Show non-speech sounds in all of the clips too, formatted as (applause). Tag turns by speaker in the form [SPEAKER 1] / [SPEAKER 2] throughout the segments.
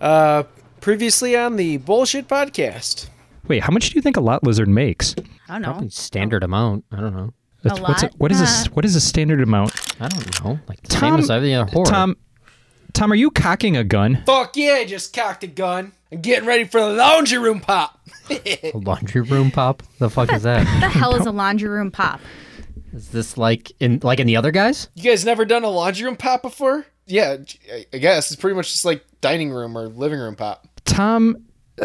[SPEAKER 1] Uh, previously on the Bullshit Podcast.
[SPEAKER 2] Wait, how much do you think a lot lizard makes?
[SPEAKER 3] I don't know.
[SPEAKER 4] Probably standard amount. I don't know.
[SPEAKER 3] A
[SPEAKER 2] what's
[SPEAKER 3] lot?
[SPEAKER 2] what is a, what is a standard amount?
[SPEAKER 4] I don't know. Like the
[SPEAKER 2] Tom-
[SPEAKER 4] same as every other horror.
[SPEAKER 2] Tom, Tom, are you cocking a gun?
[SPEAKER 1] Fuck yeah, I just cocked a gun. I'm getting ready for the laundry room pop.
[SPEAKER 4] A laundry room pop. The fuck is that?
[SPEAKER 3] the hell is a laundry room pop?
[SPEAKER 4] (laughs) Is this like in like in the other guys?
[SPEAKER 1] You guys never done a laundry room pop before? Yeah, I- I guess it's pretty much just like dining room or living room pop.
[SPEAKER 2] Tom, (sighs)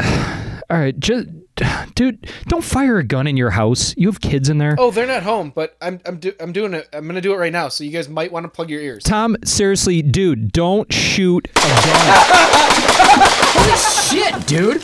[SPEAKER 2] all right, just (sighs) dude, don't fire a gun in your house. You have kids in there.
[SPEAKER 1] Oh, they're not home, but I'm I'm, do, I'm doing it. I'm gonna do it right now. So you guys might want to plug your ears.
[SPEAKER 2] Tom, seriously, dude, don't shoot a gun.
[SPEAKER 4] Shit, dude.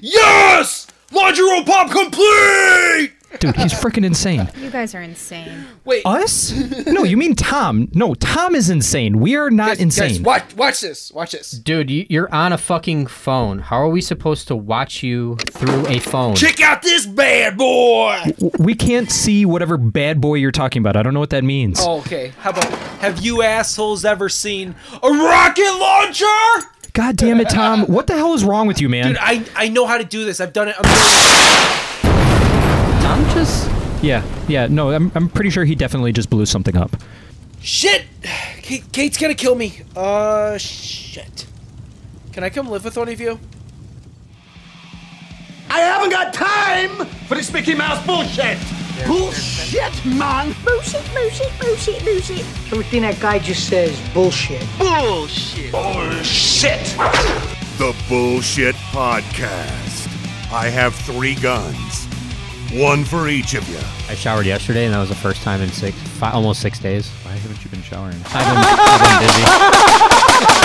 [SPEAKER 1] Yes, laundry room pop complete.
[SPEAKER 2] dude, he's freaking insane.
[SPEAKER 3] You guys are insane.
[SPEAKER 1] Wait,
[SPEAKER 2] Us? No, you mean Tom. No, Tom is insane. We are not
[SPEAKER 1] guys, Guys,
[SPEAKER 2] insane.
[SPEAKER 1] watch watch this. Watch this.
[SPEAKER 4] Dude, you, you're on a fucking phone. How are we supposed to watch you through a phone?
[SPEAKER 1] Check out this bad boy.
[SPEAKER 2] we can't see whatever bad boy you're talking about. I don't know what that means.
[SPEAKER 1] Oh, Okay, how about have you assholes ever seen a rocket launcher?
[SPEAKER 2] God damn it,
[SPEAKER 1] (laughs)
[SPEAKER 2] Tom. What the hell is wrong with you, man?
[SPEAKER 1] Dude, I I know how to do this. I've done it. I'm doing
[SPEAKER 4] Tom just.
[SPEAKER 2] yeah, yeah, no, I'm, I'm pretty sure he definitely just blew something up.
[SPEAKER 1] it. Shit, Kate, Kate's gonna kill me. Uh, shit. Can I come live with one of you?
[SPEAKER 5] I haven't got time for this Mickey Mouse bullshit. Bullshit, man.
[SPEAKER 6] Bullshit, bullshit, bullshit, bullshit. Everything that guy just says, bullshit.
[SPEAKER 5] Bullshit.
[SPEAKER 7] The Bullshit Podcast. I have three guns, one for each of you.
[SPEAKER 4] I showered yesterday, and that was the first time in six, fi almost six days.
[SPEAKER 8] Why haven't you been showering?
[SPEAKER 4] I've been, I've been busy.
[SPEAKER 2] (laughs)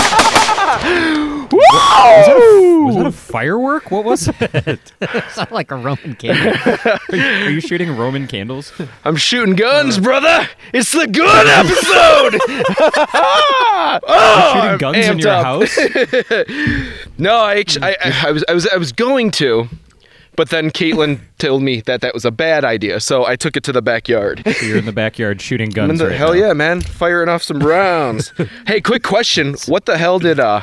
[SPEAKER 2] Was that a firework? What was it? (laughs)
[SPEAKER 4] Sound like a Roman candle.
[SPEAKER 8] Are you shooting Roman
[SPEAKER 2] (laughs)
[SPEAKER 8] candles?
[SPEAKER 1] I'm shooting guns, brother. It's the
[SPEAKER 8] (laughs)
[SPEAKER 1] gun episode.
[SPEAKER 2] shooting guns in
[SPEAKER 1] amped
[SPEAKER 2] your
[SPEAKER 1] up.
[SPEAKER 2] (laughs) house?
[SPEAKER 1] no, I, actu- I, I, I was I was I was going to, but then Caitlin told me that that was a bad idea, so I took it to the
[SPEAKER 8] (laughs)
[SPEAKER 1] backyard.
[SPEAKER 8] So you're in the backyard shooting guns.
[SPEAKER 1] And the,
[SPEAKER 8] right
[SPEAKER 1] hell
[SPEAKER 8] now.
[SPEAKER 1] yeah, man! Firing off some
[SPEAKER 8] (laughs)
[SPEAKER 1] rounds. hey, quick question: What the hell did uh?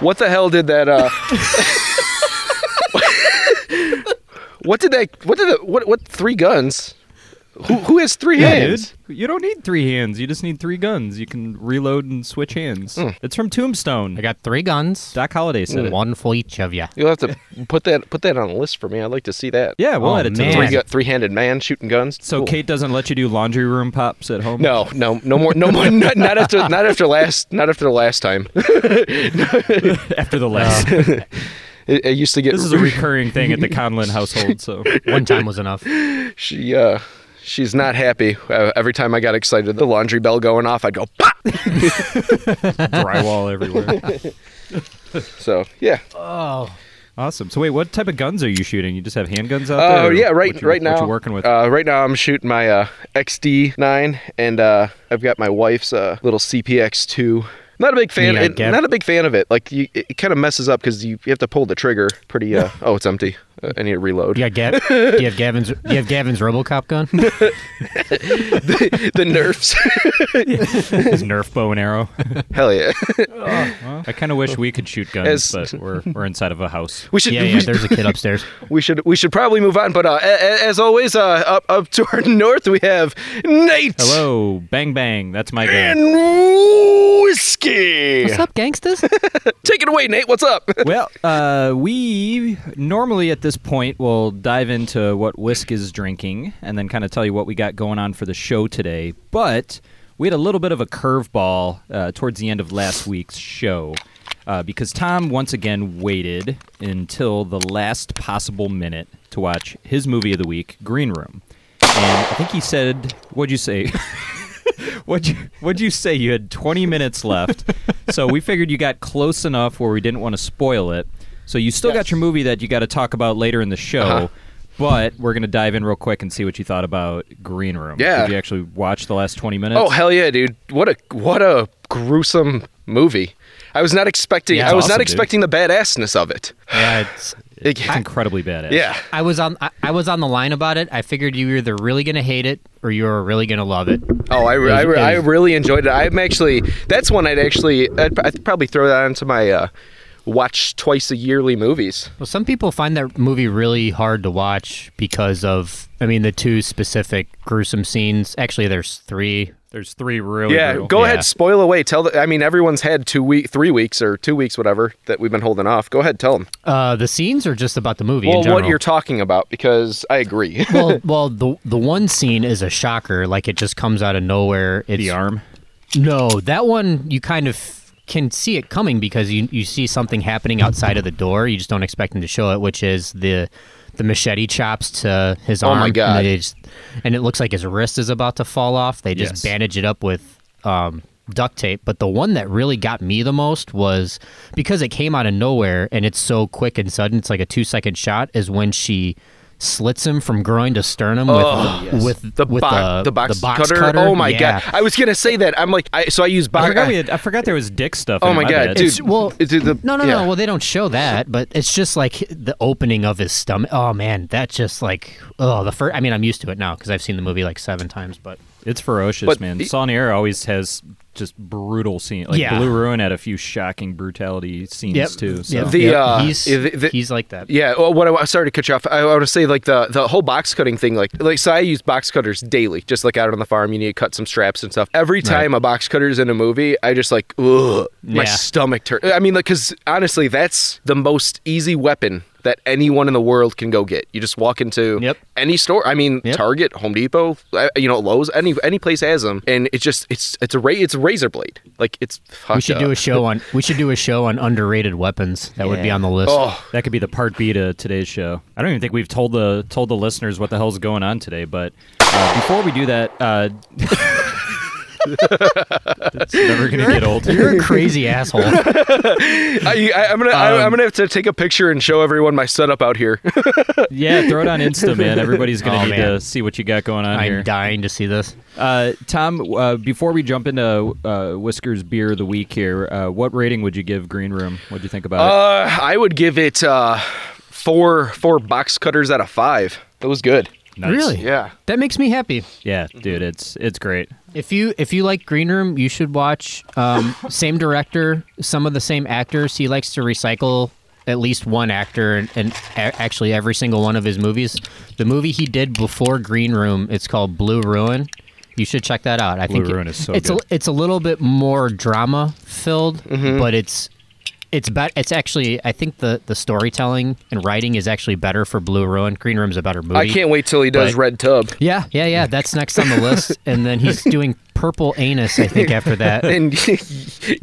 [SPEAKER 1] What the hell did that uh? (laughs) what did that? What did the, what what three guns? Who who has three
[SPEAKER 8] Yeah,
[SPEAKER 1] hands?
[SPEAKER 8] dude. You don't need three hands. You just need three guns. You can reload and switch hands.
[SPEAKER 2] Hmm.
[SPEAKER 8] It's from Tombstone.
[SPEAKER 4] I got three guns.
[SPEAKER 8] Doc Holliday said it.
[SPEAKER 4] One for each of you.
[SPEAKER 1] You'll have to put that put that on a list for me. I'd like to see that.
[SPEAKER 8] Yeah, we'll
[SPEAKER 4] Oh,
[SPEAKER 8] edit to
[SPEAKER 4] man.
[SPEAKER 1] Three
[SPEAKER 8] that.
[SPEAKER 1] gu- three-handed man shooting guns.
[SPEAKER 8] So
[SPEAKER 1] Cool.
[SPEAKER 8] Kate doesn't let you do laundry room pops at home.
[SPEAKER 1] No, no, no more, no more. (laughs) Not, not after, not after last, not after the last time.
[SPEAKER 8] (laughs)
[SPEAKER 1] (laughs)
[SPEAKER 8] after the last.
[SPEAKER 1] It, it used to get.
[SPEAKER 8] this is a recurring thing at the Conlin household. So
[SPEAKER 4] One time was (laughs) enough.
[SPEAKER 1] (laughs) she, uh, she's not happy. Uh, every time I got excited, the laundry bell going off, I'd go pop.
[SPEAKER 8] drywall everywhere.
[SPEAKER 1] So yeah.
[SPEAKER 8] Oh,
[SPEAKER 4] Oh.
[SPEAKER 8] Awesome. So wait, what type of guns are you shooting? You just have handguns out there?
[SPEAKER 1] Oh
[SPEAKER 8] or
[SPEAKER 1] yeah, right,
[SPEAKER 8] what you-
[SPEAKER 1] right now.
[SPEAKER 8] What you working with?
[SPEAKER 1] Uh, (laughs) right now, I'm shooting my uh, XD9, and uh, I've got my wife's uh, little CPX2. Not a big fan.
[SPEAKER 4] Need a
[SPEAKER 1] it-
[SPEAKER 4] gap?
[SPEAKER 1] not a big fan of it. Like you, it kind of messes up because you, you have to pull the trigger. Pretty. Uh, oh, it's empty. Uh, I need to reload.
[SPEAKER 4] You got Gav- do you have Gavin's? Do you have Gavin's RoboCop (laughs) gun?
[SPEAKER 1] the nerfs.
[SPEAKER 8] His (laughs) Nerf bow and arrow.
[SPEAKER 1] (laughs) Hell yeah.
[SPEAKER 8] I kind of wish we could shoot guns,
[SPEAKER 1] As-
[SPEAKER 8] but we're we're inside of a house.
[SPEAKER 1] We should.
[SPEAKER 4] Yeah, yeah. There's a kid upstairs.
[SPEAKER 1] we should we should probably move on. But uh, a- a- as always, uh, up up to our (laughs) north we have Nate
[SPEAKER 8] Hello, bang bang. That's
[SPEAKER 1] (laughs)
[SPEAKER 8] my gun.
[SPEAKER 1] and whiskey.
[SPEAKER 4] up, gangsters?
[SPEAKER 1] Take it away, Nate. What's up?
[SPEAKER 8] Well, uh, we normally at this point will dive into what Whisk is drinking and then kind of tell you what we got going on for the show today. But we had a little bit of a curveball uh, towards the end of last week's show uh, because Tom once again waited until the last possible minute to watch his movie of the week, Green Room. And I think he said, what'd you say? (laughs) What'd you, what'd you say? You had 20 minutes left. so we figured you got close enough where we didn't want to spoil it. So you still got your movie that you got to talk about later in the show.
[SPEAKER 1] Uh-huh.
[SPEAKER 8] But we're going to dive in real quick and see what you thought about Green Room.
[SPEAKER 1] Yeah.
[SPEAKER 8] Did you actually watch the last 20 minutes?
[SPEAKER 1] Oh hell yeah, dude! What a what a gruesome movie. I was not expecting.
[SPEAKER 8] Yeah,
[SPEAKER 1] I was
[SPEAKER 8] awesome,
[SPEAKER 1] not
[SPEAKER 8] dude.
[SPEAKER 1] expecting the badassness of it.
[SPEAKER 4] yeah, it's
[SPEAKER 1] It-
[SPEAKER 8] It's incredibly badass.
[SPEAKER 1] Yeah.
[SPEAKER 4] I was on I, I was on the line about it. I figured you were either really gonna hate it or you were really gonna love it.
[SPEAKER 1] Oh, I, re-
[SPEAKER 4] It
[SPEAKER 1] I,
[SPEAKER 4] was-
[SPEAKER 1] re- I
[SPEAKER 4] it was-
[SPEAKER 1] really enjoyed it. I'm actually that's one I'd actually I'd, I'd probably throw that onto my uh, watch twice a yearly movies.
[SPEAKER 4] Well, some people find that movie really hard to watch because of I mean the two specific gruesome scenes. Actually, there's three.
[SPEAKER 8] There's three really.
[SPEAKER 1] yeah,
[SPEAKER 8] brutal-
[SPEAKER 1] go
[SPEAKER 4] Yeah.
[SPEAKER 1] ahead, spoil away. Tell the, I mean everyone's had two week, three weeks or two weeks, whatever that we've been holding off. Go ahead, tell them.
[SPEAKER 4] Uh, the scenes are just about the movie. in
[SPEAKER 1] Well, what
[SPEAKER 4] general.
[SPEAKER 1] you're talking about because I (laughs) agree.
[SPEAKER 4] well, well, the the one scene is a shocker. Like it just comes out of nowhere. It's,
[SPEAKER 8] The arm.
[SPEAKER 4] No, that one you kind of can see it coming because you you see something happening outside of the door. You just don't expect him to show it, which is the the machete chops to his
[SPEAKER 1] Oh
[SPEAKER 4] arm.
[SPEAKER 1] my God.
[SPEAKER 4] And, they just- and it looks like his wrist is about to fall off. They just
[SPEAKER 8] Yes.
[SPEAKER 4] bandage it up with. Um, duct tape but the one that really got me the most was because it came out of nowhere and it's so quick and sudden it's like a two second shot is when she slits him from groin to sternum with with
[SPEAKER 1] Oh, the,
[SPEAKER 4] with
[SPEAKER 1] bo-
[SPEAKER 4] the,
[SPEAKER 1] the box,
[SPEAKER 4] the box
[SPEAKER 1] cutter. Oh my
[SPEAKER 4] Yeah.
[SPEAKER 1] god! I was gonna say that. I'm like, I, so I use
[SPEAKER 8] I
[SPEAKER 1] box.
[SPEAKER 8] forgot, we had, I forgot there was dick stuff.
[SPEAKER 1] oh
[SPEAKER 8] in it,
[SPEAKER 1] my god,
[SPEAKER 8] bad.
[SPEAKER 1] dude!
[SPEAKER 4] It's- well,
[SPEAKER 1] it- the-
[SPEAKER 4] No, no,
[SPEAKER 1] yeah.
[SPEAKER 4] no. Well, they don't show that, but it's just like the opening of his stomach. Oh man, that's just like oh the first. I mean, I'm used to it now because I've seen the movie like seven times. But
[SPEAKER 8] It's ferocious,
[SPEAKER 1] But
[SPEAKER 8] man.
[SPEAKER 1] the-
[SPEAKER 8] Saw and Air always has just brutal scenes. Like
[SPEAKER 4] Yeah.
[SPEAKER 8] Blue Ruin had a few shocking brutality scenes too. So.
[SPEAKER 1] The, uh,
[SPEAKER 4] he's
[SPEAKER 1] the- the-
[SPEAKER 4] he's like that.
[SPEAKER 1] Yeah. Well, what I wa- sorry to cut you off. I, I want to say like the the whole box cutting thing. Like like so, I use box cutters daily. Just like out on the farm, you need to cut some straps and stuff. Every time a box cutter's in a movie, I just like ugh, my
[SPEAKER 4] Yeah.
[SPEAKER 1] stomach turns. I mean, like because honestly, that's the most easy weapon that anyone in the world can go get. You just walk into
[SPEAKER 4] Yep.
[SPEAKER 1] any store. I mean,
[SPEAKER 4] Yep.
[SPEAKER 1] Target, Home Depot, uh, you know, Lowe's, any any place has them, and it's just it's it's a ra- it's a razor blade. Like it's
[SPEAKER 4] We should do a show on we should do a show on underrated weapons. That would be on the list.
[SPEAKER 1] Oh.
[SPEAKER 8] That could be the part B to today's show. I don't even think we've told the told the listeners what the hell's going on today, but uh, before we do that,
[SPEAKER 1] (laughs)
[SPEAKER 8] uh, it's never gonna get old.
[SPEAKER 1] (laughs)
[SPEAKER 4] You're a crazy asshole.
[SPEAKER 1] I, I, I'm gonna
[SPEAKER 4] Um,
[SPEAKER 1] I, I'm gonna have to take a picture and show everyone my setup out here.
[SPEAKER 8] Yeah, throw it on Insta, man. Everybody's gonna
[SPEAKER 4] Oh,
[SPEAKER 8] need
[SPEAKER 4] man.
[SPEAKER 8] to see what you got going on here.
[SPEAKER 4] I'm dying to see this.
[SPEAKER 8] uh, Tom, uh, before we jump into uh, Whiskers Beer of the Week here, uh, what rating would you give Green Room? What'd you think about it?
[SPEAKER 1] Uh, I would give it uh, four four box cutters out of five. That was good.
[SPEAKER 8] Nice.
[SPEAKER 4] Really?
[SPEAKER 1] Yeah.
[SPEAKER 4] That makes me happy.
[SPEAKER 8] Yeah, dude, it's it's great.
[SPEAKER 4] If you if you like Green Room, you should watch um, same director, some of the same actors. He likes to recycle at least one actor and, and a- actually every single one of his movies. The movie he did before Green Room, it's called Blue Ruin. You should check that out. I
[SPEAKER 8] Blue
[SPEAKER 4] think it-
[SPEAKER 8] Ruin is so
[SPEAKER 4] it's
[SPEAKER 8] good.
[SPEAKER 4] A, it's a little bit more drama filled, but it's it's bet it's actually I think the the storytelling and writing is actually better for Blue Ruin. Green Room's a better movie.
[SPEAKER 1] I can't wait till he does
[SPEAKER 4] But-
[SPEAKER 1] Red Tub.
[SPEAKER 4] Yeah, yeah, yeah. That's next on the list, and then (laughs) he's doing purple anus. I think after (laughs) that.
[SPEAKER 1] And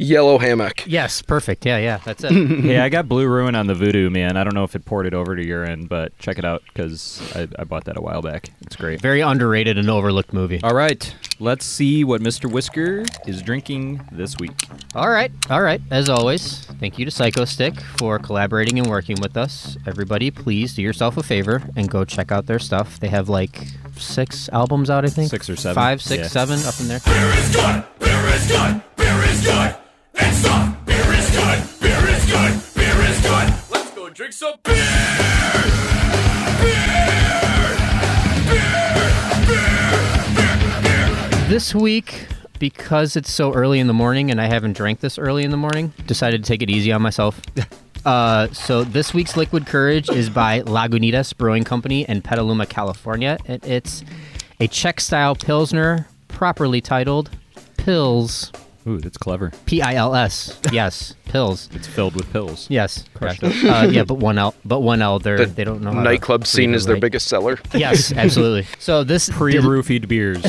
[SPEAKER 1] (laughs) yellow hammock.
[SPEAKER 4] Yes, perfect. Yeah, yeah. That's (laughs) it.
[SPEAKER 8] hey, I got Blue Ruin on the Voodoo, man. I don't know if it ported over to your end, but check it out because I, I bought that a while back. It's great.
[SPEAKER 4] Very underrated and overlooked movie.
[SPEAKER 8] All right, let's see what Mr. Whisker is drinking this week.
[SPEAKER 4] All right, all right. As always, thank you to Psycho Stick for collaborating and working with us. Everybody, please do yourself a favor and go check out their stuff. They have like six albums out, I think.
[SPEAKER 8] Six or seven.
[SPEAKER 4] Five, six,
[SPEAKER 8] Yeah.
[SPEAKER 4] seven, up in there.
[SPEAKER 9] Beer is good. Beer is good. Beer is good. And soft. Beer is good. Beer is good. Beer is good. Let's go drink some beer.
[SPEAKER 4] This week, because it's so early in the morning and I haven't drank this early in the morning, decided to take it easy on
[SPEAKER 1] (laughs)
[SPEAKER 4] myself. Uh, so this week's Liquid Courage is by Lagunitas Brewing Company in Petaluma, California. And it's a Czech-style Pilsner, properly titled Pills,
[SPEAKER 8] Ooh, that's clever.
[SPEAKER 1] (laughs)
[SPEAKER 4] P-I-L-S. Yes, Pills.
[SPEAKER 8] It's filled with pills.
[SPEAKER 4] Yes, correct. Uh, yeah, but one L, but one L. They're, they don't know. how to
[SPEAKER 1] Nightclub scene
[SPEAKER 4] read it
[SPEAKER 1] is their
[SPEAKER 4] right.
[SPEAKER 1] biggest seller.
[SPEAKER 4] Yes, absolutely. So this
[SPEAKER 8] Pre-roofied (laughs) beers.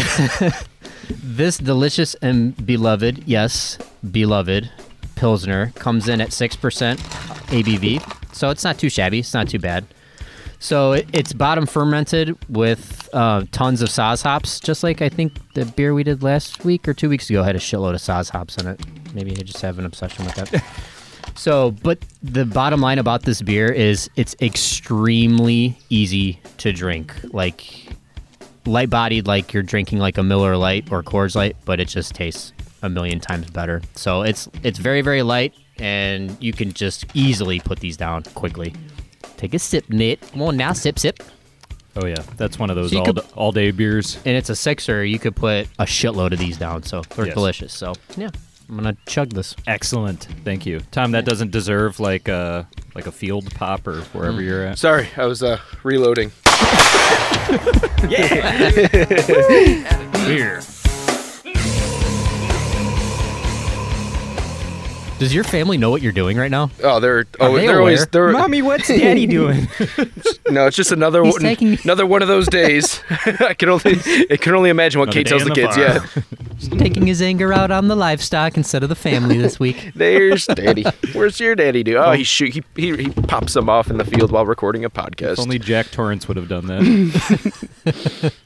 [SPEAKER 4] This delicious and beloved, yes, beloved Pilsner comes in at 6% ABV. So it's not too shabby. It's not too bad. So it, it's bottom fermented with uh, tons of Saz hops, just like I think the beer we did last week or two weeks ago had a shitload of Saz hops in it. Maybe I just have an obsession with that. So, but the bottom line about this beer is it's extremely easy to drink. Like light bodied, like you're drinking like a Miller Light or Coors Light, but it just tastes a million times better. So it's it's very very light, and you can just easily put these down quickly. Take a sip, Nate. Come on now, sip, sip.
[SPEAKER 8] Oh yeah, that's one of those
[SPEAKER 4] So you
[SPEAKER 8] all
[SPEAKER 4] could-
[SPEAKER 8] all day beers.
[SPEAKER 4] And it's a sixer. You could put a shitload of these down, so they're
[SPEAKER 8] Yes.
[SPEAKER 4] delicious. So yeah, I'm gonna chug this.
[SPEAKER 8] Excellent, thank you, Tom. That doesn't deserve like a like a field pop or wherever you're at.
[SPEAKER 1] (laughs) Sorry, I was uh, reloading.
[SPEAKER 8] Beer.
[SPEAKER 4] Does your family know what you're doing right now?
[SPEAKER 1] Oh, they're oh,
[SPEAKER 4] they
[SPEAKER 1] they are always
[SPEAKER 4] aware?
[SPEAKER 1] they're
[SPEAKER 8] Mommy,
[SPEAKER 4] (laughs)
[SPEAKER 8] what's Daddy doing?
[SPEAKER 1] no. It's just another one,
[SPEAKER 4] taking-
[SPEAKER 1] another one of those days. (laughs) I can only I can only imagine what
[SPEAKER 8] Another
[SPEAKER 1] Kate
[SPEAKER 8] day
[SPEAKER 1] tells
[SPEAKER 8] in
[SPEAKER 1] the,
[SPEAKER 8] the
[SPEAKER 1] kids.
[SPEAKER 8] farm.
[SPEAKER 1] Yeah,
[SPEAKER 4] Taking his anger out on the livestock instead of the family this (laughs) week.
[SPEAKER 1] there's Daddy. Where's your Daddy? Do oh he shoot he, he he pops them off in the field while recording a podcast.
[SPEAKER 8] Only Jack Torrance would have done that. (laughs)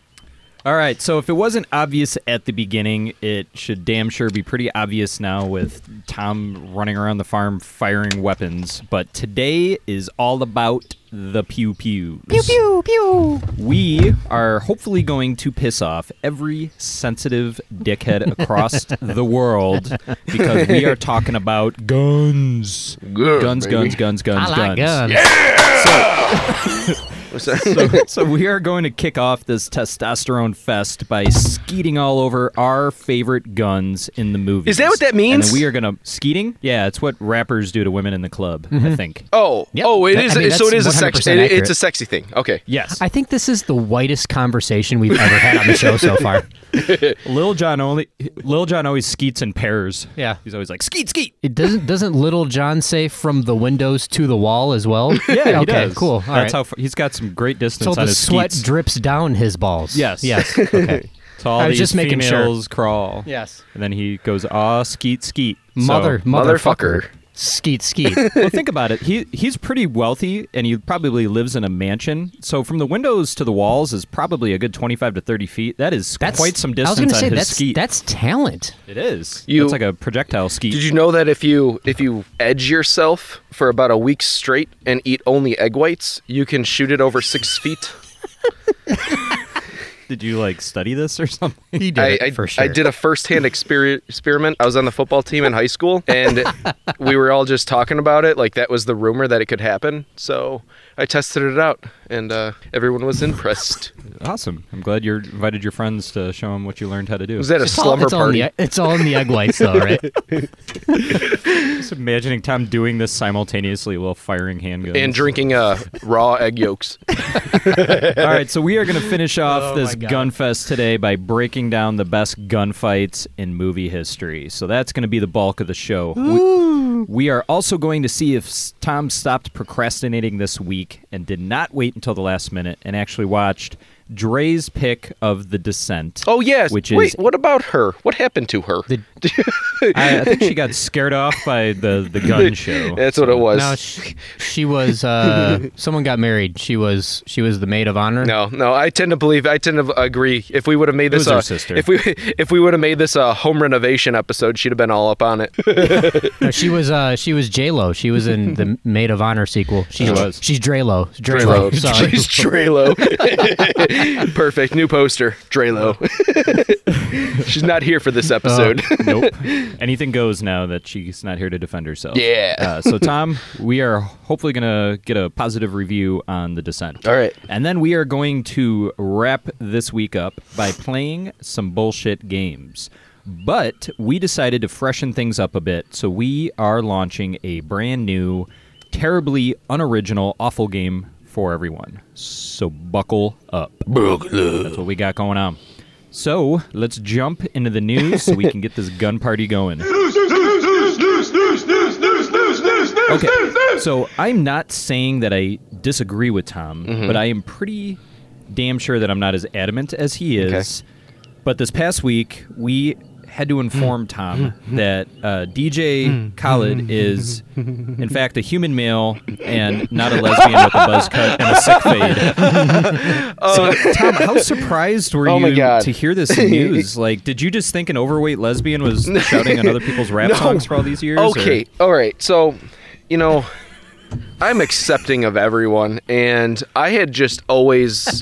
[SPEAKER 8] All right, so if it wasn't obvious at the beginning, it should damn sure be pretty obvious now with Tom running around the farm firing weapons. But today is all about the pew pews. Pew pew pew. We are hopefully going to piss off every sensitive dickhead (laughs) across the world because we are talking about guns.
[SPEAKER 1] Good,
[SPEAKER 8] guns,
[SPEAKER 1] baby.
[SPEAKER 8] guns, guns, guns,
[SPEAKER 4] I like
[SPEAKER 8] guns
[SPEAKER 4] guns.
[SPEAKER 1] What's that?
[SPEAKER 8] so (laughs) we are going to kick off this testosterone fest by skeeting all over our favorite guns in the movies.
[SPEAKER 1] Is that what that
[SPEAKER 8] And then
[SPEAKER 1] means?
[SPEAKER 8] we are going to skeeting. Yeah, it's what rappers do to women in the club.
[SPEAKER 4] Mm-hmm.
[SPEAKER 8] I think.
[SPEAKER 1] Oh,
[SPEAKER 4] Yep.
[SPEAKER 1] oh, it
[SPEAKER 4] I
[SPEAKER 1] is.
[SPEAKER 4] mean,
[SPEAKER 1] so it
[SPEAKER 4] that's
[SPEAKER 1] is a sexy.
[SPEAKER 4] 100%
[SPEAKER 1] It, it's a
[SPEAKER 4] accurate.
[SPEAKER 1] sexy thing. Okay.
[SPEAKER 8] Yes,
[SPEAKER 4] I think this is the whitest conversation we've ever had on the show so
[SPEAKER 8] (laughs)
[SPEAKER 4] far.
[SPEAKER 8] Lil John only Lil John always skeets in pairs.
[SPEAKER 4] Yeah.
[SPEAKER 8] he's always like skeet skeet.
[SPEAKER 4] It doesn't doesn't little John say from the windows to the wall as well?
[SPEAKER 8] (laughs) Yeah, he
[SPEAKER 4] okay,
[SPEAKER 8] does.
[SPEAKER 4] cool. All
[SPEAKER 8] That's
[SPEAKER 4] right.
[SPEAKER 8] how f- he's got some great distance
[SPEAKER 4] so
[SPEAKER 8] on
[SPEAKER 4] the
[SPEAKER 8] his
[SPEAKER 4] sweat
[SPEAKER 8] skeets.
[SPEAKER 4] drips down his balls.
[SPEAKER 8] Yes. (laughs)
[SPEAKER 4] Yes. Okay.
[SPEAKER 8] So all
[SPEAKER 4] I was
[SPEAKER 8] these
[SPEAKER 4] just making sure.
[SPEAKER 8] females crawl.
[SPEAKER 4] yes.
[SPEAKER 8] and then he goes ah skeet skeet. So-
[SPEAKER 4] Mother
[SPEAKER 1] Motherfucker.
[SPEAKER 4] motherfucker.
[SPEAKER 8] (laughs)
[SPEAKER 4] Skeet skeet.
[SPEAKER 8] well, think about it. He he's pretty wealthy, and he probably lives in a mansion. So from the windows to the walls is probably a good twenty-five to thirty feet. That is
[SPEAKER 4] That's
[SPEAKER 8] quite some
[SPEAKER 4] I was
[SPEAKER 8] distance
[SPEAKER 4] gonna
[SPEAKER 8] on
[SPEAKER 4] say
[SPEAKER 8] his
[SPEAKER 4] that's
[SPEAKER 8] skeet.
[SPEAKER 4] that's talent.
[SPEAKER 8] it is.
[SPEAKER 1] You-
[SPEAKER 8] it's like a projectile skeet.
[SPEAKER 1] Did you know that if you if you edge yourself for about a week straight and eat only egg whites, you can shoot it over six feet?
[SPEAKER 8] Did you like study this or (laughs) something?
[SPEAKER 1] (laughs)
[SPEAKER 4] He
[SPEAKER 1] I, I, I did a firsthand exper- experiment. I was on the football team in high school,
[SPEAKER 4] (laughs)
[SPEAKER 1] and we were all just talking about it. Like that was the rumor that it could happen. So I tested it out, and uh, everyone was impressed.
[SPEAKER 8] awesome. I'm glad you invited your friends to show them what you learned how to do.
[SPEAKER 1] It was at a
[SPEAKER 4] It's all-
[SPEAKER 1] slumber
[SPEAKER 4] it's all in
[SPEAKER 1] party.
[SPEAKER 4] the- it's all in the egg
[SPEAKER 1] (laughs)
[SPEAKER 4] whites, though, right?
[SPEAKER 8] just imagining Tom doing this simultaneously while firing handguns
[SPEAKER 1] and drinking uh, raw egg yolks.
[SPEAKER 8] All
[SPEAKER 1] (laughs)
[SPEAKER 8] right, so we are going to finish
[SPEAKER 1] Oh
[SPEAKER 8] off this
[SPEAKER 4] God.
[SPEAKER 8] gun fest today by breaking down the best gunfights in movie history. So that's going to be the bulk of the show. We, we are also going to see if s- Tom stopped procrastinating this week and did not wait until the last minute and actually watched Dre's pick of The Descent.
[SPEAKER 1] Oh yes.
[SPEAKER 8] Which
[SPEAKER 1] Wait,
[SPEAKER 8] is-
[SPEAKER 1] what about her? What happened to her?
[SPEAKER 8] I, I think she got scared off by the, the
[SPEAKER 1] (laughs)
[SPEAKER 8] gun show.
[SPEAKER 1] That's what it was.
[SPEAKER 4] No, she, she was.
[SPEAKER 1] (laughs)
[SPEAKER 4] Uh, someone got married. She was. She was the maid of honor.
[SPEAKER 1] No, no. I tend to believe. I tend to agree. If we would have made this,
[SPEAKER 8] was her
[SPEAKER 1] a,
[SPEAKER 8] sister.
[SPEAKER 1] if we (laughs) if we would have made this a home renovation episode, she'd have been all up on it.
[SPEAKER 4] No, she was. Uh, she was J Lo. She was in (laughs) the maid of honor sequel. She
[SPEAKER 8] was.
[SPEAKER 4] She's Drelo. (laughs) Drelo.
[SPEAKER 1] Drelo,
[SPEAKER 4] Sorry.
[SPEAKER 1] (laughs) She's Drelo. Perfect. New poster. Drelo.
[SPEAKER 4] Oh.
[SPEAKER 1] (laughs) She's not here for this episode.
[SPEAKER 8] nope. Anything goes now that she's not here to defend herself.
[SPEAKER 1] Yeah.
[SPEAKER 8] Uh, so, Tom, (laughs) we are hopefully going to get a positive review on The Descent.
[SPEAKER 1] All right.
[SPEAKER 8] And then we are going to wrap this week up by playing some bullshit games. But we decided to freshen things up a bit, so we are launching a brand new, terribly unoriginal, awful game for everyone. So, buckle up. That's what we got going on. So let's jump into the news so we can get this gun party going. Okay. So I'm not saying that I disagree with Tom, but I am pretty damn sure that I'm not as adamant as he is. But this past week, we had to inform Tom that uh, DJ Khaled is, in fact, a human male and not a lesbian with a buzz cut and a sick fade. so, Tom, how surprised were
[SPEAKER 1] Oh my
[SPEAKER 8] you
[SPEAKER 1] God.
[SPEAKER 8] to hear this
[SPEAKER 1] (laughs)
[SPEAKER 8] news? like, did you just think an overweight lesbian was
[SPEAKER 1] (laughs)
[SPEAKER 8] shouting on other people's rap songs for all these years? or-
[SPEAKER 1] Okay. All right. So, you know, I'm accepting of everyone, and I had just always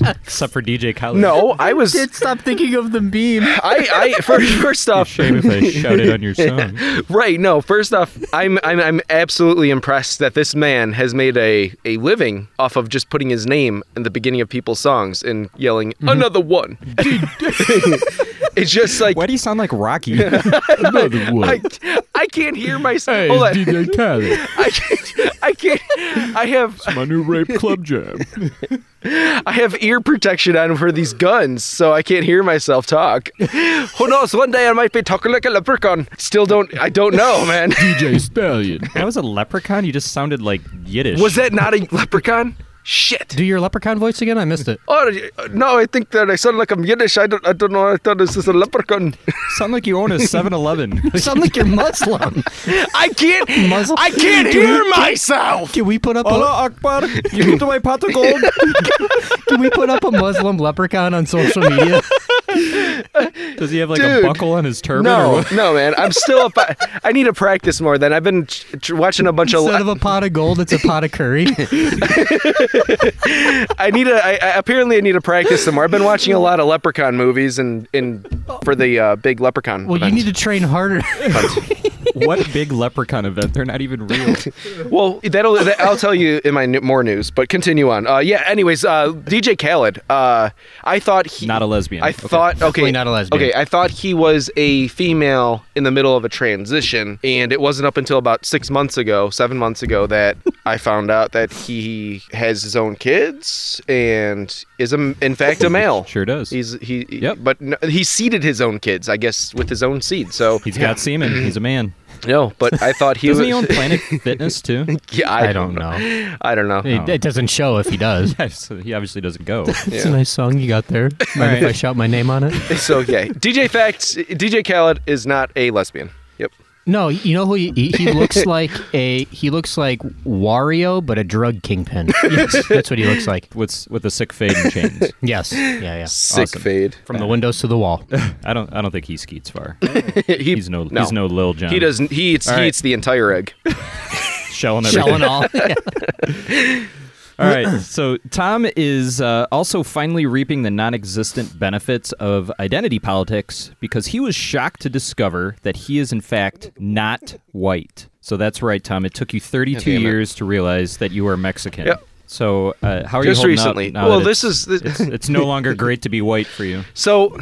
[SPEAKER 4] (laughs)
[SPEAKER 8] Except for DJ Khaled.
[SPEAKER 1] no. I was
[SPEAKER 4] stop thinking of the beam. (laughs)
[SPEAKER 1] I I first first off
[SPEAKER 8] Shame if I shouted on your
[SPEAKER 1] (laughs)
[SPEAKER 8] song.
[SPEAKER 1] Right. No. First off, I'm I'm I'm absolutely impressed that this man has made a a living off of just putting his name in the beginning of people's songs and yelling another one. it's just like
[SPEAKER 8] Why do you sound like
[SPEAKER 1] (laughs)
[SPEAKER 8] Rocky? (laughs) Another
[SPEAKER 1] I, I can't hear myself.
[SPEAKER 8] Hey,
[SPEAKER 1] Hold on.
[SPEAKER 8] DJ Khaled.
[SPEAKER 1] I can't. I can't. I have
[SPEAKER 8] My new rape club jam.
[SPEAKER 1] I have ear protection on for these guns, so I can't hear myself talk. Who knows? One day I might be talking like a leprechaun. Still don't. I don't know, man.
[SPEAKER 8] DJ Stallion. That was a leprechaun. You just sounded like Yiddish.
[SPEAKER 1] Was that not a leprechaun? Shit.
[SPEAKER 4] Do your leprechaun voice again? I missed it.
[SPEAKER 1] Oh no! I think that I sound like I'm Yiddish. I don't. I don't know. I thought this is a leprechaun.
[SPEAKER 8] Sound like you own a 7-Eleven.
[SPEAKER 4] You (laughs) sound like you're (laughs) Muslim.
[SPEAKER 1] (laughs) I
[SPEAKER 4] (laughs)
[SPEAKER 1] can't.
[SPEAKER 4] Muzzle.
[SPEAKER 1] I can't hear myself.
[SPEAKER 4] Can we put up a,
[SPEAKER 8] Akbar, you go to my pot of gold.
[SPEAKER 4] Can we put up a Muslim leprechaun on social media?
[SPEAKER 8] (laughs) Does he have like
[SPEAKER 1] Dude.
[SPEAKER 8] a buckle on his turban? Or
[SPEAKER 1] No,
[SPEAKER 8] what?
[SPEAKER 1] no, man. I'm still. up. I need to practice more. Then I've been ch- ch- watching a bunch
[SPEAKER 4] Instead of a pot of gold, it's a pot of curry.
[SPEAKER 1] I need to. I, I, apparently, I need to practice some more. I've been watching a lot of Leprechaun movies and in for the uh, big Leprechaun.
[SPEAKER 4] (laughs) Well, you need to train harder. (laughs)
[SPEAKER 8] What big leprechaun event? They're not even real.
[SPEAKER 1] to. Well, that'll. That, I'll tell you in my new, more news. But continue on. Uh, yeah. Anyways, uh, DJ Khaled. Uh, I thought he
[SPEAKER 8] Not a lesbian.
[SPEAKER 1] I
[SPEAKER 8] Okay.
[SPEAKER 1] thought okay,
[SPEAKER 4] not a lesbian.
[SPEAKER 1] Okay, I thought he was a female in the middle of a transition, and it wasn't up until about six months ago, seven months ago, that I found out that he has his own kids and is a, in fact a male.
[SPEAKER 8] Sure does.
[SPEAKER 1] He's he.
[SPEAKER 8] Yep.
[SPEAKER 1] But no, he seeded his own kids, I guess, with his own seed. So
[SPEAKER 8] He's got semen. He's a man.
[SPEAKER 1] (laughs) no. But I thought he
[SPEAKER 8] Doesn't
[SPEAKER 1] was.
[SPEAKER 8] he
[SPEAKER 1] (laughs)
[SPEAKER 8] own Planet Fitness too?
[SPEAKER 1] yeah, I, don't know. I don't know.
[SPEAKER 4] It, it doesn't show if he (laughs) does.
[SPEAKER 8] Yeah, so he obviously doesn't go.
[SPEAKER 4] It's a nice song you got (laughs) there. Mind if I shout my name on it?
[SPEAKER 1] So yeah, DJ Facts. DJ Khaled is not a lesbian. Yep.
[SPEAKER 4] (laughs) No, you know who he, he, he (laughs) looks like? A he looks like Wario, but a drug kingpin. (laughs) Yes, that's what he looks like.
[SPEAKER 8] With with a sick fade and chains.
[SPEAKER 4] Yes, yeah, yeah.
[SPEAKER 1] Sick
[SPEAKER 8] Awesome.
[SPEAKER 1] fade.
[SPEAKER 4] From the windows to the wall.
[SPEAKER 8] I don't. I don't think he skeets far.
[SPEAKER 1] He-
[SPEAKER 8] He's no. He's no Lil Jon.
[SPEAKER 1] He doesn't. He eats.
[SPEAKER 8] All
[SPEAKER 1] he
[SPEAKER 8] right.
[SPEAKER 1] eats the entire egg.
[SPEAKER 8] shell and
[SPEAKER 4] Shell
[SPEAKER 8] everything.
[SPEAKER 4] and
[SPEAKER 8] (laughs)
[SPEAKER 4] all. Yeah.
[SPEAKER 8] All right. So Tom is uh, also finally reaping the non existent benefits of identity politics because he was shocked to discover that he is, in fact, not white. So that's right, Tom. It took you 32
[SPEAKER 1] Damn it.
[SPEAKER 8] years to realize that you are Mexican.
[SPEAKER 1] Yep.
[SPEAKER 8] So uh, how are you holding
[SPEAKER 1] Just
[SPEAKER 8] up
[SPEAKER 1] recently.
[SPEAKER 8] now
[SPEAKER 1] Well,
[SPEAKER 8] that
[SPEAKER 1] this
[SPEAKER 8] it's-
[SPEAKER 1] is-
[SPEAKER 8] it's, it's no longer great to be white for you.
[SPEAKER 1] So,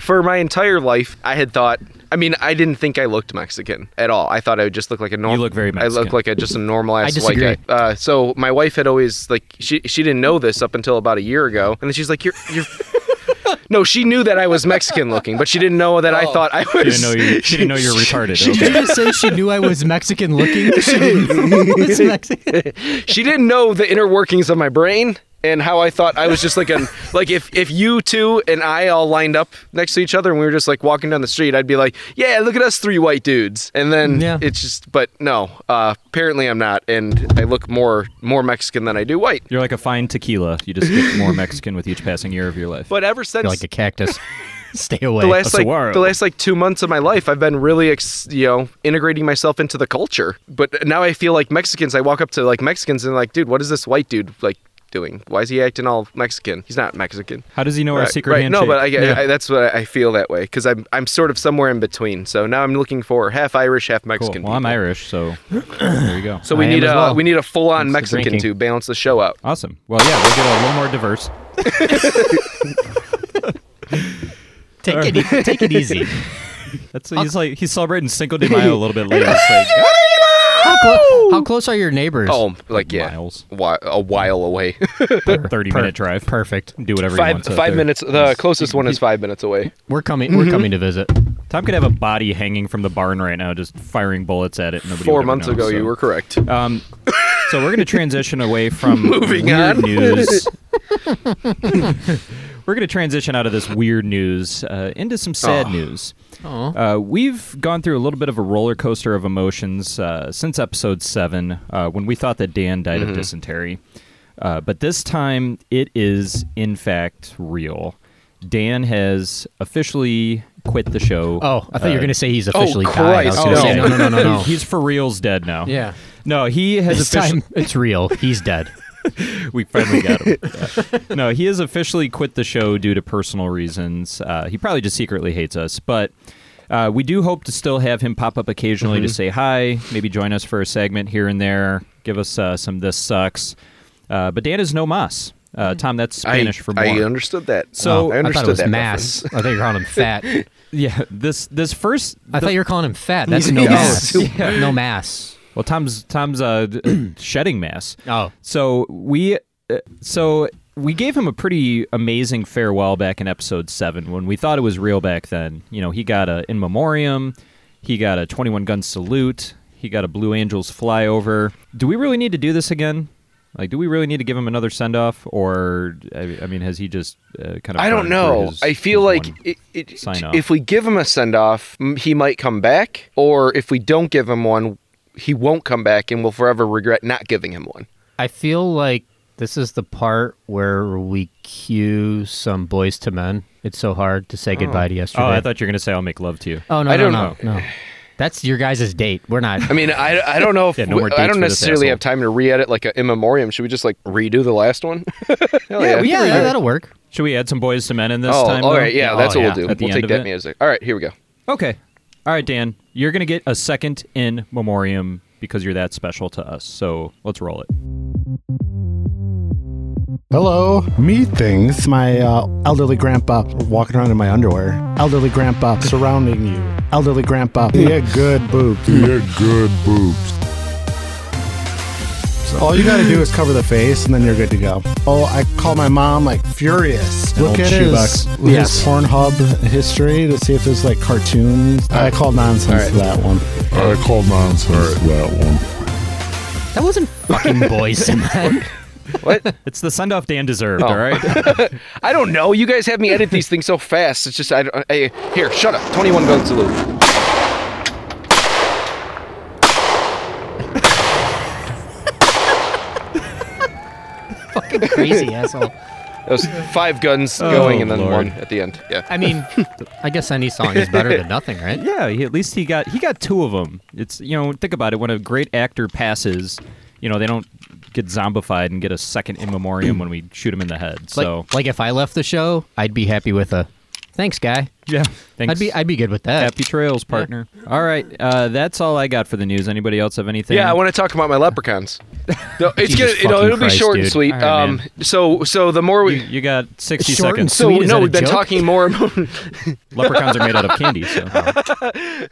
[SPEAKER 1] for my entire life, I had thought. I mean, I didn't think I looked Mexican at all. I thought I would just look like a normal.
[SPEAKER 8] You look very
[SPEAKER 1] I
[SPEAKER 8] Mexican.
[SPEAKER 1] look like a, just a normal ass
[SPEAKER 4] I
[SPEAKER 1] white guy.
[SPEAKER 4] disagree.
[SPEAKER 1] Uh, so my wife had always like she she didn't know this up until about a year ago, and then she's like, "You're you're." (laughs) No, she knew that I was Mexican looking, but she didn't know that I thought I
[SPEAKER 8] She
[SPEAKER 1] was.
[SPEAKER 8] didn't know you. She
[SPEAKER 1] (laughs)
[SPEAKER 8] didn't know you're retarded.
[SPEAKER 4] Did
[SPEAKER 8] Okay.
[SPEAKER 4] you just say she knew I was Mexican looking? She knew I was Mexican.
[SPEAKER 1] she didn't know the inner workings of my brain and how I thought I was just like an
[SPEAKER 4] (laughs)
[SPEAKER 1] like if if you two and I all lined up next to each other and we were just like walking down the street, I'd be like, yeah, look at us three white dudes, and then
[SPEAKER 4] Yeah.
[SPEAKER 1] it's just but no, uh, apparently I'm not, and I look more more Mexican than I do white.
[SPEAKER 8] You're like a fine tequila. You just get more Mexican with each passing year of your life.
[SPEAKER 1] But ever since
[SPEAKER 4] You're like a cactus. (laughs) Stay away.
[SPEAKER 1] the last like
[SPEAKER 8] saguaro.
[SPEAKER 1] the last like two months of my life, I've been really ex- you know integrating myself into the culture. But now I feel like Mexicans. I walk up to like Mexicans and like, dude, what is this white dude like? doing why is he acting all mexican he's not mexican
[SPEAKER 8] how does he know our secret handshake?
[SPEAKER 1] No, but I, I, that's what I feel that way because I'm I'm sort of somewhere in between. So now I'm looking for half Irish, half
[SPEAKER 8] Cool.
[SPEAKER 1] Mexican.
[SPEAKER 8] Well, I'm
[SPEAKER 1] people.
[SPEAKER 8] Irish,
[SPEAKER 1] (clears throat)
[SPEAKER 8] so there you go.
[SPEAKER 1] So we
[SPEAKER 4] I am
[SPEAKER 1] need
[SPEAKER 4] as
[SPEAKER 1] a
[SPEAKER 4] well.
[SPEAKER 1] we need a full on
[SPEAKER 4] Thanks for
[SPEAKER 1] Mexican
[SPEAKER 4] drinking.
[SPEAKER 1] to balance the show out.
[SPEAKER 8] Awesome. Well, yeah, we'll get a little more diverse.
[SPEAKER 4] take, it,
[SPEAKER 1] (laughs)
[SPEAKER 4] e- take it easy.
[SPEAKER 8] That's he's like he's celebrating Cinco de Mayo a little
[SPEAKER 1] (laughs)
[SPEAKER 8] bit later. It's like,
[SPEAKER 4] How, clo- how close are your neighbors?
[SPEAKER 1] Oh, like yeah,
[SPEAKER 8] Miles.
[SPEAKER 1] Whi- a while
[SPEAKER 8] (laughs)
[SPEAKER 1] away.
[SPEAKER 8] thirty minute drive.
[SPEAKER 4] Perfect.
[SPEAKER 8] Do whatever you
[SPEAKER 1] five
[SPEAKER 8] want. out
[SPEAKER 1] five
[SPEAKER 8] there.
[SPEAKER 1] minutes. The closest one is five minutes away.
[SPEAKER 4] We're coming.
[SPEAKER 1] Mm-hmm.
[SPEAKER 4] We're coming to visit.
[SPEAKER 8] Tom could have a body hanging from the barn right now, just firing bullets at it. Nobody would
[SPEAKER 1] Four
[SPEAKER 8] ever
[SPEAKER 1] months
[SPEAKER 8] know,
[SPEAKER 1] ago,
[SPEAKER 8] so.
[SPEAKER 1] you were correct.
[SPEAKER 8] Um, so we're gonna transition away from
[SPEAKER 1] (laughs) Moving
[SPEAKER 8] weird
[SPEAKER 1] on.
[SPEAKER 8] news.
[SPEAKER 1] (laughs)
[SPEAKER 8] (laughs) we're gonna transition out of this weird news uh, into some sad news. Uh, we've gone through a little bit of a roller coaster of emotions uh, since episode seven, uh, when we thought that Dan died
[SPEAKER 1] Mm-hmm.
[SPEAKER 8] of dysentery. Uh, but this time, it is in fact real. Dan has officially quit the show.
[SPEAKER 4] Oh, I thought you were gonna say he's
[SPEAKER 1] oh,
[SPEAKER 4] officially died. I was
[SPEAKER 1] Christ,
[SPEAKER 4] gonna
[SPEAKER 8] (laughs)
[SPEAKER 4] say, no,
[SPEAKER 1] no. (laughs)
[SPEAKER 4] no, no, no. no.
[SPEAKER 8] He's for reals dead now.
[SPEAKER 4] Yeah.
[SPEAKER 8] No, he has
[SPEAKER 4] This
[SPEAKER 8] officially.
[SPEAKER 4] time it's real. He's
[SPEAKER 1] (laughs)
[SPEAKER 4] dead.
[SPEAKER 8] we finally got him. Yeah. No, he has officially quit the show due to personal reasons. Uh, he probably just secretly hates us, but uh, we do hope to still have him pop up occasionally
[SPEAKER 1] Mm-hmm.
[SPEAKER 8] to say hi, maybe join us for a segment here and there, give us uh, some "This Sucks." Uh, but Dan is no mas. Uh, Tom, that's Spanish
[SPEAKER 1] Mm. I,
[SPEAKER 8] for more.
[SPEAKER 1] I understood that.
[SPEAKER 8] So-
[SPEAKER 1] Oh,
[SPEAKER 4] I thought
[SPEAKER 1] I understood
[SPEAKER 4] it was
[SPEAKER 1] that
[SPEAKER 4] mass. I thought you were calling him fat.
[SPEAKER 8] (laughs)
[SPEAKER 1] (laughs)
[SPEAKER 8] Yeah, this this first.
[SPEAKER 4] I thought you were calling him fat. That's no
[SPEAKER 1] Yeah.
[SPEAKER 4] mass.
[SPEAKER 8] Yeah.
[SPEAKER 4] (laughs) No mass.
[SPEAKER 8] Well, Tom's Tom's uh,
[SPEAKER 4] (clears throat)
[SPEAKER 8] d- shedding mass.
[SPEAKER 4] Oh.
[SPEAKER 8] so we uh, so we gave him a pretty amazing farewell back in episode seven when we thought it was real back then. You know, he got a in memoriam, he got a twenty one gun salute, he got a Blue Angels flyover. Do we really need to do this again? Like, do we really need to give him another send off, or I, I mean, has he just uh, kind of?
[SPEAKER 1] I
[SPEAKER 8] burned
[SPEAKER 1] don't
[SPEAKER 8] through
[SPEAKER 1] know.
[SPEAKER 8] his-
[SPEAKER 1] I feel
[SPEAKER 8] his
[SPEAKER 1] like
[SPEAKER 8] one?
[SPEAKER 1] it, it,
[SPEAKER 8] sign off.
[SPEAKER 1] if we give him a send off, he might come back, or if we don't give him one, he won't come back, and we'll forever regret not giving him one.
[SPEAKER 4] I feel like this is the part where we cue some boys to men. It's so hard to say goodbye to yesterday.
[SPEAKER 8] Oh, I thought you were gonna say I'll make love to you.
[SPEAKER 4] Oh no,
[SPEAKER 1] I
[SPEAKER 4] no,
[SPEAKER 1] don't
[SPEAKER 4] no, no. That's your guys' date. We're not.
[SPEAKER 1] I mean, I, I don't know if
[SPEAKER 8] Yeah, no
[SPEAKER 1] we-
[SPEAKER 8] more dates
[SPEAKER 1] I
[SPEAKER 8] for
[SPEAKER 1] don't
[SPEAKER 8] this
[SPEAKER 1] necessarily have
[SPEAKER 8] asshole.
[SPEAKER 1] time to re-edit like a in memoriam. Should we just like redo the last one? (laughs) Hell yeah,
[SPEAKER 4] yeah, yeah, that'll work.
[SPEAKER 8] Should we add some boys to men in this
[SPEAKER 1] Oh,
[SPEAKER 8] time?
[SPEAKER 1] all
[SPEAKER 8] though?
[SPEAKER 1] right, yeah, that's
[SPEAKER 4] Oh,
[SPEAKER 1] what
[SPEAKER 4] yeah.
[SPEAKER 1] we'll do.
[SPEAKER 8] At the
[SPEAKER 1] We'll
[SPEAKER 8] end
[SPEAKER 1] take
[SPEAKER 8] of
[SPEAKER 1] that
[SPEAKER 8] it?
[SPEAKER 1] music. All right, here we go.
[SPEAKER 8] Okay. All right, Dan, you're going to get a second in memoriam because you're that special to us. So let's roll it.
[SPEAKER 10] Hello. Me things. My uh, elderly grandpa walking around in my underwear. Elderly grandpa surrounding you. Elderly grandpa. Yeah, good boobs. Yeah, good boobs. all you gotta do is cover the face, and then you're good to go. Oh, I call my mom like furious. Look
[SPEAKER 4] old
[SPEAKER 10] at
[SPEAKER 4] shoebox.
[SPEAKER 10] his,
[SPEAKER 4] Yes.
[SPEAKER 10] his Pornhub history to see if there's like cartoons. I called nonsense to that one. I called nonsense to that one.
[SPEAKER 4] That wasn't fucking boys to men.
[SPEAKER 1] What?
[SPEAKER 8] It's the send off Dan deserved, all right? (laughs)
[SPEAKER 1] I don't know. You guys have me edit these things so fast. It's just I, don't- I here. Shut up. Twenty-one gun salute.
[SPEAKER 4] fucking crazy asshole.
[SPEAKER 1] That was five guns going and then
[SPEAKER 8] Oh, Lord.
[SPEAKER 1] one at the end. Yeah.
[SPEAKER 4] I mean, I guess any song is better than nothing, right?
[SPEAKER 8] yeah, he, at least he got he got two of them. It's, you know, think about it. When a great actor passes, you know, they don't get zombified and get a second in memoriam when we shoot him in the head. (laughs)
[SPEAKER 4] Like,
[SPEAKER 8] So,
[SPEAKER 4] like if I left the show, I'd be happy with a thanks, guy.
[SPEAKER 8] yeah, thanks.
[SPEAKER 4] I'd be I'd be good with that.
[SPEAKER 8] Happy trails, partner. All right, uh, that's all I got for the news. Anybody else have anything?
[SPEAKER 1] Yeah, I want to talk about my leprechauns.
[SPEAKER 4] (laughs)
[SPEAKER 1] No, it's
[SPEAKER 4] Jesus
[SPEAKER 1] gonna, you know,
[SPEAKER 4] fucking
[SPEAKER 1] it'll be
[SPEAKER 4] Christ,
[SPEAKER 1] short and
[SPEAKER 4] dude.
[SPEAKER 1] sweet.
[SPEAKER 8] All right,
[SPEAKER 1] um, so, so the more we,
[SPEAKER 8] You, you got 60
[SPEAKER 4] Short and
[SPEAKER 8] seconds.
[SPEAKER 1] (laughs) so
[SPEAKER 4] Sweet, is
[SPEAKER 1] no,
[SPEAKER 4] that a
[SPEAKER 1] we've been
[SPEAKER 4] joke?
[SPEAKER 1] talking more. about-
[SPEAKER 4] (laughs)
[SPEAKER 8] Leprechauns are made out of candy, (laughs) so.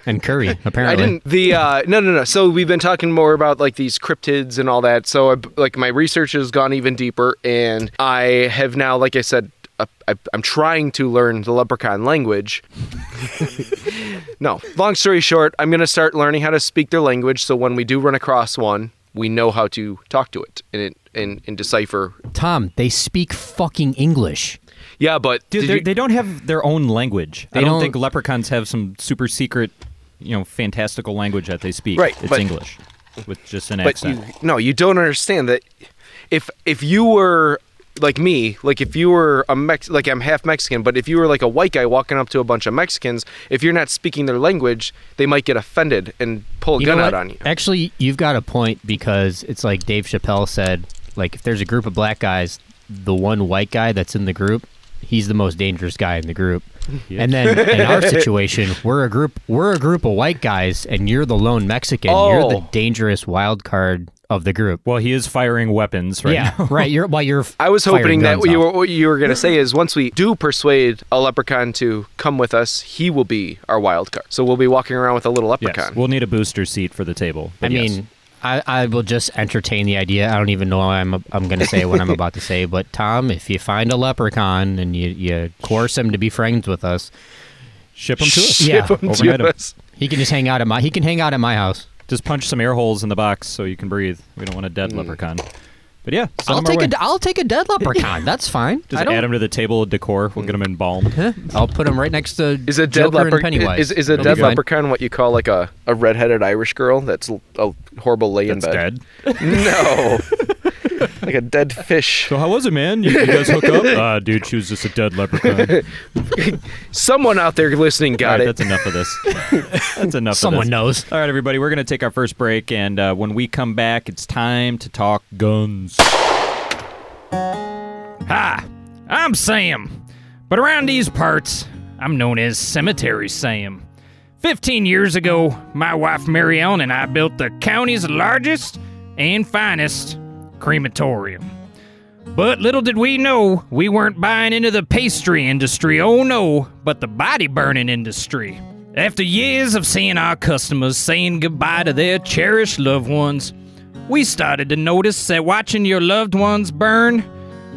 [SPEAKER 4] and curry apparently.
[SPEAKER 1] I didn't. The uh, no, no, no. So we've been talking more about like these cryptids and all that. So I, like my research has gone even deeper, and I have now, like I said, uh, I, I'm trying to learn the leprechaun language. (laughs) no, long story short, I'm gonna start learning how to speak their language. So when we do run across one, we know how to talk to it and it, and, and decipher.
[SPEAKER 4] Tom, they speak fucking English.
[SPEAKER 1] Yeah, but
[SPEAKER 8] Dude,
[SPEAKER 1] did
[SPEAKER 8] they
[SPEAKER 1] you-
[SPEAKER 8] they don't have their own language. I
[SPEAKER 4] They
[SPEAKER 8] don't,
[SPEAKER 4] don't-
[SPEAKER 8] think leprechauns have some super secret, you know, fantastical language that they speak.
[SPEAKER 1] Right,
[SPEAKER 8] it's
[SPEAKER 1] but-
[SPEAKER 8] English with just an
[SPEAKER 1] but
[SPEAKER 8] accent.
[SPEAKER 1] you, no, you don't understand that. If if you were like me, like if you were a Mex, like I'm half Mexican, but if you were like a white guy walking up to a bunch of Mexicans, if you're not speaking their language, they might get offended and pull a
[SPEAKER 4] You know
[SPEAKER 1] gun out
[SPEAKER 4] what?
[SPEAKER 1] on you.
[SPEAKER 4] Actually, you've got a point because it's like Dave Chappelle said, like if there's a group of black guys, the one white guy that's in the group, he's the most dangerous guy in the group. And then in our situation, we're a group we're a group of white guys and you're the lone Mexican. You're the
[SPEAKER 1] Oh.
[SPEAKER 4] dangerous wild card of the group.
[SPEAKER 8] (laughs) well, he is firing weapons right
[SPEAKER 4] yeah,
[SPEAKER 8] now.
[SPEAKER 4] right. You're while you're
[SPEAKER 1] I was
[SPEAKER 4] firing
[SPEAKER 1] hoping that
[SPEAKER 4] guns
[SPEAKER 1] what you
[SPEAKER 4] off.
[SPEAKER 1] were, what you were going to say is once we do persuade a leprechaun to come with us, he will be our wild card. So we'll be walking around with a little
[SPEAKER 8] (laughs) Yes,
[SPEAKER 1] leprechaun.
[SPEAKER 8] we'll need a booster seat for the table.
[SPEAKER 4] I
[SPEAKER 8] but yes.
[SPEAKER 4] mean, I, I will just entertain the idea. I don't even know why I'm I'm going to say what I'm about to say, but Tom, if you find a leprechaun and you, you coerce him to be friends with us,
[SPEAKER 8] ship
[SPEAKER 1] (laughs)
[SPEAKER 8] them to us.
[SPEAKER 4] yeah,
[SPEAKER 1] Give 'em to
[SPEAKER 8] overnight 'em.
[SPEAKER 1] us.
[SPEAKER 4] he can just hang out at my he can hang out at my house.
[SPEAKER 8] just punch some air holes in the box so you can breathe. We don't want a dead leprechaun. But yeah, send
[SPEAKER 4] I'll
[SPEAKER 8] him our
[SPEAKER 4] take
[SPEAKER 8] way.
[SPEAKER 4] a I'll take a dead leprechaun. That's fine.
[SPEAKER 8] Just
[SPEAKER 4] I
[SPEAKER 8] add
[SPEAKER 4] don't,
[SPEAKER 8] him to the table of decor. We'll get him embalmed. (laughs)
[SPEAKER 4] I'll put him right next to
[SPEAKER 1] Is a dead
[SPEAKER 4] Joker and
[SPEAKER 1] leprechaun
[SPEAKER 4] Pennywise.
[SPEAKER 1] is, is a
[SPEAKER 4] It'll
[SPEAKER 1] dead
[SPEAKER 4] be fine.
[SPEAKER 1] leprechaun what you call like a, a redheaded Irish girl that's l- a horrible lay in
[SPEAKER 8] That's
[SPEAKER 1] bed?
[SPEAKER 8] dead.
[SPEAKER 1] (laughs) No. like a dead fish.
[SPEAKER 11] So how was it, man? You, you guys hook
[SPEAKER 8] (laughs)
[SPEAKER 11] up? Ah, dude, she was just a dead leprechaun.
[SPEAKER 1] Someone out there listening got
[SPEAKER 11] All right,
[SPEAKER 1] it.
[SPEAKER 11] That's enough of this. That's enough. of
[SPEAKER 4] Someone
[SPEAKER 11] this.
[SPEAKER 4] knows.
[SPEAKER 11] All right, everybody, we're gonna take our first break, and uh, when we come back, it's time to talk guns.
[SPEAKER 8] Hi, I'm Sam, but around these parts, I'm known as Cemetery Sam. Fifteen years ago, my wife Marion and I built the county's largest and finest crematorium. But little did we know, we weren't buying into the pastry industry, oh no, but the body burning industry. After years of seeing our customers saying goodbye to their cherished loved ones, we started to notice that watching your loved ones burn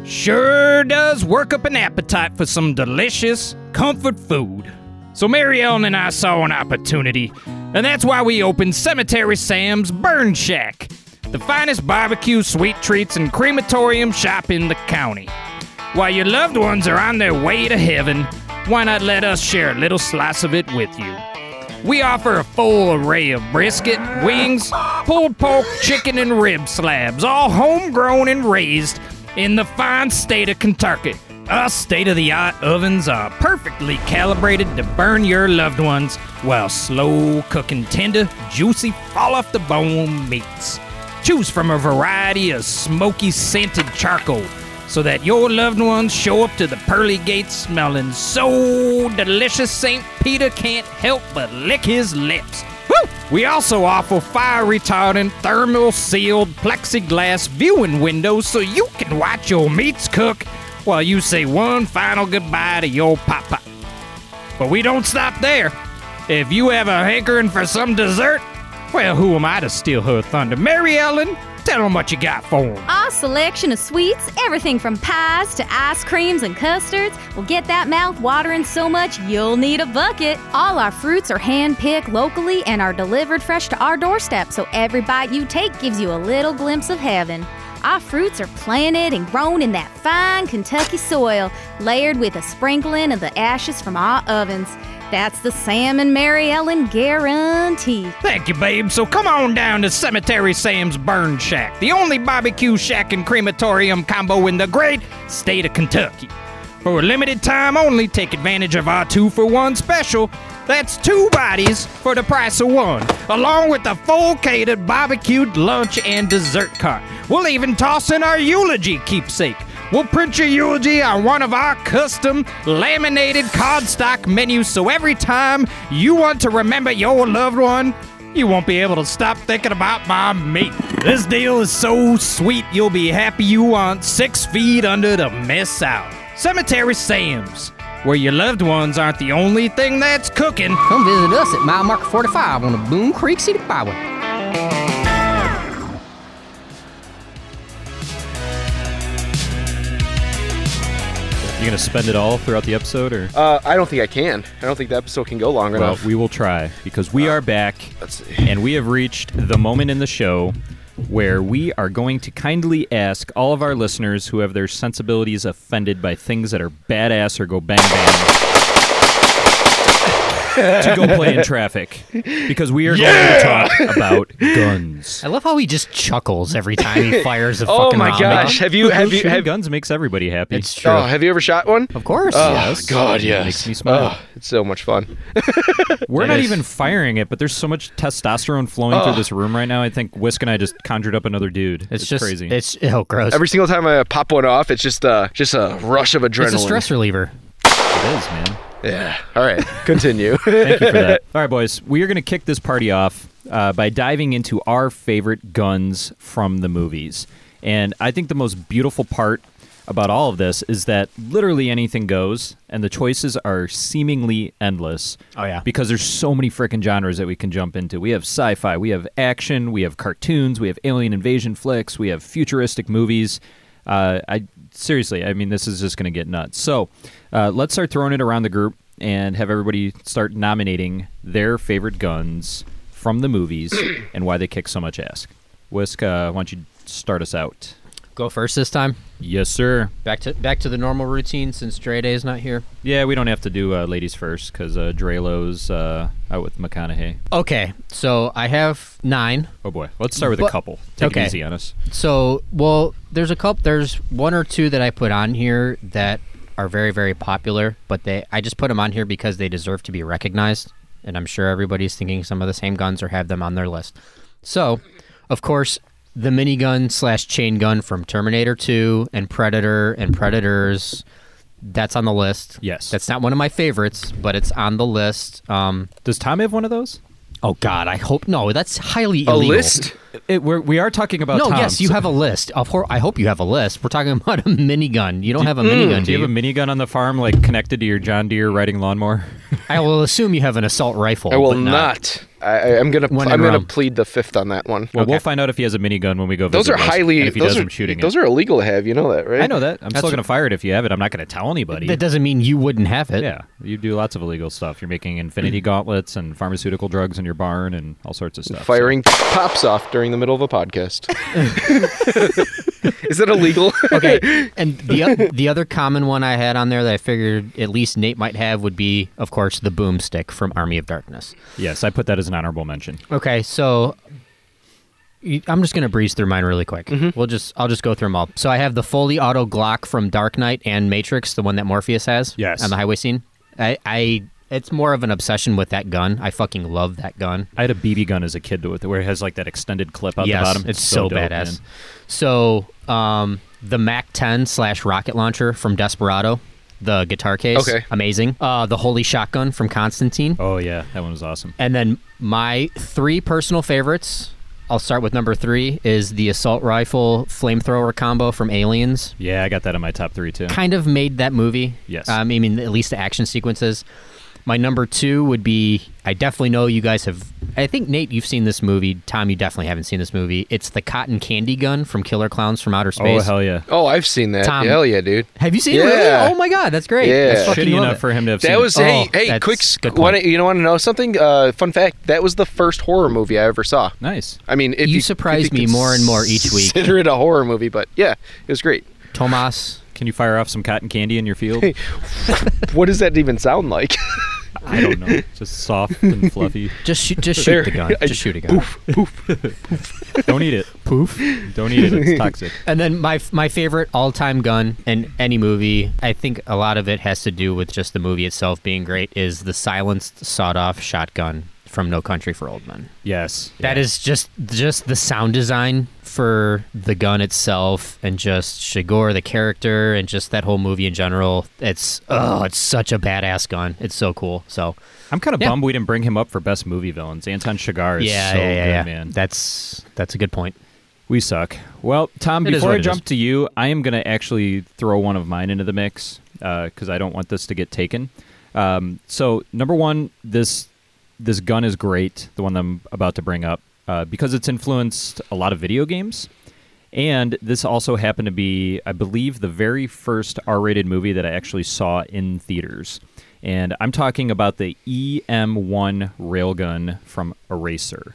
[SPEAKER 8] sure does work up an appetite for some delicious comfort food. So Mary Ellen and I saw an opportunity, and that's why we opened Cemetery Sam's Burn Shack, the finest barbecue, sweet treats, and crematorium shop in the county. While your loved ones are on their way to heaven, why not let us share a little slice of it with you? We offer a full array of brisket, wings, pulled pork, chicken, and rib slabs, all homegrown and raised in the fine state of Kentucky. Our state of the art ovens are perfectly calibrated to burn your loved ones while slow cooking tender, juicy, fall off the bone meats. Choose from a variety of smoky, scented charcoal so that your loved ones show up to the pearly gates smelling so delicious St. Peter can't help but lick his lips. Woo! We also offer fire retardant, thermal sealed plexiglass viewing windows so you can watch your meats cook while you say one final goodbye to your papa. But we don't stop there. If you have a hankering for some dessert, well, who am I to steal her thunder? Mary Ellen, tell them what you got for 'em.
[SPEAKER 12] Our selection of sweets, everything from pies to ice creams and custards, will get that mouth watering so much you'll need a bucket. All our fruits are hand picked locally and are delivered fresh to our doorstep, so every bite you take gives you a little glimpse of heaven. Our fruits are planted and grown in that fine Kentucky soil, layered with a sprinkling of the ashes from our ovens. That's the Sam and Mary Ellen guarantee.
[SPEAKER 8] Thank you, babe. So come on down to Cemetery Sam's Burn Shack, the only barbecue shack and crematorium combo in the great state of Kentucky. For a limited time only, take advantage of our two for one special. That's two bodies for the price of one, along with a full catered barbecued lunch and dessert cart. We'll even toss in our eulogy keepsake. We'll print your eulogy on one of our custom laminated cardstock menus so every time you want to remember your loved one, you won't be able to stop thinking about my meat. This deal is so sweet, you'll be happy you aren't six feet under to miss out. Cemetery Sam's, where your loved ones aren't the only thing that's cooking.
[SPEAKER 13] Come visit us at mile marker 45 on the Boone Creek City Highway.
[SPEAKER 11] You gonna spend it all throughout the episode, or?
[SPEAKER 1] Uh, I don't think I can. I don't think the episode can go long
[SPEAKER 11] Well,
[SPEAKER 1] enough. Uh,
[SPEAKER 11] we will try because we are back, and we have reached the moment in the show where we are going to kindly ask all of our listeners who have their sensibilities offended by things that are badass or go bang bang to go play
[SPEAKER 1] (laughs)
[SPEAKER 11] in traffic because we are
[SPEAKER 4] Yeah!
[SPEAKER 11] going to talk about guns.
[SPEAKER 4] I love how he just chuckles every time
[SPEAKER 1] (laughs)
[SPEAKER 4] he fires a
[SPEAKER 1] Oh
[SPEAKER 4] fucking
[SPEAKER 1] my
[SPEAKER 4] round.
[SPEAKER 1] gosh, have you- have you-
[SPEAKER 4] Shooting
[SPEAKER 1] have-
[SPEAKER 11] guns makes everybody happy.
[SPEAKER 4] It's true.
[SPEAKER 1] Oh, have you ever shot one? Of
[SPEAKER 4] course,
[SPEAKER 1] Oh,
[SPEAKER 4] yes.
[SPEAKER 1] God,
[SPEAKER 4] It
[SPEAKER 1] yes.
[SPEAKER 4] makes me smile.
[SPEAKER 1] Oh, it's so much fun.
[SPEAKER 11] We're
[SPEAKER 1] It
[SPEAKER 11] not
[SPEAKER 1] is.
[SPEAKER 11] even firing it, but there's so much testosterone flowing through
[SPEAKER 1] Ugh.
[SPEAKER 11] this room right now. I think Whisk and I just conjured up another dude. It's,
[SPEAKER 4] just-
[SPEAKER 11] crazy.
[SPEAKER 4] it's- oh, gross.
[SPEAKER 1] Every single time I pop one off, it's just uh, just a rush of adrenaline.
[SPEAKER 4] It's a stress reliever.
[SPEAKER 11] It is, man.
[SPEAKER 1] Yeah. All right. Continue.
[SPEAKER 11] Thank you for (laughs) that. All right, boys, we are going to kick this party off uh, by diving into our favorite guns from the movies. And I think the most beautiful part about all of this is that literally anything goes, and the choices are seemingly endless. Oh, yeah. Because there's so many freaking genres that we can jump into. We have sci fi, we have action, we have cartoons, we have alien invasion flicks, we have futuristic movies. Uh, I seriously, I mean, this is just going to get nuts. So uh, let's start throwing it around the group and have everybody start nominating their favorite guns from the movies and why they kick so much ass. Whisk, uh, why don't you start us out?
[SPEAKER 4] Go first this time.
[SPEAKER 8] Yes, sir.
[SPEAKER 4] Back to back to the normal routine since Dre Day's not here.
[SPEAKER 8] Yeah, we don't have to do uh, ladies first because uh, Drelo's uh, out with McConaughey.
[SPEAKER 4] Okay, so I have nine.
[SPEAKER 8] Oh boy, let's start with a
[SPEAKER 4] But-
[SPEAKER 8] couple. Take
[SPEAKER 4] okay.
[SPEAKER 8] it easy on us.
[SPEAKER 4] So, well, there's a couple. There's one or two that I put on here that are very, very popular, but they I just put them on here because they deserve to be recognized, and I'm sure everybody's thinking some of the same guns or have them on their list. So, of course, the minigun slash chain gun from Terminator 2 and Predator and Predators. That's on the list. Yes. That's not one of my favorites, but it's on the list. Um,
[SPEAKER 8] Does Tom have one of those?
[SPEAKER 4] Oh God, I hope no. That's highly
[SPEAKER 8] A
[SPEAKER 4] illegal.
[SPEAKER 8] list? It, we're, we are talking about
[SPEAKER 4] no.
[SPEAKER 8] Oh, Tom,
[SPEAKER 4] yes, you
[SPEAKER 8] so-
[SPEAKER 4] have a list. Of course, I hope you have a list. We're talking (laughs) about a minigun. You don't have a minigun,
[SPEAKER 8] Do Mm, you have a minigun on the farm, like connected to your John Deere riding lawnmower? (laughs)
[SPEAKER 4] I will assume you have an assault rifle.
[SPEAKER 1] I will
[SPEAKER 4] but
[SPEAKER 1] not. I, I'm gonna.
[SPEAKER 8] When in
[SPEAKER 1] I'm gonna
[SPEAKER 8] Rome.
[SPEAKER 1] plead the fifth on that one.
[SPEAKER 8] Well, we'll find out if he has a minigun when we go.
[SPEAKER 1] Those
[SPEAKER 8] visit
[SPEAKER 1] are
[SPEAKER 8] Wes,
[SPEAKER 1] highly.
[SPEAKER 8] and if he
[SPEAKER 1] those
[SPEAKER 8] does,
[SPEAKER 1] are,
[SPEAKER 8] I'm shooting it.
[SPEAKER 1] Those are illegal to have. You know that, right?
[SPEAKER 8] I know that. I'm still
[SPEAKER 4] That's-
[SPEAKER 8] going to fire it if you have it. I'm not going to tell anybody.
[SPEAKER 4] That doesn't mean you wouldn't have it.
[SPEAKER 8] Yeah, you do lots of illegal stuff. You're making
[SPEAKER 4] (clears throat)
[SPEAKER 8] infinity gauntlets and pharmaceutical drugs in your barn and all sorts of stuff.
[SPEAKER 1] Firing pops off during the middle of a podcast. Is that illegal?
[SPEAKER 4] okay. (laughs) And the oth- the other common one I had on there that I figured at least Nate might have would be, of course, the boomstick from Army of Darkness.
[SPEAKER 8] Yes, I put that as an honorable mention.
[SPEAKER 4] Okay, so you- I'm just gonna breeze through mine really quick.
[SPEAKER 8] Mm-hmm.
[SPEAKER 4] We'll just I'll just go through them all. So I have the fully auto Glock from Dark Knight and Matrix, the one that Morpheus has.
[SPEAKER 8] Yes.
[SPEAKER 4] on the highway scene. I, I it's more of an obsession with that gun. I fucking love that gun.
[SPEAKER 8] I had a BB gun as a kid with it, where it has like that extended clip out
[SPEAKER 4] yes,
[SPEAKER 8] the bottom.
[SPEAKER 4] it's so,
[SPEAKER 8] dope,
[SPEAKER 4] badass.
[SPEAKER 8] man.
[SPEAKER 4] So um, the Mac 10 slash rocket launcher from Desperado. The guitar case,
[SPEAKER 8] Okay.
[SPEAKER 4] amazing. Uh, the holy shotgun from Constantine.
[SPEAKER 8] Oh yeah, that one was awesome.
[SPEAKER 4] And then my three personal favorites. I'll start with number three is the assault rifle flamethrower combo from Aliens.
[SPEAKER 8] Yeah, I got that in my top three too.
[SPEAKER 4] Kind of made that movie.
[SPEAKER 8] Yes.
[SPEAKER 4] Um, I mean, at least the action sequences. My number two would be. I definitely know you guys have. I think Nate, you've seen this movie. Tom, you definitely haven't seen this movie. It's the cotton candy gun from Killer Clowns from Outer Space.
[SPEAKER 8] yeah!
[SPEAKER 1] (laughs) Oh, I've seen that.
[SPEAKER 4] Tom.
[SPEAKER 1] hell yeah, dude.
[SPEAKER 4] Have you seen it? Really? Oh my God, that's great.
[SPEAKER 1] Yeah,
[SPEAKER 4] I fucking love it.
[SPEAKER 1] That was hey,
[SPEAKER 4] Oh,
[SPEAKER 1] hey,
[SPEAKER 4] that's
[SPEAKER 1] quick.
[SPEAKER 4] good
[SPEAKER 1] Wanna,
[SPEAKER 4] point.
[SPEAKER 1] you know, want to know something? Uh, fun fact: that was the first horror movie I ever saw.
[SPEAKER 8] Nice.
[SPEAKER 1] I mean, if
[SPEAKER 4] You
[SPEAKER 1] you,
[SPEAKER 4] surprise
[SPEAKER 1] if you
[SPEAKER 4] me more and more each
[SPEAKER 1] (laughs)
[SPEAKER 4] week.
[SPEAKER 1] Consider it a horror movie, but yeah, it was great.
[SPEAKER 4] Tomas,
[SPEAKER 8] can you fire off some cotton candy in your
[SPEAKER 4] (laughs)
[SPEAKER 8] field?
[SPEAKER 1] what does that even sound like?
[SPEAKER 8] I don't know. Just soft and fluffy.
[SPEAKER 4] Just shoot, just
[SPEAKER 8] There.
[SPEAKER 4] shoot the (laughs) gun.
[SPEAKER 8] I-
[SPEAKER 4] Just shoot a gun.
[SPEAKER 8] Don't eat it.
[SPEAKER 4] Poof.
[SPEAKER 8] Don't eat it. It's
[SPEAKER 4] (laughs)
[SPEAKER 8] toxic.
[SPEAKER 4] And then my my favorite all time gun in any movie, I think a lot of it has to do with just the movie itself being great, is the silenced sawed off shotgun from No Country for Old Men.
[SPEAKER 8] Yes.
[SPEAKER 4] That is just just the sound design for the gun itself, and just Shigor the character, and just that whole movie in general. It's oh, it's such a badass gun. It's so cool. So
[SPEAKER 8] I'm kind of
[SPEAKER 4] Yeah.
[SPEAKER 8] bummed we didn't bring him up for best movie villains. Anton Chigurh is
[SPEAKER 4] Yeah,
[SPEAKER 8] so
[SPEAKER 4] yeah, yeah,
[SPEAKER 8] good,
[SPEAKER 4] yeah.
[SPEAKER 8] man.
[SPEAKER 4] That's that's a good point.
[SPEAKER 8] We suck. Well, Tom,
[SPEAKER 4] It is
[SPEAKER 8] before
[SPEAKER 4] what
[SPEAKER 8] I
[SPEAKER 4] it
[SPEAKER 8] jump
[SPEAKER 4] is.
[SPEAKER 8] to you, I am going to actually throw one of mine into the mix because I don't want this to get taken. Um, so, number one, this this gun is great. The one that I'm about to bring up uh, because it's influenced a lot of video games, and this also happened to be, I believe, the very first R-rated movie that I actually saw in theaters. And I'm talking about the EM1 railgun from Eraser.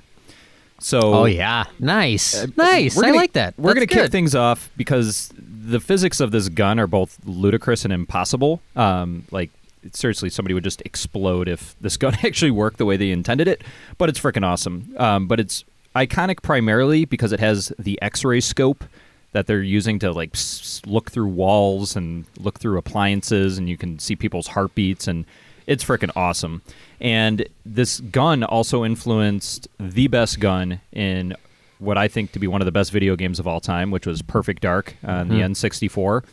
[SPEAKER 8] So,
[SPEAKER 4] Oh yeah, nice, nice.
[SPEAKER 8] Uh, we're
[SPEAKER 4] I
[SPEAKER 8] gonna-
[SPEAKER 4] like that.
[SPEAKER 8] We're
[SPEAKER 4] That's
[SPEAKER 8] going to kick
[SPEAKER 4] good.
[SPEAKER 8] things off because the physics of this gun are both ludicrous and impossible. Um, like, seriously, somebody would just explode if this gun (laughs) actually worked the way they intended it. But it's freaking awesome. Um, but it's iconic primarily because it has the X-ray scope that they're using to like s- s- look through walls and look through appliances, and you can see people's heartbeats and it's freaking awesome. And this gun also influenced the best gun in what I think to be one of the best video games of all time, which was Perfect Dark on
[SPEAKER 4] Hmm.
[SPEAKER 14] Mhm.
[SPEAKER 8] the N64.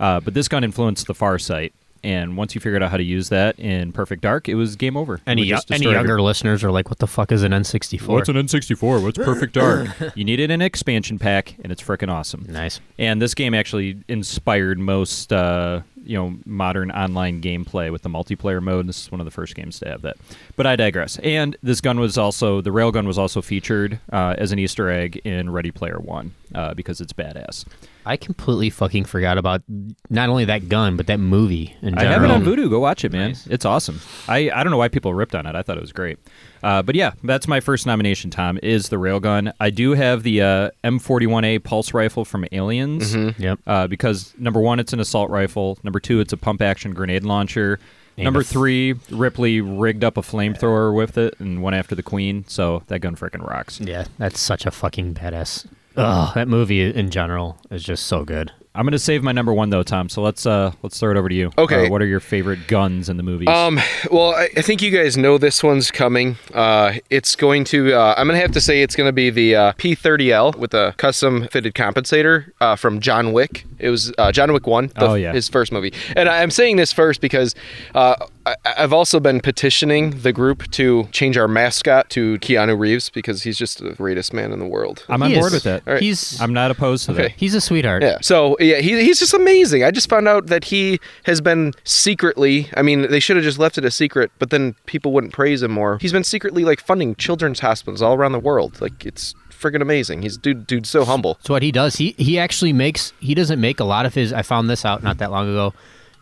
[SPEAKER 8] Uh, but this gun influenced the Far Sight. And once you figured out how to use that in Perfect Dark, it was game over.
[SPEAKER 4] Any,
[SPEAKER 8] It would just
[SPEAKER 4] any
[SPEAKER 8] destroy
[SPEAKER 4] younger
[SPEAKER 8] every-
[SPEAKER 4] listeners are like, what the fuck is an N64?
[SPEAKER 8] What's an N64? What's Perfect Dark? (laughs) you needed an expansion pack, and it's freaking awesome.
[SPEAKER 4] Nice.
[SPEAKER 8] And this game actually inspired most, uh, you know, modern online gameplay with the multiplayer mode. This is one of the first games to have that. But I digress. And this gun was also the railgun was also featured uh, as an Easter egg in Ready Player One uh, because it's badass.
[SPEAKER 4] I completely fucking forgot about not only that gun, but that movie in
[SPEAKER 8] I
[SPEAKER 4] general.
[SPEAKER 8] have it on Voodoo. Go watch it, man. It's awesome. I, I don't know why people ripped on it. I thought it was great. Uh, but yeah, that's my first nomination, Tom, is the railgun. I do have the uh, M41A pulse rifle from Aliens.
[SPEAKER 1] Mm-hmm.
[SPEAKER 4] Mhm. Yep.
[SPEAKER 8] Uh, because number one, it's an assault rifle. Number two, it's a pump action grenade launcher.
[SPEAKER 4] And
[SPEAKER 8] number
[SPEAKER 4] a f-
[SPEAKER 8] three, Ripley rigged up a flamethrower with it and went after the Queen. So that gun freaking rocks.
[SPEAKER 4] Yeah, that's such a fucking badass. Ugh, that movie in general is just so good.
[SPEAKER 8] I'm gonna save my number one though, Tom. So let's uh let's throw it over to you.
[SPEAKER 1] Okay.
[SPEAKER 8] Uh, what are your favorite guns in the movies?
[SPEAKER 1] Um, well, I, I think you guys know this one's coming. Uh, it's going to. Uh, I'm gonna have to say it's gonna be the uh, P30L with a custom fitted compensator uh, from John Wick. It was uh, John Wick One. the-
[SPEAKER 8] Oh, yeah.
[SPEAKER 1] His first movie, and I- I'm saying this first because uh, I, I've also been petitioning the group to change our mascot to Keanu Reeves because he's just the greatest man in the world.
[SPEAKER 8] I'm on board with that.
[SPEAKER 1] All right.
[SPEAKER 8] I'm not opposed to
[SPEAKER 1] Okay.
[SPEAKER 8] that.
[SPEAKER 4] He's a sweetheart.
[SPEAKER 1] Yeah. So yeah, he, he's just amazing. I just found out that he has been secretly. I mean, they should have just left it a secret, but then people wouldn't praise him more. He's been secretly like funding children's hospitals all around the world. Like it's friggin' amazing. He's dude, dude, so humble.
[SPEAKER 4] So what he does, he he actually makes he doesn't make a lot of his. I found this out not that long ago.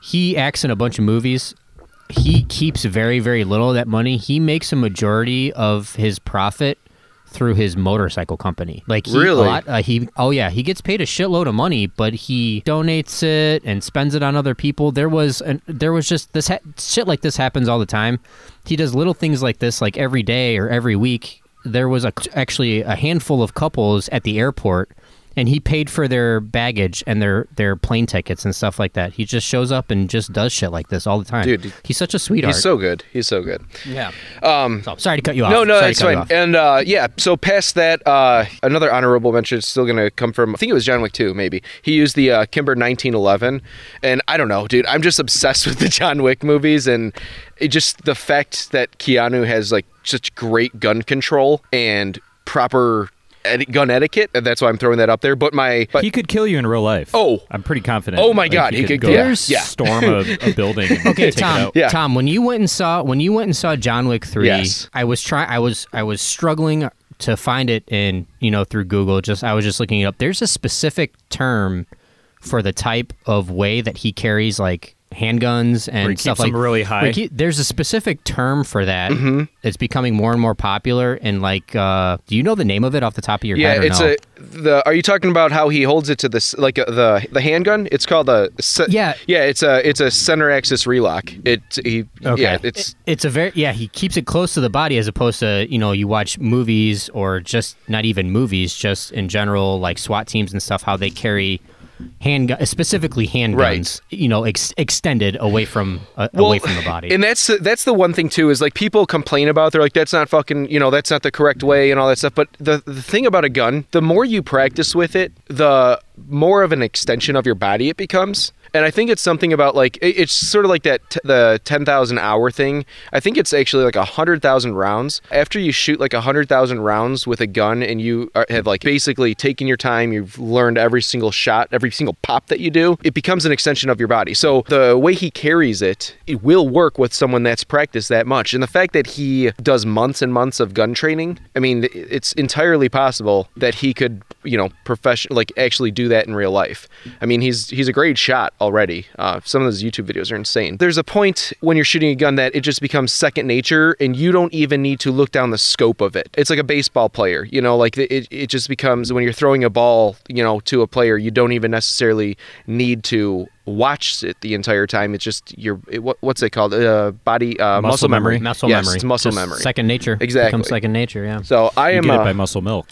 [SPEAKER 4] He acts in a bunch of movies. He keeps very very little of that money. He makes a majority of his profit through his motorcycle company. Like he, a
[SPEAKER 1] Really?
[SPEAKER 4] lot- uh, he oh yeah, he gets paid a shitload of money, but he donates it and spends it on other people. There was an, there was just this ha- shit like this happens all the time. He does little things like this like every day or every week. There was a, actually a handful of couples at the airport and he paid for their baggage and their their plane tickets and stuff like that. He just shows up and just does shit like this all the time.
[SPEAKER 1] Dude,
[SPEAKER 4] he's such a sweetheart.
[SPEAKER 1] He's so good. He's so good.
[SPEAKER 4] Yeah.
[SPEAKER 1] Um,
[SPEAKER 4] So, sorry to cut you off.
[SPEAKER 1] No,
[SPEAKER 4] Sorry
[SPEAKER 1] no,
[SPEAKER 4] to
[SPEAKER 1] that's
[SPEAKER 4] cut you
[SPEAKER 1] fine.
[SPEAKER 4] off.
[SPEAKER 1] And uh, yeah, so past that, uh, another honorable mention is still going to come from, I think it was John Wick 2, maybe. He used the uh, Kimber 1911. And I don't know, dude, I'm just obsessed (laughs) with the John Wick movies and it just the fact that Keanu has like such great gun control and proper eti- gun etiquette. And that's why I'm throwing that up there. But my. But,
[SPEAKER 8] he could kill you in real life.
[SPEAKER 1] Oh.
[SPEAKER 8] I'm pretty confident.
[SPEAKER 1] Oh my
[SPEAKER 8] Like,
[SPEAKER 1] God,
[SPEAKER 8] he,
[SPEAKER 1] he
[SPEAKER 8] could,
[SPEAKER 1] could-
[SPEAKER 8] go
[SPEAKER 1] yeah,
[SPEAKER 8] yeah,
[SPEAKER 1] yeah.
[SPEAKER 8] storm a,
[SPEAKER 1] (laughs)
[SPEAKER 8] a building. and
[SPEAKER 4] Okay,
[SPEAKER 8] take it
[SPEAKER 4] Tom.
[SPEAKER 8] out.
[SPEAKER 4] Tom, when you went and saw when you went and saw John Wick three,
[SPEAKER 8] Yes.
[SPEAKER 4] I was trying. I was I was struggling to find it in you know through Google. Just I was just looking it up. There's a specific term for the type of way that he carries like handguns and
[SPEAKER 8] Where he
[SPEAKER 4] stuff
[SPEAKER 8] keeps
[SPEAKER 4] like
[SPEAKER 8] them really high.
[SPEAKER 4] where he keep- there's a specific term for that.
[SPEAKER 1] Mm-hmm.
[SPEAKER 4] It's becoming more and more popular. And like, uh, do you know the name of it off the top of your
[SPEAKER 1] yeah,
[SPEAKER 4] head? or
[SPEAKER 1] it's
[SPEAKER 4] no?
[SPEAKER 1] a. The are you talking about how he holds it to this like uh, the the handgun? It's called a se-
[SPEAKER 4] Yeah.
[SPEAKER 1] yeah. It's a it's a center axis relock. It he
[SPEAKER 4] Okay.
[SPEAKER 1] yeah. It's
[SPEAKER 4] It- it's a very yeah. He keeps it close to the body as opposed to you know you watch movies or just not even movies, just in general like SWAT teams and stuff how they carry handgun specifically handguns
[SPEAKER 1] Right.
[SPEAKER 4] you know ex- extended away from uh, away from the body.
[SPEAKER 1] And that's that's the one thing too is like people complain about they're like that's not fucking you know that's not the correct way and all that stuff. But the the thing about a gun, the more you practice with it, the more of an extension of your body it becomes. And I think it's something about like it- it's sort of like that t- the ten thousand hour thing. I think it's actually like a hundred thousand rounds. After you shoot like a hundred thousand rounds with a gun and you are, have like basically taken your time, you've learned every single shot, every single pop that you do, it becomes an extension of your body. So the way he carries it, it will work with someone that's practiced that much. And the fact that he does months and months of gun training, I mean, it's entirely possible that he could, you know, profession like actually do that in real life. I mean, he's he's a great shot already. Uh, some of those YouTube videos are insane. There's a point when you're shooting a gun that it just becomes second nature, and you don't even need to look down the scope of it. It's like a baseball player, you know, like it, it just becomes when you're throwing a ball, you know, to a player, you don't even necessarily need to watch it the entire time. It's just your it, what, what's it called? Uh, body uh, muscle, memory.
[SPEAKER 4] muscle
[SPEAKER 1] Yes,
[SPEAKER 4] memory,
[SPEAKER 1] It's muscle
[SPEAKER 4] Just
[SPEAKER 1] memory.
[SPEAKER 4] second nature,
[SPEAKER 1] Exactly.
[SPEAKER 4] becomes second nature. Yeah.
[SPEAKER 1] So I
[SPEAKER 8] You
[SPEAKER 1] am
[SPEAKER 8] get it
[SPEAKER 1] uh,
[SPEAKER 8] by muscle milk.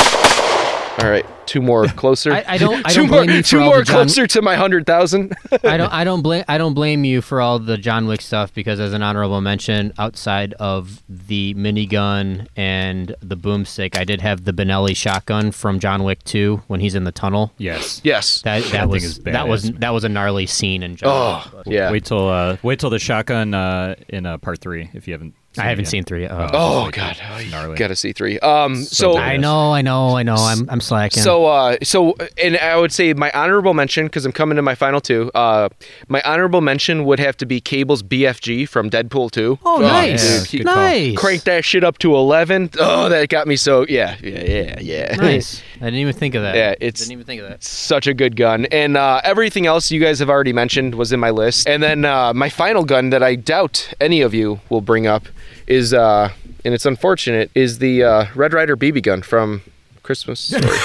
[SPEAKER 1] All right,
[SPEAKER 4] (laughs)
[SPEAKER 1] two more closer.
[SPEAKER 4] I- I don't- I
[SPEAKER 1] two
[SPEAKER 4] don't
[SPEAKER 1] more,
[SPEAKER 4] blame you for
[SPEAKER 1] two
[SPEAKER 4] all
[SPEAKER 1] more
[SPEAKER 4] the John-
[SPEAKER 1] closer to my hundred thousand. (laughs)
[SPEAKER 4] I don't. I don't blame. I don't blame you for all the John Wick stuff because, as an honorable mention, outside of the minigun and the boomstick, I did have the Benelli shotgun from John Wick Two when he's in the tunnel.
[SPEAKER 8] Yes.
[SPEAKER 1] Yes.
[SPEAKER 4] That that,
[SPEAKER 8] That thing
[SPEAKER 4] was
[SPEAKER 8] is
[SPEAKER 4] that was
[SPEAKER 8] badass, man.
[SPEAKER 4] that was a gnarly
[SPEAKER 1] Oh,
[SPEAKER 4] scene in John. Wick.
[SPEAKER 8] Wait till uh, wait till the shotgun uh, in uh, part three if you haven't.
[SPEAKER 4] I haven't seen three. yet. Oh,
[SPEAKER 1] Oh, God. Oh, you gotta see three. Um, so,
[SPEAKER 4] I know, I know, I know. I'm I'm slacking.
[SPEAKER 1] So, uh, so, and I would say my honorable mention because I'm coming to my final two. Uh, my honorable mention would have to be Cable's BFG from Deadpool 2.
[SPEAKER 4] Oh, nice.
[SPEAKER 1] he-
[SPEAKER 4] Good call. Nice.
[SPEAKER 1] Crank that shit up to 11. Oh, that got me so yeah, yeah, yeah, yeah.
[SPEAKER 4] Nice. I didn't even think of that.
[SPEAKER 1] Yeah, it's
[SPEAKER 4] didn't even think of that.
[SPEAKER 1] Such a good gun, and uh, everything else you guys have already mentioned was in my list. And then uh, my final gun that I doubt any of you will bring up is, uh, and it's unfortunate, is the uh, Red Rider BB gun from Christmas Story.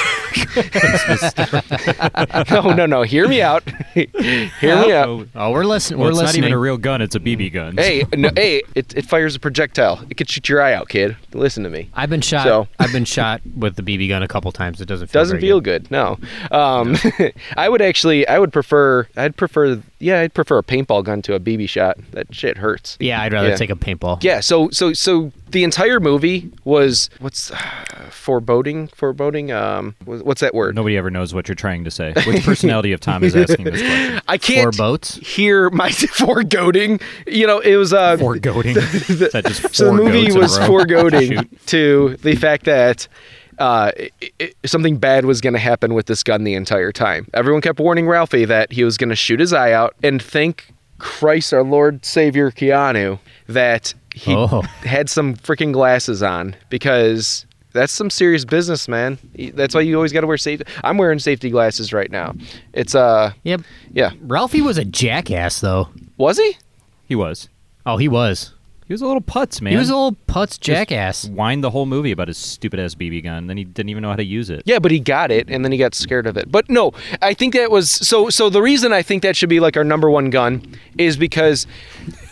[SPEAKER 1] (laughs) no, no, no. Hear me out. Hear me out.
[SPEAKER 4] Oh, we're listening.
[SPEAKER 8] Well, it's not even a real gun; it's a BB gun.
[SPEAKER 1] Mm. Hey, no, hey! It, it fires a projectile. It could shoot your eye out, kid. Listen to me.
[SPEAKER 4] I've been shot.
[SPEAKER 1] So-
[SPEAKER 4] I've been shot with the BB gun a couple times. It doesn't feel
[SPEAKER 1] doesn't
[SPEAKER 4] very
[SPEAKER 1] feel good. No, um, (laughs) I would actually. I would prefer. I'd prefer. Yeah, I'd prefer a paintball gun to a BB shot. That shit hurts.
[SPEAKER 4] Yeah, I'd rather take a paintball.
[SPEAKER 1] Yeah. So so so the entire movie was what's (sighs) foreboding? Foreboding. Um, wha- what's that word?
[SPEAKER 8] Nobody ever knows what you're trying to say. Which personality of Tom is asking this
[SPEAKER 1] (laughs)
[SPEAKER 8] question?
[SPEAKER 1] I can't
[SPEAKER 4] boats.
[SPEAKER 1] hear my (laughs) foregoading. You know, it was uh,
[SPEAKER 8] foregoading.
[SPEAKER 1] The,
[SPEAKER 8] that just
[SPEAKER 1] so the
[SPEAKER 8] four
[SPEAKER 1] movie
[SPEAKER 8] goats in a
[SPEAKER 1] was
[SPEAKER 8] row?
[SPEAKER 1] foregoading
[SPEAKER 8] (laughs) Shoot.
[SPEAKER 1] to the fact that uh, i i something bad was going to happen with this gun the entire time. Everyone kept warning Ralphie that he was going to shoot his eye out, and thank Christ, our Lord Savior Keanu, that he
[SPEAKER 4] Oh.
[SPEAKER 1] had some freaking glasses on because. That's some serious business, man. Y- That's why you always got to wear safety. I'm wearing safety glasses right now. It's uh,
[SPEAKER 4] Yep.
[SPEAKER 1] yeah.
[SPEAKER 4] Ralphie was a jackass though.
[SPEAKER 1] Was he?
[SPEAKER 8] He was.
[SPEAKER 4] Oh, he was.
[SPEAKER 8] He was a little putz, man.
[SPEAKER 4] He was a little putz jackass.
[SPEAKER 8] Whined the whole movie about his stupid ass BB gun. Then he didn't even know how to use it.
[SPEAKER 1] Yeah, but he got it, and then he got scared of it. But no, I think that was so. So the reason I think that should be like our number one gun is because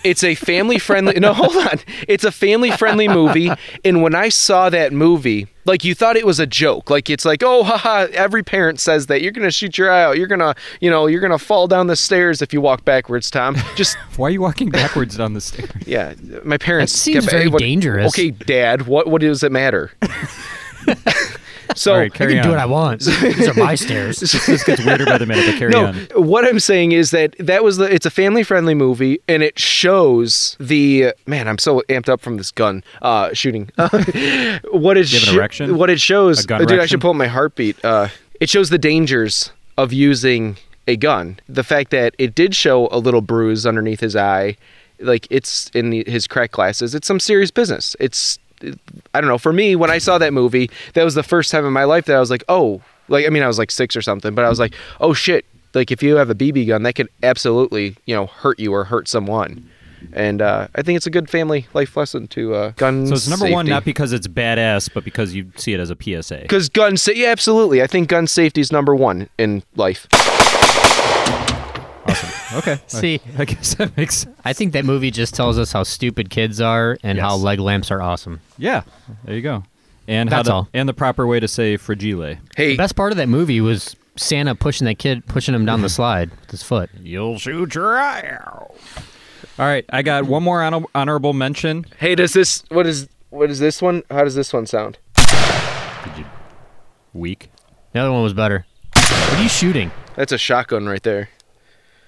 [SPEAKER 1] it's a family friendly. no, hold on. It's a family friendly movie, and when I saw that movie, like you thought it was a joke. Like it's like, oh, haha. Every parent says that you're gonna shoot your eye out. You're gonna, you know, you're gonna fall down the stairs if you walk backwards, Tom. Just
[SPEAKER 8] Why are you walking backwards down the stairs?
[SPEAKER 1] yeah, my parents
[SPEAKER 4] That seems
[SPEAKER 1] kept-
[SPEAKER 4] very
[SPEAKER 1] what-
[SPEAKER 4] dangerous.
[SPEAKER 1] Okay, Dad, what what does
[SPEAKER 4] (laughs)
[SPEAKER 1] it matter? so
[SPEAKER 8] All right, carry
[SPEAKER 4] I can do
[SPEAKER 8] on.
[SPEAKER 4] what I want. These are my stairs.
[SPEAKER 8] This gets weirder by the minute, but carry
[SPEAKER 1] no,
[SPEAKER 8] on.
[SPEAKER 1] what I'm saying is that that was the. It's a family friendly movie, and it shows the man. I'm so amped up from this gun uh,
[SPEAKER 8] (laughs)
[SPEAKER 1] shooting. (laughs) what it
[SPEAKER 8] You have an
[SPEAKER 1] sho-
[SPEAKER 8] erection?
[SPEAKER 1] What it shows,
[SPEAKER 8] A gun
[SPEAKER 1] dude. I
[SPEAKER 8] erection?
[SPEAKER 1] should pull up my heartbeat. Uh, it shows the dangers of using a gun. The fact that it did show a little bruise underneath his eye, like it's in the, his crack glasses. It's some serious business. It's I don't know. For me, when I saw that movie, that was the first time in my life that I was like, oh, like I mean, I was like six or something, but I was like, oh shit, like if you have a BB gun, that could absolutely you know hurt you or hurt someone. And uh, I think it's a good family life lesson to uh, gun.
[SPEAKER 8] So it's number one,
[SPEAKER 1] safety.
[SPEAKER 8] not because it's badass, but because you see it as a PSA.
[SPEAKER 1] Because gun sa- yeah, absolutely. I think gun safety is number one in life.
[SPEAKER 8] (laughs) Okay.
[SPEAKER 4] See,
[SPEAKER 8] I guess that makes.
[SPEAKER 4] I think that movie just tells us how stupid kids are and how
[SPEAKER 8] Yes.
[SPEAKER 4] leg lamps are awesome.
[SPEAKER 8] Yeah. There you go. And how
[SPEAKER 4] That's
[SPEAKER 8] to,
[SPEAKER 4] all.
[SPEAKER 8] And the proper way to say fragile.
[SPEAKER 1] Hey,
[SPEAKER 4] The best part of that movie was Santa pushing that kid, pushing him down the slide with his foot.
[SPEAKER 8] You'll shoot your eye out. All right, I got one more honor- honorable mention.
[SPEAKER 1] hey, does this what is what is this one? How does this one sound?
[SPEAKER 8] Weak.
[SPEAKER 4] The other one was better. What are you shooting?
[SPEAKER 1] That's a shotgun right there.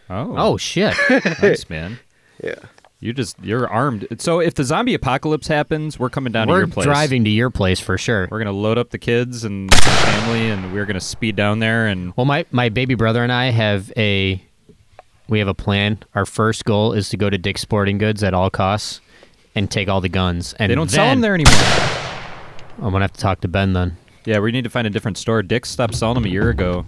[SPEAKER 8] Oh, (laughs)
[SPEAKER 4] Oh shit!
[SPEAKER 8] nice man.
[SPEAKER 1] Yeah.
[SPEAKER 8] You just you're armed. So if the zombie apocalypse happens, we're coming down to
[SPEAKER 4] We're
[SPEAKER 8] your place.
[SPEAKER 4] driving to your place for sure.
[SPEAKER 8] We're gonna load up the kids and the family, and we're gonna speed down there. And
[SPEAKER 4] Well, my my baby brother and I have a we have a plan. Our first goal is to go to Dick's Sporting Goods at all costs and take all the guns. And
[SPEAKER 8] they don't
[SPEAKER 4] then,
[SPEAKER 8] sell them there anymore.
[SPEAKER 4] I'm gonna have to talk to Ben then.
[SPEAKER 8] Yeah, we need to find a different store. Dick stopped selling them a year ago.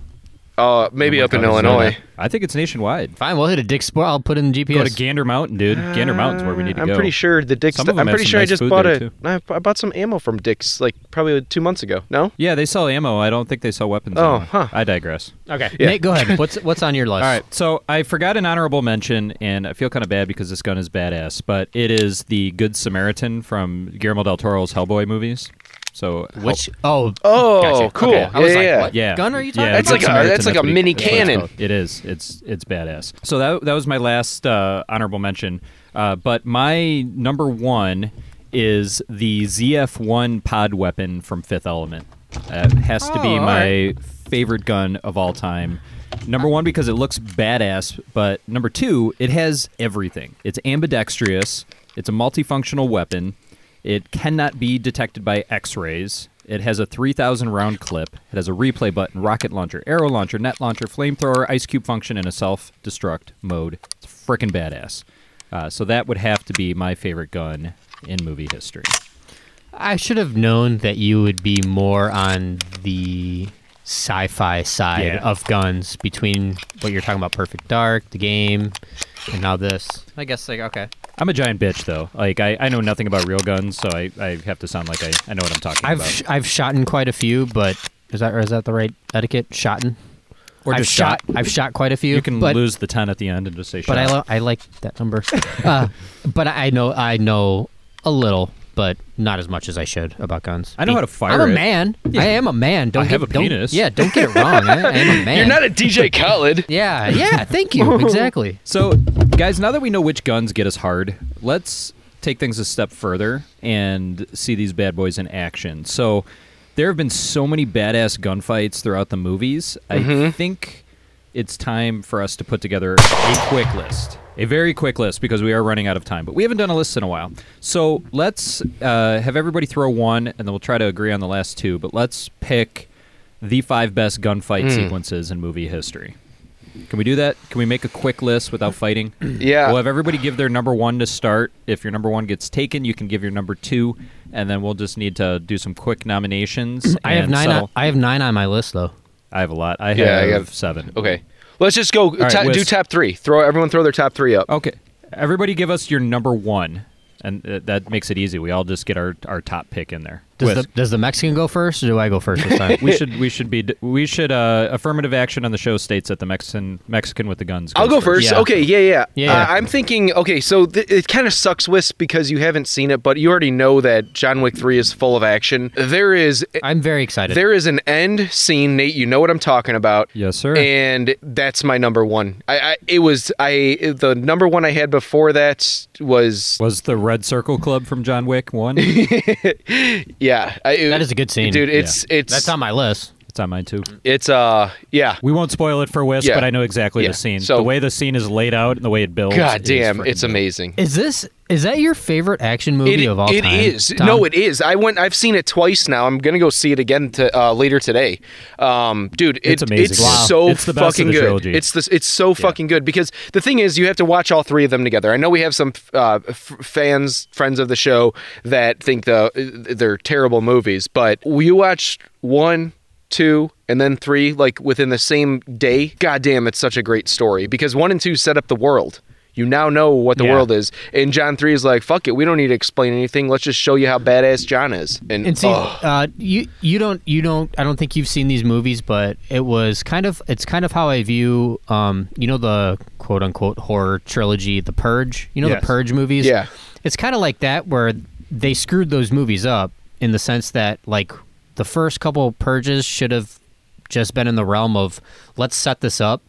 [SPEAKER 8] Oh,
[SPEAKER 1] Uh, maybe up in
[SPEAKER 8] Arizona.
[SPEAKER 1] Illinois.
[SPEAKER 8] I think it's nationwide.
[SPEAKER 4] Fine, we'll hit a Dick's Sport. I'll put in the
[SPEAKER 8] Go
[SPEAKER 4] GPS.
[SPEAKER 8] to Gander Mountain, dude. Gander Mountain's where we need to
[SPEAKER 1] Uh, I'm
[SPEAKER 8] go.
[SPEAKER 1] pretty sure the Dick's.
[SPEAKER 8] Some of them
[SPEAKER 1] I'm
[SPEAKER 8] have
[SPEAKER 1] pretty
[SPEAKER 8] some
[SPEAKER 1] sure I
[SPEAKER 8] nice
[SPEAKER 1] just
[SPEAKER 8] food
[SPEAKER 1] bought
[SPEAKER 8] there,
[SPEAKER 1] a.
[SPEAKER 8] too.
[SPEAKER 1] I I bought some ammo from Dick's like probably two months ago. No,
[SPEAKER 8] Yeah, they sell ammo. I don't think they sell weapons.
[SPEAKER 1] Oh,
[SPEAKER 8] anymore.
[SPEAKER 1] huh.
[SPEAKER 8] I digress.
[SPEAKER 4] okay,
[SPEAKER 1] Yeah.
[SPEAKER 4] Nate, go ahead. What's what's on your list?
[SPEAKER 8] All right, so I forgot an honorable mention, and I feel kind of bad because this gun is badass, but it is the Good Samaritan from Guillermo del Toro's Hellboy movies. So Hel-
[SPEAKER 4] Which oh
[SPEAKER 1] Oh,
[SPEAKER 4] gotcha.
[SPEAKER 1] cool.
[SPEAKER 4] Okay. I was
[SPEAKER 1] Yeah,
[SPEAKER 4] like,
[SPEAKER 1] yeah.
[SPEAKER 4] what
[SPEAKER 8] yeah,
[SPEAKER 4] gun are you talking
[SPEAKER 8] Yeah,
[SPEAKER 1] That's
[SPEAKER 8] Good
[SPEAKER 4] about?
[SPEAKER 1] like a-
[SPEAKER 8] Samaritan,
[SPEAKER 1] that's like a
[SPEAKER 8] what it-
[SPEAKER 1] mini
[SPEAKER 8] what it's
[SPEAKER 1] cannon.
[SPEAKER 8] called. It is. It's it's badass. So that that was my last uh, honorable mention, uh, but my number one is the ZF1 pod weapon from Fifth Element. Uh, it has to be
[SPEAKER 4] Oh, all
[SPEAKER 8] my favorite gun of all time. Number one, because it looks badass, but number two, it has everything. It's ambidextrous. It's a multifunctional weapon. It cannot be detected by X-rays. It has a 3,000 round clip. It has a replay button, rocket launcher, arrow launcher, net launcher, flamethrower, ice cube function, and a self-destruct mode. It's freaking badass. Uh, so that would have to be my favorite gun in movie history.
[SPEAKER 4] I should have known that you would be more on the sci-fi side
[SPEAKER 8] Yeah.
[SPEAKER 4] of guns between what you're talking about, Perfect Dark, the game, and now this.
[SPEAKER 8] I guess like okay. I'm a giant bitch though. Like I, I know nothing about real guns, so I, I have to sound like I, I know what I'm talking
[SPEAKER 4] I've
[SPEAKER 8] about.
[SPEAKER 4] sh- I've shot in quite a few, but is that or is that the right etiquette? Shotten.
[SPEAKER 8] Or
[SPEAKER 4] I've
[SPEAKER 8] just shot.
[SPEAKER 4] I've shot quite a few.
[SPEAKER 8] You can
[SPEAKER 4] but,
[SPEAKER 8] lose the ten at the end and just say.
[SPEAKER 4] but I
[SPEAKER 8] shot.
[SPEAKER 4] lo- I like that number. uh, but I know I know a little, but not as much as I should about guns.
[SPEAKER 8] I know how to fire
[SPEAKER 4] I'm a
[SPEAKER 8] it.
[SPEAKER 4] man.
[SPEAKER 8] Yeah.
[SPEAKER 4] I am a man. Don't
[SPEAKER 8] I have
[SPEAKER 4] get-
[SPEAKER 8] a
[SPEAKER 4] don't-
[SPEAKER 8] penis.
[SPEAKER 4] Yeah, don't get it wrong. I, I
[SPEAKER 8] (laughs)
[SPEAKER 4] am a man.
[SPEAKER 1] You're not a DJ Khaled.
[SPEAKER 4] yeah, yeah. Thank
[SPEAKER 1] (laughs)
[SPEAKER 4] you. Exactly.
[SPEAKER 8] So, guys, now that we know which guns get us hard, let's take things a step further and see these bad boys in action. So, there have been so many badass gunfights throughout the movies. I think it's time for us to put together a quick list. A very quick list because we are running out of time, but we haven't done a list in a while. So let's uh, have everybody throw one, and then we'll try to agree on the last two. But let's pick the five best gunfight
[SPEAKER 1] Hmm.
[SPEAKER 8] sequences in movie history. Can we do that? Can we make a quick list without fighting?
[SPEAKER 1] (clears throat) Yeah.
[SPEAKER 8] We'll have everybody give their number one to start. If your number one gets taken, you can give your number two, and then we'll just need to do some quick (clears throat) nominations.
[SPEAKER 4] I have
[SPEAKER 8] and
[SPEAKER 4] nine. On,
[SPEAKER 8] settle.
[SPEAKER 4] I have nine on my list though.
[SPEAKER 8] I have a lot. I have
[SPEAKER 1] Yeah, I have-
[SPEAKER 8] seven.
[SPEAKER 1] Okay. Let's just go.
[SPEAKER 8] right,
[SPEAKER 1] ta- do
[SPEAKER 8] Wiz. Oh,
[SPEAKER 1] top three. Throw everyone. Throw their top three up.
[SPEAKER 8] Okay. Everybody, give us your number one, and uh, that makes it easy. We all just get our, our top pick in there.
[SPEAKER 4] Does the,
[SPEAKER 8] Wiz.
[SPEAKER 4] does the Mexican go first, or do I go first this
[SPEAKER 1] (laughs)
[SPEAKER 4] time?
[SPEAKER 8] we should we should be d- we should uh, affirmative action on the show states that the Mexican Mexican with the guns.
[SPEAKER 1] I'll
[SPEAKER 8] goes
[SPEAKER 1] go first. Okay, yeah, yeah.
[SPEAKER 8] Yeah.
[SPEAKER 1] Uh, I'm thinking. Okay, so th- it kind of sucks, Wisp, because you haven't seen it, but you already know that John Wick Three is full of action. There is.
[SPEAKER 4] I'm very excited.
[SPEAKER 1] There is an end scene, Nate. You know what I'm talking about.
[SPEAKER 8] Yes, sir.
[SPEAKER 1] And that's my number one. I, I it was I the number one I had before that was
[SPEAKER 8] Was the Red Circle Club from John Wick
[SPEAKER 1] (laughs)
[SPEAKER 8] one?
[SPEAKER 1] yeah. I, it-
[SPEAKER 4] that is a good scene,
[SPEAKER 1] dude. It's
[SPEAKER 4] Yeah.
[SPEAKER 1] it's
[SPEAKER 4] that's on my list.
[SPEAKER 8] it's on mine too.
[SPEAKER 1] it's uh yeah.
[SPEAKER 8] We won't spoil it for Wisp,
[SPEAKER 1] Yeah.
[SPEAKER 8] but I know exactly
[SPEAKER 1] Yeah.
[SPEAKER 8] the scene.
[SPEAKER 1] So-
[SPEAKER 8] the way the scene is laid out and the way it builds.
[SPEAKER 1] God
[SPEAKER 8] is
[SPEAKER 1] damn,
[SPEAKER 8] freaking
[SPEAKER 1] it's
[SPEAKER 8] good.
[SPEAKER 1] amazing.
[SPEAKER 4] Is this is that your favorite action
[SPEAKER 1] It
[SPEAKER 4] movie
[SPEAKER 1] it is
[SPEAKER 4] of all time?
[SPEAKER 1] No, it is. I went. I've seen it twice now. I'm gonna go see it again to, uh, later today. Um, dude, it-
[SPEAKER 8] It's amazing.
[SPEAKER 1] It's
[SPEAKER 8] Wow.
[SPEAKER 1] so
[SPEAKER 8] It's the best of
[SPEAKER 1] fucking
[SPEAKER 8] the
[SPEAKER 1] good.
[SPEAKER 8] trilogy.
[SPEAKER 1] It's this. It's so fucking good because the thing is, you have to watch all three of them together. I know we have some uh, f- fans, friends of the show, that think the uh, they're terrible movies, but you watched one, two, and then three like within the same day. God damn, it's such a great story because one and two set up the world. You now know what the
[SPEAKER 8] Yeah.
[SPEAKER 1] world is. And John 3 is like, fuck it, we don't need to explain anything. Let's just show you how badass John is. And,
[SPEAKER 4] And see,
[SPEAKER 1] oh,
[SPEAKER 4] uh, you you don't you don't I don't think you've seen these movies, but it was kind of it's kind of how I view um you know the quote unquote horror trilogy, The Purge. You know
[SPEAKER 1] Yes.
[SPEAKER 4] the Purge movies.
[SPEAKER 1] Yeah.
[SPEAKER 4] it's kind of like that where they screwed those movies up in the sense that like the first couple purges should have just been in the realm of let's set this up,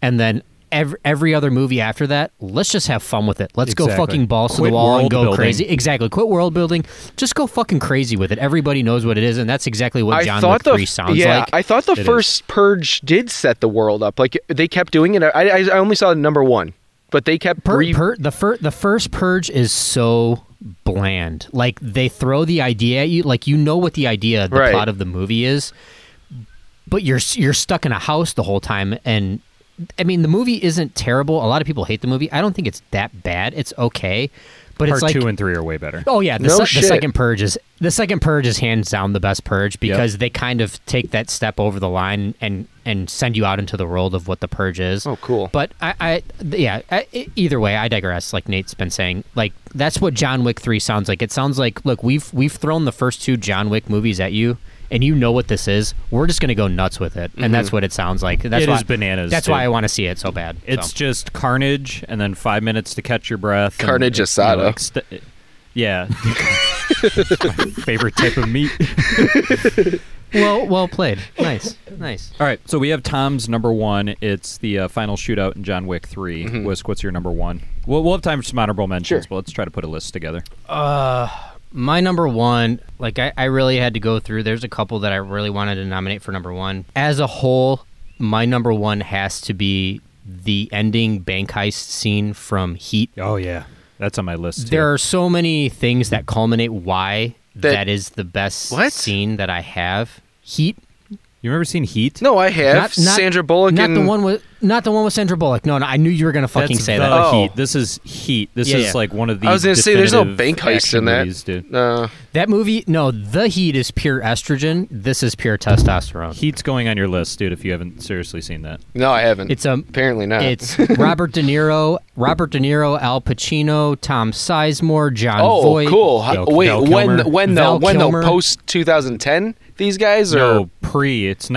[SPEAKER 4] and then. Every, every other movie after that, let's just have fun with it. Let's go
[SPEAKER 8] Exactly.
[SPEAKER 4] fucking balls to
[SPEAKER 8] Quit
[SPEAKER 4] the wall and
[SPEAKER 8] world
[SPEAKER 4] go
[SPEAKER 8] building.
[SPEAKER 4] crazy. Exactly. Quit world building. Just go fucking crazy with it. Everybody knows what it is, and that's exactly what John Wick
[SPEAKER 1] the
[SPEAKER 4] 3 sounds
[SPEAKER 1] yeah,
[SPEAKER 4] like.
[SPEAKER 1] I thought the
[SPEAKER 4] It is.
[SPEAKER 1] first Purge did set the world up. Like they kept doing it. I, I, I only saw number one, but they kept
[SPEAKER 4] Pur-
[SPEAKER 1] re-
[SPEAKER 4] pur- the, fir- the first purge is so bland. Like, they throw the idea at you. Like, you know what the idea, the
[SPEAKER 1] Right.
[SPEAKER 4] plot of the movie is, but you're, s- you're stuck in a house the whole time. And, I mean, the movie isn't terrible. A lot of people hate the movie. I don't think it's that bad. It's okay. But
[SPEAKER 8] Part
[SPEAKER 4] it's like
[SPEAKER 8] two and three are way better.
[SPEAKER 4] Oh yeah, the,
[SPEAKER 1] No
[SPEAKER 4] se-
[SPEAKER 1] shit.
[SPEAKER 4] the second purge is the second purge is hands down the best purge because they kind of take that step over the line and and send you out into the world of what the purge is.
[SPEAKER 1] Oh, cool.
[SPEAKER 4] But I, I th- yeah, I, e- either way, I digress. Like Nate's been saying, like that's what John Wick three sounds like. It sounds like look, we've we've thrown the first two John Wick movies at you. And you know what this is. We're just gonna go nuts with it, and
[SPEAKER 1] Mm-hmm.
[SPEAKER 4] that's what it sounds like. That's
[SPEAKER 8] It
[SPEAKER 4] why,
[SPEAKER 8] is bananas,
[SPEAKER 4] That's why
[SPEAKER 8] dude.
[SPEAKER 4] I want to see it so bad.
[SPEAKER 8] It's
[SPEAKER 4] so.
[SPEAKER 8] just carnage, and then five minutes to catch your breath. and-
[SPEAKER 1] Carnage
[SPEAKER 8] you
[SPEAKER 1] asada.
[SPEAKER 8] know, ext- yeah, (laughs) My favorite type of meat.
[SPEAKER 4] well, well played. Nice, nice.
[SPEAKER 8] (laughs) All right, so we have Tom's number one. It's the uh, final shootout in John Wick 3
[SPEAKER 1] Mm-hmm.
[SPEAKER 8] Whisk, what's your number one? We'll, we'll have time for some honorable mentions, but let's try to put a list together.
[SPEAKER 4] my number one, like I, I really had to go through. There's a couple that I really wanted to nominate for number one. As a whole, my number one has to be the ending bank heist scene from Heat.
[SPEAKER 8] Oh yeah, That's on my list. Too.
[SPEAKER 4] There are so many things that culminate why that is the best scene that I have. Heat.
[SPEAKER 8] You remember seeing Heat?
[SPEAKER 1] No, I have Sandra Bullock.
[SPEAKER 4] Not the
[SPEAKER 1] and-
[SPEAKER 4] one with not the one with Sandra Bullock. No, no, I knew you were gonna fucking
[SPEAKER 8] That's
[SPEAKER 4] say
[SPEAKER 8] the
[SPEAKER 4] that.
[SPEAKER 1] Oh.
[SPEAKER 8] Heat. This is Heat. This
[SPEAKER 4] Yeah,
[SPEAKER 8] is
[SPEAKER 4] yeah.
[SPEAKER 8] like one of the.
[SPEAKER 1] I was gonna say there's no
[SPEAKER 8] definitive
[SPEAKER 1] bank heist in
[SPEAKER 8] action
[SPEAKER 1] that.
[SPEAKER 8] movies, dude.
[SPEAKER 4] That movie, no, the heat is pure estrogen. This is pure testosterone.
[SPEAKER 8] Heat's going on your list, dude. If you haven't seriously seen that,
[SPEAKER 1] No, I haven't.
[SPEAKER 4] It's um,
[SPEAKER 1] apparently not. (laughs)
[SPEAKER 4] It's Robert De Niro, Robert De Niro, Al Pacino, Tom Sizemore, John
[SPEAKER 1] oh,
[SPEAKER 4] Voight.
[SPEAKER 1] cool. Hi- Wait, when when the
[SPEAKER 4] Val
[SPEAKER 1] when the
[SPEAKER 4] Kilmer.
[SPEAKER 1] post 2010 these guys are
[SPEAKER 8] no pre. It's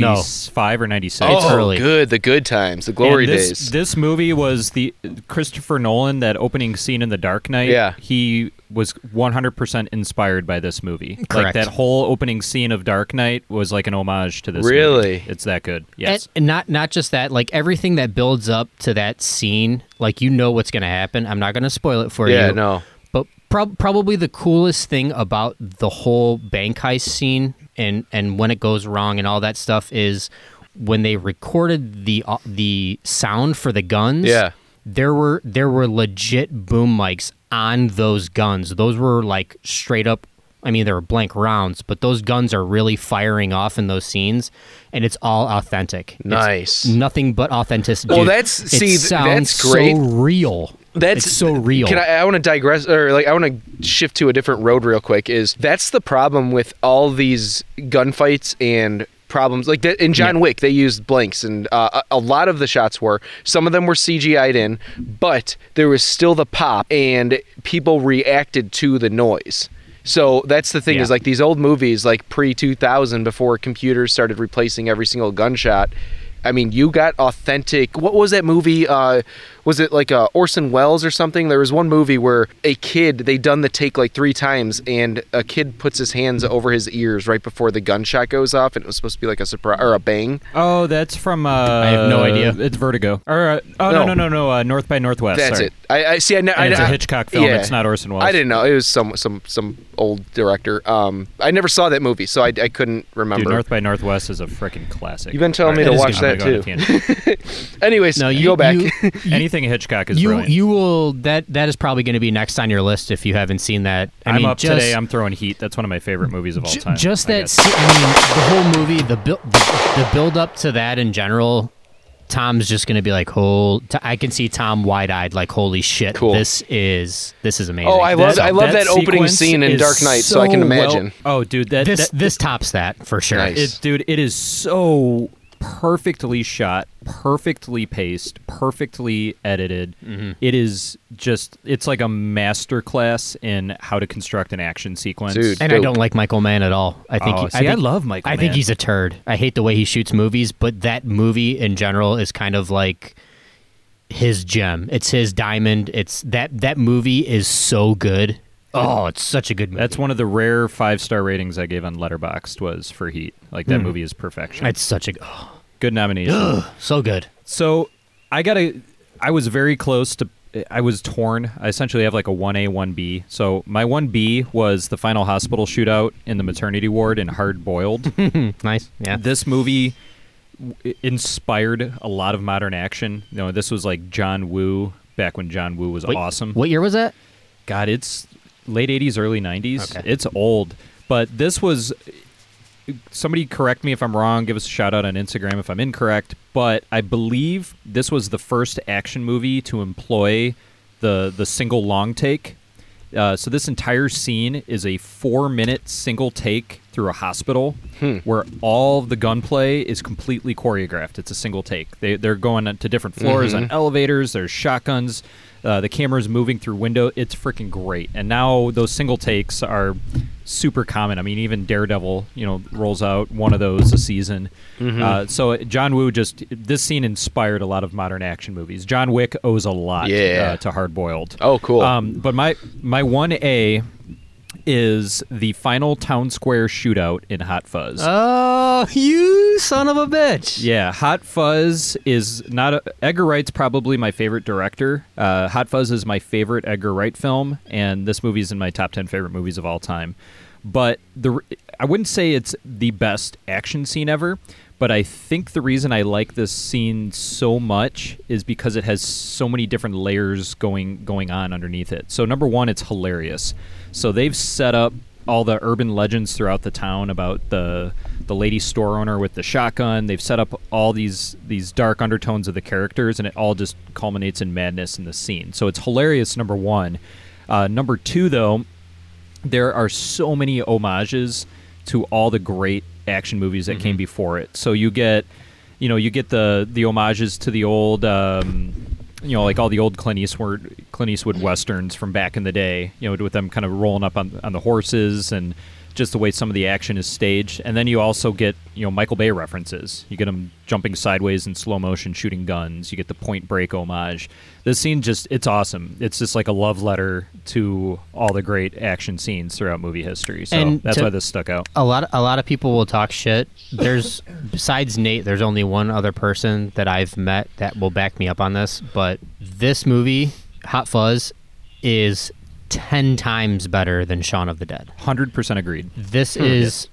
[SPEAKER 8] 1995 or 96.
[SPEAKER 1] oh, good the good times the glory
[SPEAKER 8] And this,
[SPEAKER 1] days.
[SPEAKER 8] This movie was the Christopher Nolan that opening scene in The Dark Knight.
[SPEAKER 1] Yeah.
[SPEAKER 8] he was 100% inspired by this movie. Like
[SPEAKER 4] Correct.
[SPEAKER 8] that whole opening scene of Dark Knight was like an homage to this. movie.
[SPEAKER 4] Really?
[SPEAKER 8] it's that good. Yes.
[SPEAKER 4] And, and not not just that, like everything that builds up to that scene, like you know what's going to happen. I'm not going to spoil it for
[SPEAKER 1] Yeah,
[SPEAKER 4] you.
[SPEAKER 1] no.
[SPEAKER 4] But prob- probably the coolest thing about the whole bank heist scene and and when it goes wrong and all that stuff is when they recorded the au- the sound for the guns.
[SPEAKER 1] Yeah.
[SPEAKER 4] There were there were legit boom mics on those guns. Those were like straight up I mean, they were blank rounds, but those guns are really firing off in those scenes, and it's all authentic. It's
[SPEAKER 1] Nice.
[SPEAKER 4] nothing but authenticity.
[SPEAKER 1] Well, that's-
[SPEAKER 4] It
[SPEAKER 1] see, th-
[SPEAKER 4] sounds
[SPEAKER 1] that's great.
[SPEAKER 4] So real.
[SPEAKER 1] That's
[SPEAKER 4] It's so real.
[SPEAKER 1] Can I? I want to digress, or like I want to shift to a different road real quick. Is that's the problem with all these gunfights and problems like that in John Wick? They used blanks, and uh, a a lot of the shots were. Some of them were CGI'd in, but there was still the pop, and people reacted to the noise. So that's the thing is
[SPEAKER 8] Yeah.
[SPEAKER 1] like these old movies, like pre 2000, before computers started replacing every single gunshot. I mean, you got authentic. What was that movie? Uh, was it like uh, Orson Welles or something? There was one movie where a kid, they done the take like three times, and a kid puts his hands over his ears right before the gunshot goes off, and it was supposed to be like a surprise or a bang.
[SPEAKER 8] Oh, that's from. Uh,
[SPEAKER 1] I have no idea.
[SPEAKER 8] It's Vertigo. Or uh, oh no no
[SPEAKER 1] No.
[SPEAKER 8] no no uh, North by Northwest.
[SPEAKER 1] That's
[SPEAKER 8] sorry.
[SPEAKER 1] it. I, I see. I, know.
[SPEAKER 8] And
[SPEAKER 1] I,
[SPEAKER 8] it's
[SPEAKER 1] a
[SPEAKER 8] a Hitchcock film. It's not Orson Welles.
[SPEAKER 1] I didn't know. It was some some some old director. Um, I never saw that movie, so I, I couldn't remember.
[SPEAKER 8] Dude, North by Northwest is a freaking classic.
[SPEAKER 1] You've been telling me
[SPEAKER 8] All
[SPEAKER 1] to
[SPEAKER 8] right,
[SPEAKER 1] watch
[SPEAKER 8] I'm
[SPEAKER 1] that
[SPEAKER 8] gonna
[SPEAKER 1] too.
[SPEAKER 8] go on a tangent.
[SPEAKER 1] Anyways,
[SPEAKER 4] No, you
[SPEAKER 1] go back.
[SPEAKER 8] Anything Hitchcock is
[SPEAKER 4] (laughs) you
[SPEAKER 8] brilliant.
[SPEAKER 4] you will that that is probably going to be next on your list if you haven't seen that. I
[SPEAKER 8] I'm
[SPEAKER 4] mean,
[SPEAKER 8] up
[SPEAKER 4] just,
[SPEAKER 8] today. I'm throwing heat. That's one of my favorite movies of all
[SPEAKER 4] ju-
[SPEAKER 8] time.
[SPEAKER 4] just
[SPEAKER 8] I
[SPEAKER 4] that.
[SPEAKER 8] guess.
[SPEAKER 4] se- I mean, the whole movie, the build, the, the build up to that in general. Tom's just going to be like, "Oh, t- I can see Tom wide eyed, like, holy shit, this is this is amazing."
[SPEAKER 1] Oh, I love I love that, opening
[SPEAKER 8] sequence
[SPEAKER 1] scene in
[SPEAKER 8] is
[SPEAKER 1] Dark Knight, so, I can
[SPEAKER 8] so well-
[SPEAKER 1] imagine.
[SPEAKER 8] oh, dude, that
[SPEAKER 4] this
[SPEAKER 8] that-
[SPEAKER 4] this tops that for sure.
[SPEAKER 8] It, dude, it is so perfectly shot, perfectly paced, perfectly edited. It is just, it's like a masterclass in how to construct an action sequence.
[SPEAKER 4] and I don't like Michael Mann at all. I think,
[SPEAKER 8] Oh,
[SPEAKER 4] he,
[SPEAKER 8] see, I
[SPEAKER 4] think-
[SPEAKER 8] love Michael
[SPEAKER 4] I
[SPEAKER 8] Mann.
[SPEAKER 4] think he's a turd. I hate the way he shoots movies, but that movie in general is kind of like his gem. It's his diamond. It's that that movie is so good. Oh, it's such a good movie.
[SPEAKER 8] That's one of the rare five star ratings I gave on Letterboxd was for Heat. Like that
[SPEAKER 4] Mm.
[SPEAKER 8] movie is perfection.
[SPEAKER 4] It's such a oh,
[SPEAKER 8] good nomination.
[SPEAKER 4] so good.
[SPEAKER 8] So I gotta. I was very close to. I was torn. I essentially have like a one A, one B. So my one B was the final hospital shootout in the maternity ward in Hard Boiled.
[SPEAKER 4] nice. Yeah.
[SPEAKER 8] This movie w- inspired a lot of modern action. You know, this was like John Woo back when John Woo was
[SPEAKER 4] Wait,
[SPEAKER 8] awesome.
[SPEAKER 4] What year was that?
[SPEAKER 8] God, it's late 80s, early 90s.
[SPEAKER 4] Okay.
[SPEAKER 8] It's old. But this was. Somebody correct me if I'm wrong. Give us a shout out on Instagram if I'm incorrect. But I believe this was the first action movie to employ the, the single long take. Uh, so this entire scene is a four minute single take through a hospital
[SPEAKER 1] Hmm.
[SPEAKER 8] where all the gunplay is completely choreographed. It's a single take. They, they're going to different floors
[SPEAKER 1] Mhm.
[SPEAKER 8] on elevators. There's shotguns. Uh, the camera's moving through window. It's freaking great. And now those single takes are super common. I mean, even Daredevil, you know, rolls out one of those a season.
[SPEAKER 1] Mhm.
[SPEAKER 8] Uh, so John Woo just this scene inspired a lot of modern action movies. John Wick owes a lot
[SPEAKER 1] Yeah.
[SPEAKER 8] uh, to Hard Boiled.
[SPEAKER 1] Oh, cool.
[SPEAKER 8] Um, but my my one A is the final town square shootout in Hot Fuzz.
[SPEAKER 4] Oh, you son of a bitch!
[SPEAKER 8] Yeah, Hot Fuzz is not a, Edgar Wright's probably my favorite director. Uh, Hot Fuzz is my favorite Edgar Wright film, and this movie is in my top ten favorite movies of all time. But the I wouldn't say it's the best action scene ever, But I think the reason I like this scene so much is because it has so many different layers going going on underneath it. So number one, it's hilarious. So they've set up all the urban legends throughout the town about the the lady store owner with the shotgun. They've set up all these these dark undertones of the characters, and it all just culminates in madness in the scene. So it's hilarious. Number one, uh, number two though, there are so many homages to all the great action movies that came before it. So you get, you know, you get the the homages to the old. Um, you know, like all the old Clint Eastwood, Clint Eastwood westerns from back in the day. You know, with them kind of rolling up on on the horses and just the way some of the action is staged. And then you also get you know Michael Bay references. You get them jumping sideways in slow motion, shooting guns. You get the Point Break homage. This scene just it's awesome. It's just like a love letter to all the great action scenes throughout movie history. So
[SPEAKER 4] And
[SPEAKER 8] that's
[SPEAKER 4] to-
[SPEAKER 8] why this stuck out.
[SPEAKER 4] A lot, a lot of people will talk shit. There's besides Nate, there's only one other person that I've met that will back me up on this. But this movie, Hot Fuzz, is ten times better than Shaun of the Dead.
[SPEAKER 8] Hundred percent agreed.
[SPEAKER 4] This
[SPEAKER 8] Hmm.
[SPEAKER 4] is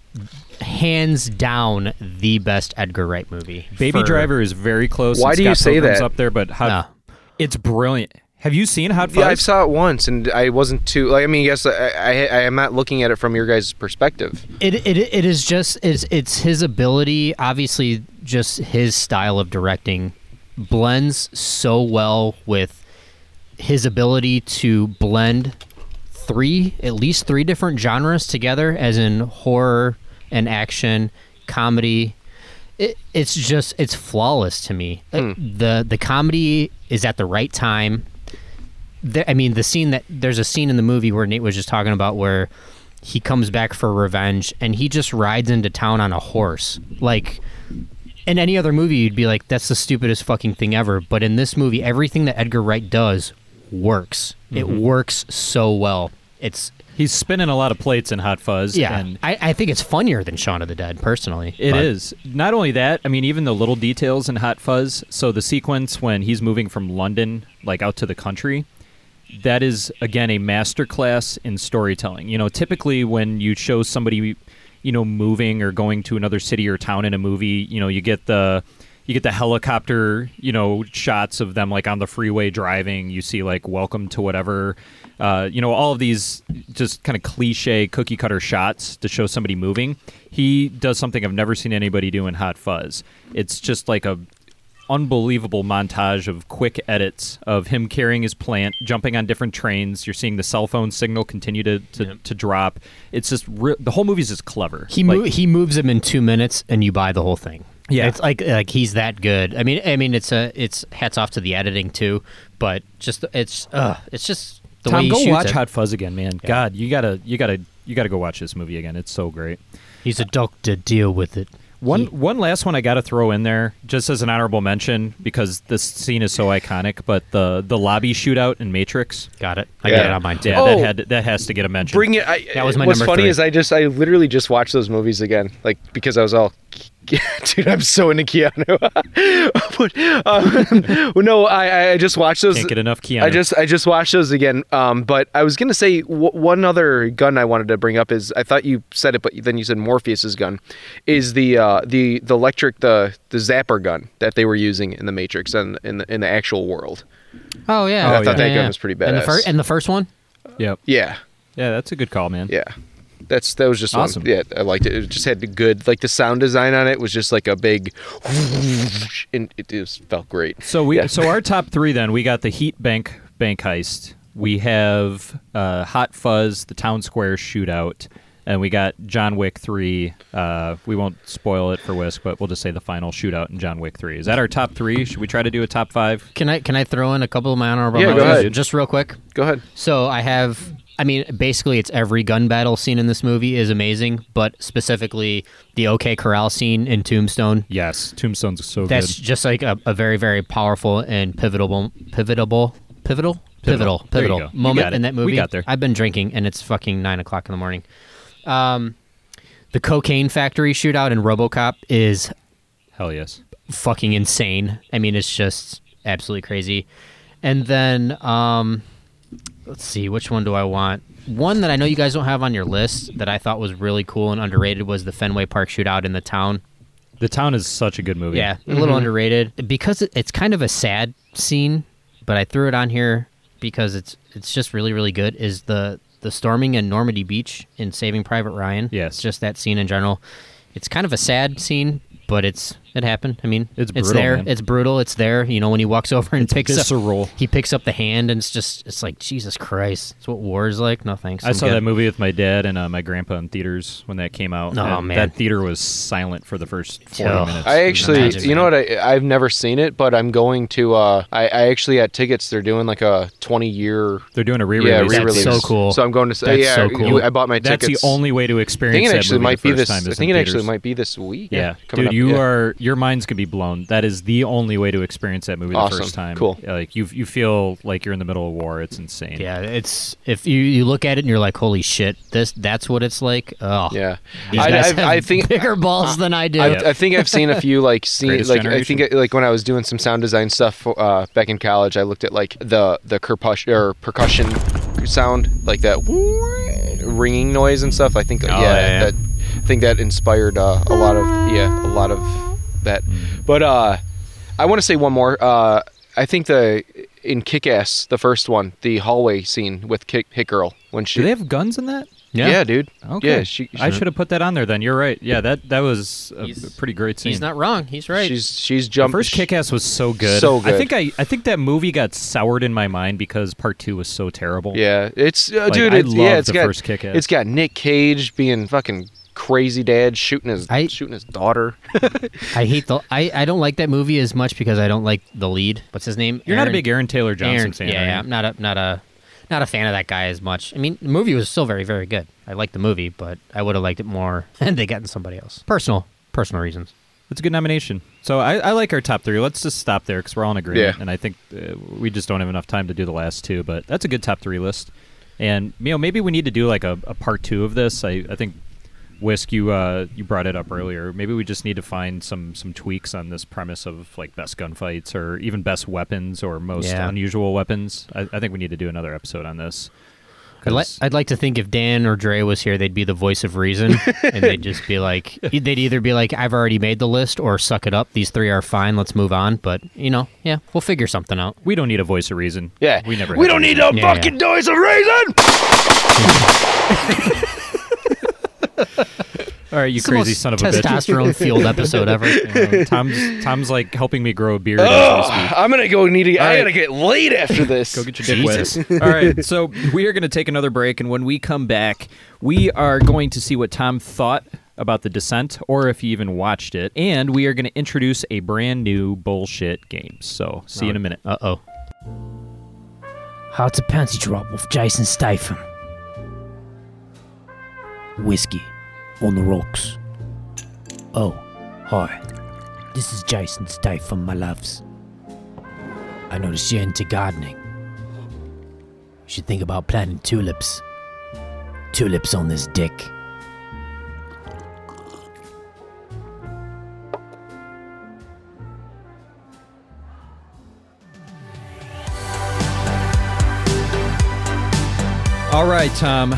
[SPEAKER 4] hands down the best Edgar Wright movie.
[SPEAKER 8] Baby
[SPEAKER 4] for-
[SPEAKER 8] Driver is very close.
[SPEAKER 1] Why
[SPEAKER 8] and
[SPEAKER 1] do you
[SPEAKER 8] Scott
[SPEAKER 1] say
[SPEAKER 8] Pilgrim's
[SPEAKER 1] that?
[SPEAKER 8] Up there, but Hot, it's brilliant. Have you seen Hot Fuzz?
[SPEAKER 1] (laughs) Yeah, I saw it once, and I wasn't too. Like, I mean, yes, I, I, I am not looking at it from your guys' perspective.
[SPEAKER 4] It, it it is just it's it's his ability, obviously, just his style of directing blends so well with his ability to blend three at least three different genres together, as in horror and action, comedy. It, it's just it's flawless to me. the The comedy is at the right time there, I mean, the scene that there's a scene in the movie where Nate was just talking about where he comes back for revenge and he just rides into town on a horse. Like in any other movie, you'd be like, "That's the stupidest fucking thing ever." But in this movie, everything that Edgar Wright does works. It
[SPEAKER 8] Mhm.
[SPEAKER 4] works so well. It's
[SPEAKER 8] he's spinning a lot of plates in Hot Fuzz.
[SPEAKER 4] yeah.
[SPEAKER 8] and
[SPEAKER 4] I, I think it's funnier than Shaun of the Dead, personally.
[SPEAKER 8] It
[SPEAKER 4] but-
[SPEAKER 8] is. Not only that, I mean, even the little details in Hot Fuzz. So the sequence when he's moving from London, like out to the country, that is again a masterclass in storytelling. You know, typically when you show somebody, you know, moving or going to another city or town in a movie, you know, you get the you get the helicopter, you know, shots of them like on the freeway driving. You see like "Welcome to whatever," uh, you know, all of these just kind of cliche cookie cutter shots to show somebody moving. He does something I've never seen anybody do in Hot Fuzz. It's just like a unbelievable montage of quick edits of him carrying his plant, jumping on different trains. You're seeing the cell phone signal continue to to, to drop. It's just re- the whole movie's just clever.
[SPEAKER 4] He
[SPEAKER 8] Like,
[SPEAKER 4] mo- he moves him in two minutes, and you buy the whole thing.
[SPEAKER 8] Yeah.
[SPEAKER 4] it's like like he's that good. I mean, I mean, it's a it's hats off to the editing too, but just it's uh, it's just the way
[SPEAKER 8] Tom,
[SPEAKER 4] he
[SPEAKER 8] go
[SPEAKER 4] shoots
[SPEAKER 8] watch
[SPEAKER 4] it.
[SPEAKER 8] Hot Fuzz again, man. God, you gotta, you gotta, you gotta go watch this movie again. It's so great.
[SPEAKER 4] He's a doctor. Deal with it.
[SPEAKER 8] One, one last one I gotta throw in there, just as an honorable mention, because this scene is so iconic. But the the lobby shootout in Matrix.
[SPEAKER 4] Got it.
[SPEAKER 1] I got it on mine, too.
[SPEAKER 8] Yeah,
[SPEAKER 1] Oh.
[SPEAKER 8] that had that has to get a mention.
[SPEAKER 1] Bring it. I, What's funny is I just I literally just watched those movies again, like because I was all, (laughs) dude, I'm so into Keanu. (laughs) but, um, (laughs) well, no, I I just watched those.
[SPEAKER 8] Can't get enough Keanu.
[SPEAKER 1] I just I just watched those again. Um, but I was gonna say w- one other gun I wanted to bring up is I thought you said it, but then you said Morpheus's gun is the uh, the the electric the the zapper gun that they were using in the Matrix and in the, in the actual world.
[SPEAKER 4] Oh yeah,
[SPEAKER 1] I thought that gun was pretty
[SPEAKER 4] And the, fir-
[SPEAKER 1] badass.
[SPEAKER 4] and the first one,
[SPEAKER 8] Yep.
[SPEAKER 1] Yeah.
[SPEAKER 8] Yeah, that's a good call, man.
[SPEAKER 1] Yeah. That's that was just one-
[SPEAKER 8] Awesome.
[SPEAKER 1] yeah, I liked it. It just had the good like the sound design on it was just like a big (laughs) and it just felt great.
[SPEAKER 8] So we
[SPEAKER 1] Yeah.
[SPEAKER 8] so our top three then we got the Heat Bank bank heist. We have uh, Hot Fuzz, the Town Square shootout, and we got John Wick three. Uh, we won't spoil it for Whisk, but we'll just say the final shootout in John Wick three. Is that our top three? Should we try to do a top five?
[SPEAKER 4] Can I can I throw in a couple of my honorable
[SPEAKER 8] Yeah, go
[SPEAKER 4] mentions
[SPEAKER 8] ahead.
[SPEAKER 4] just real quick?
[SPEAKER 1] Go ahead.
[SPEAKER 4] So I have I mean basically it's every gun battle scene in this movie is amazing, but specifically the OK Corral scene in Tombstone.
[SPEAKER 8] Yes, Tombstone's so
[SPEAKER 4] That's
[SPEAKER 8] good.
[SPEAKER 4] just like a, a very very powerful and pivotal pivotal pivotal pivotal
[SPEAKER 8] There you
[SPEAKER 4] pivotal
[SPEAKER 8] go. You got
[SPEAKER 4] moment
[SPEAKER 8] it.
[SPEAKER 4] in that
[SPEAKER 8] We
[SPEAKER 4] movie.
[SPEAKER 8] got there.
[SPEAKER 4] I've been drinking and it's fucking nine o'clock in the morning. Um, the cocaine factory shootout in RoboCop is
[SPEAKER 8] Hell yes.
[SPEAKER 4] fucking insane. I mean, it's just absolutely crazy. And then, um, let's see, which one do I want? One that I know you guys don't have on your list that I thought was really cool and underrated was the Fenway Park shootout in the town
[SPEAKER 8] The Town is such a good movie.
[SPEAKER 4] Yeah, a little underrated because it, it's kind of a sad scene, but I threw it on here because it's it's just really really good. Is the the storming in Normandy Beach in Saving Private Ryan? Yes, just that scene in general. It's kind of a sad scene, but it's it happened. I mean, it's it's
[SPEAKER 8] brutal,
[SPEAKER 4] there.
[SPEAKER 8] man.
[SPEAKER 4] It's brutal. It's there. You know when he walks over and picks
[SPEAKER 8] visceral.
[SPEAKER 4] up he picks up the hand and it's just it's like Jesus Christ. It's what war is like. No thanks.
[SPEAKER 8] I
[SPEAKER 4] I'm
[SPEAKER 8] saw
[SPEAKER 4] good.
[SPEAKER 8] that movie with my dad and uh, my grandpa in theaters when that came out.
[SPEAKER 4] Oh,
[SPEAKER 8] and
[SPEAKER 4] man.
[SPEAKER 8] That theater was silent for the first 40 minutes.
[SPEAKER 1] I actually, you know what? I, I've never seen it, but I'm going to. Uh, I, I actually had tickets. They're doing like a 20 year.
[SPEAKER 8] They're doing a re-release.
[SPEAKER 1] Yeah,
[SPEAKER 8] That's
[SPEAKER 1] re-release.
[SPEAKER 8] so cool.
[SPEAKER 1] So I'm going to. say,
[SPEAKER 8] That's
[SPEAKER 1] yeah,
[SPEAKER 8] so cool.
[SPEAKER 1] you- I bought my
[SPEAKER 8] That's
[SPEAKER 1] tickets.
[SPEAKER 8] the only way to experience
[SPEAKER 1] I think it
[SPEAKER 8] that
[SPEAKER 1] actually
[SPEAKER 8] movie
[SPEAKER 1] might
[SPEAKER 8] the
[SPEAKER 1] be
[SPEAKER 8] first
[SPEAKER 1] this.
[SPEAKER 8] time
[SPEAKER 1] I
[SPEAKER 8] is
[SPEAKER 1] think it
[SPEAKER 8] in
[SPEAKER 1] actually
[SPEAKER 8] theaters.
[SPEAKER 1] might be this week.
[SPEAKER 8] Yeah,
[SPEAKER 1] coming
[SPEAKER 8] dude,
[SPEAKER 1] up,
[SPEAKER 8] you
[SPEAKER 1] yeah.
[SPEAKER 8] are your mind's gonna be blown. That is the only way to experience that movie
[SPEAKER 1] Awesome,
[SPEAKER 8] the first time.
[SPEAKER 1] cool.
[SPEAKER 8] Like you, you feel like you're in the middle of war. It's insane.
[SPEAKER 4] Yeah, it's if you, you look at it and you're like, holy shit, this that's what it's like. Oh,
[SPEAKER 1] yeah,
[SPEAKER 4] these
[SPEAKER 1] I-
[SPEAKER 4] guys
[SPEAKER 1] I-
[SPEAKER 4] have
[SPEAKER 8] (laughs)
[SPEAKER 1] I think-
[SPEAKER 4] bigger balls than I do.
[SPEAKER 1] I, I think I've seen a few like seen
[SPEAKER 4] Greatest
[SPEAKER 1] like
[SPEAKER 4] Generation.
[SPEAKER 1] I think like when I was doing some sound design stuff for, uh, back in college, I looked at like the the percussion or percussion sound like that (laughs) ringing noise and stuff. I think yeah,
[SPEAKER 9] yeah, yeah.
[SPEAKER 1] that I think that inspired uh, a lot of yeah a lot of that. But uh, I want to say one more. Uh, I think the in Kick Ass the first one the hallway scene with Kick Hit Girl when she
[SPEAKER 8] Do they have guns in that?
[SPEAKER 1] yeah, dude
[SPEAKER 8] Okay.
[SPEAKER 1] yeah she,
[SPEAKER 8] I should have put that on there. Then you're right. Yeah, that that was a
[SPEAKER 4] He's-
[SPEAKER 8] pretty great scene.
[SPEAKER 4] he's not wrong. He's right.
[SPEAKER 1] She's she's jumped.
[SPEAKER 8] First Kick Ass was so good.
[SPEAKER 1] So good.
[SPEAKER 8] I think I I think that movie got soured in my mind because part two was so terrible.
[SPEAKER 1] Yeah, it's uh,
[SPEAKER 8] Like,
[SPEAKER 1] dude.
[SPEAKER 8] I
[SPEAKER 1] It's, yeah,
[SPEAKER 8] love
[SPEAKER 1] it's
[SPEAKER 8] the
[SPEAKER 1] got
[SPEAKER 8] first Kick-Ass.
[SPEAKER 1] it's got Nick Cage being fucking crazy dad shooting his shooting his
[SPEAKER 8] (laughs)
[SPEAKER 1] daughter.
[SPEAKER 4] I hate the I, I don't like that movie as much because I don't like the lead. What's his name?
[SPEAKER 8] You're not a big Aaron Taylor Johnson fan,
[SPEAKER 4] Yeah,
[SPEAKER 8] are you?
[SPEAKER 4] yeah, I'm not a not a not a fan of that guy as much. I mean, the movie was still very very good. I liked the movie, but I would have liked it more (laughs) had they gotten somebody else. Personal personal reasons.
[SPEAKER 8] It's a good nomination. So I, I like our top three. Let's just stop there because we're all in agreement,
[SPEAKER 4] Yeah.
[SPEAKER 8] and I think uh, we just don't have enough time to do the last two. But that's a good top three list. And you know, maybe we need to do like a, a part two of this. I, I think Whisk, you uh, you brought it up earlier. Maybe we just need to find some some tweaks on this premise of like best gunfights or even best weapons or most
[SPEAKER 4] Yeah.
[SPEAKER 8] unusual weapons. I, I think we need to do another episode on this.
[SPEAKER 4] I'd, li- I'd like to think if Dan or Dre was here, they'd be the voice of reason, and they'd just be like, e, they'd either be like, "I've already made the list," or "Suck it up. These three are fine. Let's move on." But you know, yeah, we'll figure something out.
[SPEAKER 8] We don't need a voice of reason.
[SPEAKER 1] Yeah,
[SPEAKER 8] we never.
[SPEAKER 4] We don't need no fucking
[SPEAKER 1] noise
[SPEAKER 8] (sighs)
[SPEAKER 1] of reason.
[SPEAKER 8] All right, you
[SPEAKER 4] It's the
[SPEAKER 8] crazy
[SPEAKER 4] most
[SPEAKER 8] son of a bitch.
[SPEAKER 4] testosterone-fueled episode (laughs) ever.
[SPEAKER 8] (laughs) Yeah, Um, Tom's Tom's like helping me grow a beard. as we
[SPEAKER 1] Ugh,
[SPEAKER 8] speak.
[SPEAKER 1] I'm gonna go need. To,
[SPEAKER 8] All
[SPEAKER 1] I
[SPEAKER 8] right.
[SPEAKER 1] gotta get laid after this.
[SPEAKER 8] Go get your dick wet. (laughs) All right, so we are going to take another break, and when we come back, we are going to see what Tom thought about the descent, or if he even watched it, and we are going to introduce a brand new bullshit game. So see you in a minute.
[SPEAKER 4] Uh oh.
[SPEAKER 14] How to Panty Drop with Jason Statham. Whiskey on the rocks. Oh, hi. This is Jason Statham, my loves. I noticed you're into gardening. You should think about planting tulips. Tulips on this dick.
[SPEAKER 8] All right, Tom.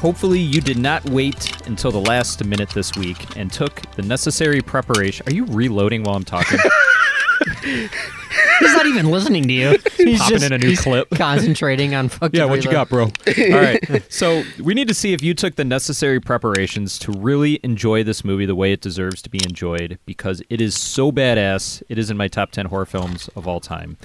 [SPEAKER 8] Hopefully, you did not wait until the last minute this week and took the necessary preparation. Are you reloading while I'm talking?
[SPEAKER 4] He's not even listening to you. (laughs) He's
[SPEAKER 8] Popping in a new
[SPEAKER 4] he's
[SPEAKER 8] clip.
[SPEAKER 4] concentrating on fucking.
[SPEAKER 8] Yeah, what you got,
[SPEAKER 4] reload.
[SPEAKER 8] bro? (laughs) All right. (laughs) So we need to see if you took the necessary preparations to really enjoy this movie the way it deserves to be enjoyed because it is so badass. It is in my top 10 horror films of all time.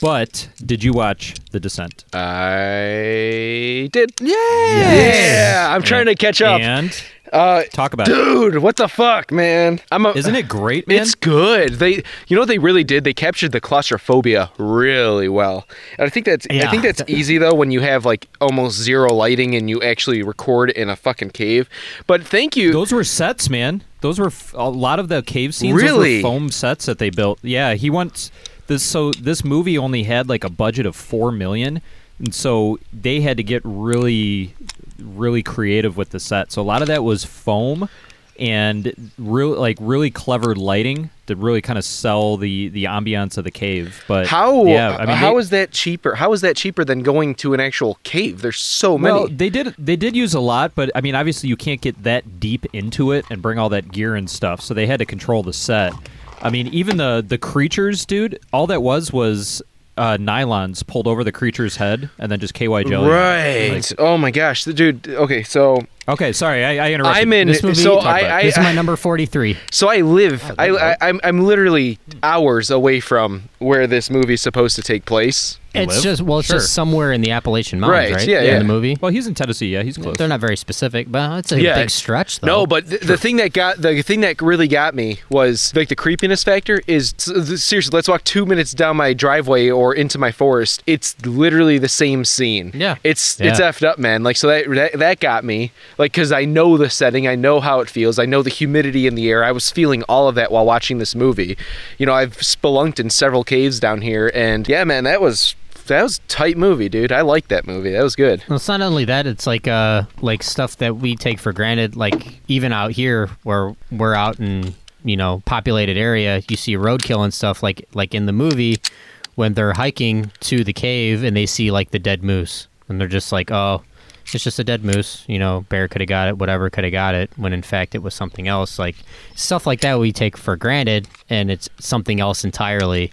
[SPEAKER 8] But did you watch The Descent?
[SPEAKER 1] I did.
[SPEAKER 8] Yeah.
[SPEAKER 1] Yeah, I'm trying to catch up.
[SPEAKER 8] And
[SPEAKER 1] Uh,
[SPEAKER 8] talk about it.
[SPEAKER 1] dude, what the fuck, man? I'm a,
[SPEAKER 8] Isn't it great, man?
[SPEAKER 1] It's good. They, you know, what they really did. They captured the claustrophobia really well, and I think that's, I
[SPEAKER 9] Yeah.
[SPEAKER 1] think that's easy though when you have like almost zero lighting and you actually record in a fucking cave. But thank you.
[SPEAKER 8] Those were sets, man. Those were f- a lot of the cave scenes. those were
[SPEAKER 1] Really?
[SPEAKER 8] foam sets that they built. Yeah, he wants this. So this movie only had like a budget of four million, and so they had to get really, really creative with the set. So a lot of that was foam, and real like really clever lighting to really kind of sell the the ambiance of the cave. But
[SPEAKER 1] How?
[SPEAKER 8] Yeah, I mean,
[SPEAKER 1] how
[SPEAKER 8] they-
[SPEAKER 1] is that cheaper? How is that cheaper than going to an actual cave? There's so many.
[SPEAKER 8] Well, they did they did use a lot, but I mean, obviously you can't get that deep into it and bring all that gear and stuff, so they had to control the set. I mean, even the the creatures, dude, all that was was uh, nylons pulled over the creature's head and then just KY jelly.
[SPEAKER 1] Right.
[SPEAKER 8] Like,
[SPEAKER 1] oh my gosh, the dude. Okay, so.
[SPEAKER 8] Okay, sorry, I, I interrupted.
[SPEAKER 1] I'm in.
[SPEAKER 8] This movie
[SPEAKER 1] so
[SPEAKER 8] you talked
[SPEAKER 1] I,
[SPEAKER 8] about.
[SPEAKER 1] I,
[SPEAKER 8] This is my
[SPEAKER 4] number forty-three.
[SPEAKER 1] So I live. I, I, I'm, I'm literally hours away from where this movie's supposed to take place.
[SPEAKER 4] It's just well, it's just somewhere in the Appalachian Mountains,
[SPEAKER 1] Right,
[SPEAKER 4] right?
[SPEAKER 1] yeah, yeah.
[SPEAKER 4] In the movie.
[SPEAKER 8] Well, he's in Tennessee. Yeah, he's close.
[SPEAKER 4] They're not very specific, but it's a big stretch, though.
[SPEAKER 1] No, but th- the thing that got the thing that really got me was like the creepiness factor is seriously. Let's walk two minutes down my driveway or into my forest. It's literally the same scene.
[SPEAKER 4] Yeah.
[SPEAKER 1] it's it's
[SPEAKER 4] Yeah.
[SPEAKER 1] effed up, man. Like so that that, that got me like because I know the setting, I know how it feels, I know the humidity in the air. I was feeling all of that while watching this movie. You know, I've spelunked in several caves down here, and yeah, man, that was. That was a tight movie, dude. I liked that movie. That was good.
[SPEAKER 4] Well, it's not only that; it's like uh, like stuff that we take for granted. Like even out here, where we're out in you know populated area, you see roadkill and stuff. Like like in the movie, when they're hiking to the cave and they see like the dead moose, and they're just like, oh, it's just a dead moose. You know, bear could have got it, whatever could have got it. When in fact it was something else. Like stuff like that we take for granted, and it's something else entirely.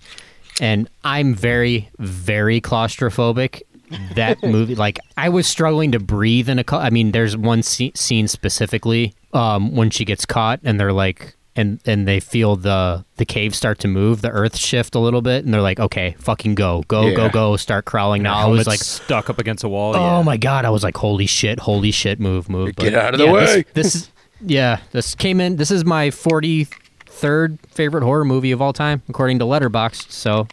[SPEAKER 4] And I'm very very claustrophobic
[SPEAKER 8] (laughs)
[SPEAKER 4] that movie like i was struggling to breathe in a cou- i mean there's one sce- scene specifically um when she gets caught and they're like and and they feel the the cave start to move the earth shift a little bit and they're like okay fucking go go
[SPEAKER 8] Yeah.
[SPEAKER 4] go go start crawling now i was
[SPEAKER 8] helmet's
[SPEAKER 4] like
[SPEAKER 8] stuck up against a wall. yeah.
[SPEAKER 4] oh my god i was like holy shit holy shit move move
[SPEAKER 8] Get out of the
[SPEAKER 4] yeah, this-
[SPEAKER 8] way.
[SPEAKER 4] this, is yeah this came in this is my 43rd favorite horror movie of all time according to letterboxd so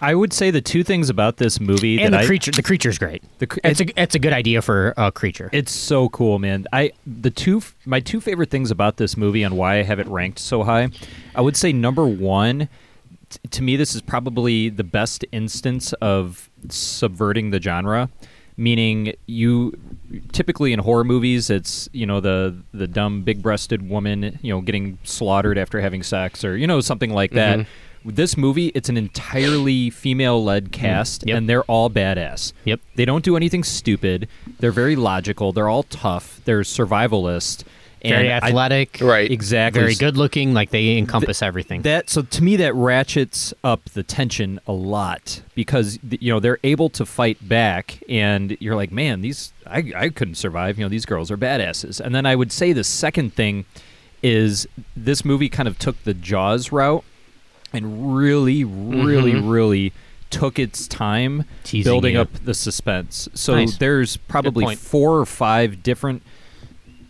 [SPEAKER 8] I would say the two things about this movie
[SPEAKER 4] and
[SPEAKER 8] that
[SPEAKER 4] the
[SPEAKER 8] I-
[SPEAKER 4] creature the creature's great the it's a it's a good idea for a creature
[SPEAKER 8] It's so cool, man. I the two f- my two favorite things about this movie and why I have it ranked so high. I would say number one, t- to me, this is probably the best instance of subverting the genre. Meaning, you typically in horror movies, it's you know the the dumb big-breasted woman, you know, getting slaughtered after having sex, or you know something like that.
[SPEAKER 4] Mhm.
[SPEAKER 8] With This movie, it's an entirely female-led cast,
[SPEAKER 4] Mm-hmm. yep.
[SPEAKER 8] and they're all badass.
[SPEAKER 4] Yep.
[SPEAKER 8] They don't do anything stupid. They're very logical. They're all tough. They're survivalist.
[SPEAKER 4] very
[SPEAKER 8] I-
[SPEAKER 4] athletic,
[SPEAKER 8] right? Exactly.
[SPEAKER 4] Very good looking. Like they encompass everything.
[SPEAKER 8] That so to me that ratchets up the tension a lot because th- you know they're able to fight back, and you're like, man, these I I couldn't survive. You know, these girls are badasses. And then I would say the second thing is this movie kind of took the Jaws route and really, really,
[SPEAKER 4] Mhm.
[SPEAKER 8] really took its time
[SPEAKER 4] Teasing
[SPEAKER 8] building
[SPEAKER 4] you.
[SPEAKER 8] up the suspense. So
[SPEAKER 4] Nice.
[SPEAKER 8] there's
[SPEAKER 4] Good
[SPEAKER 8] probably
[SPEAKER 4] point.
[SPEAKER 8] four or five different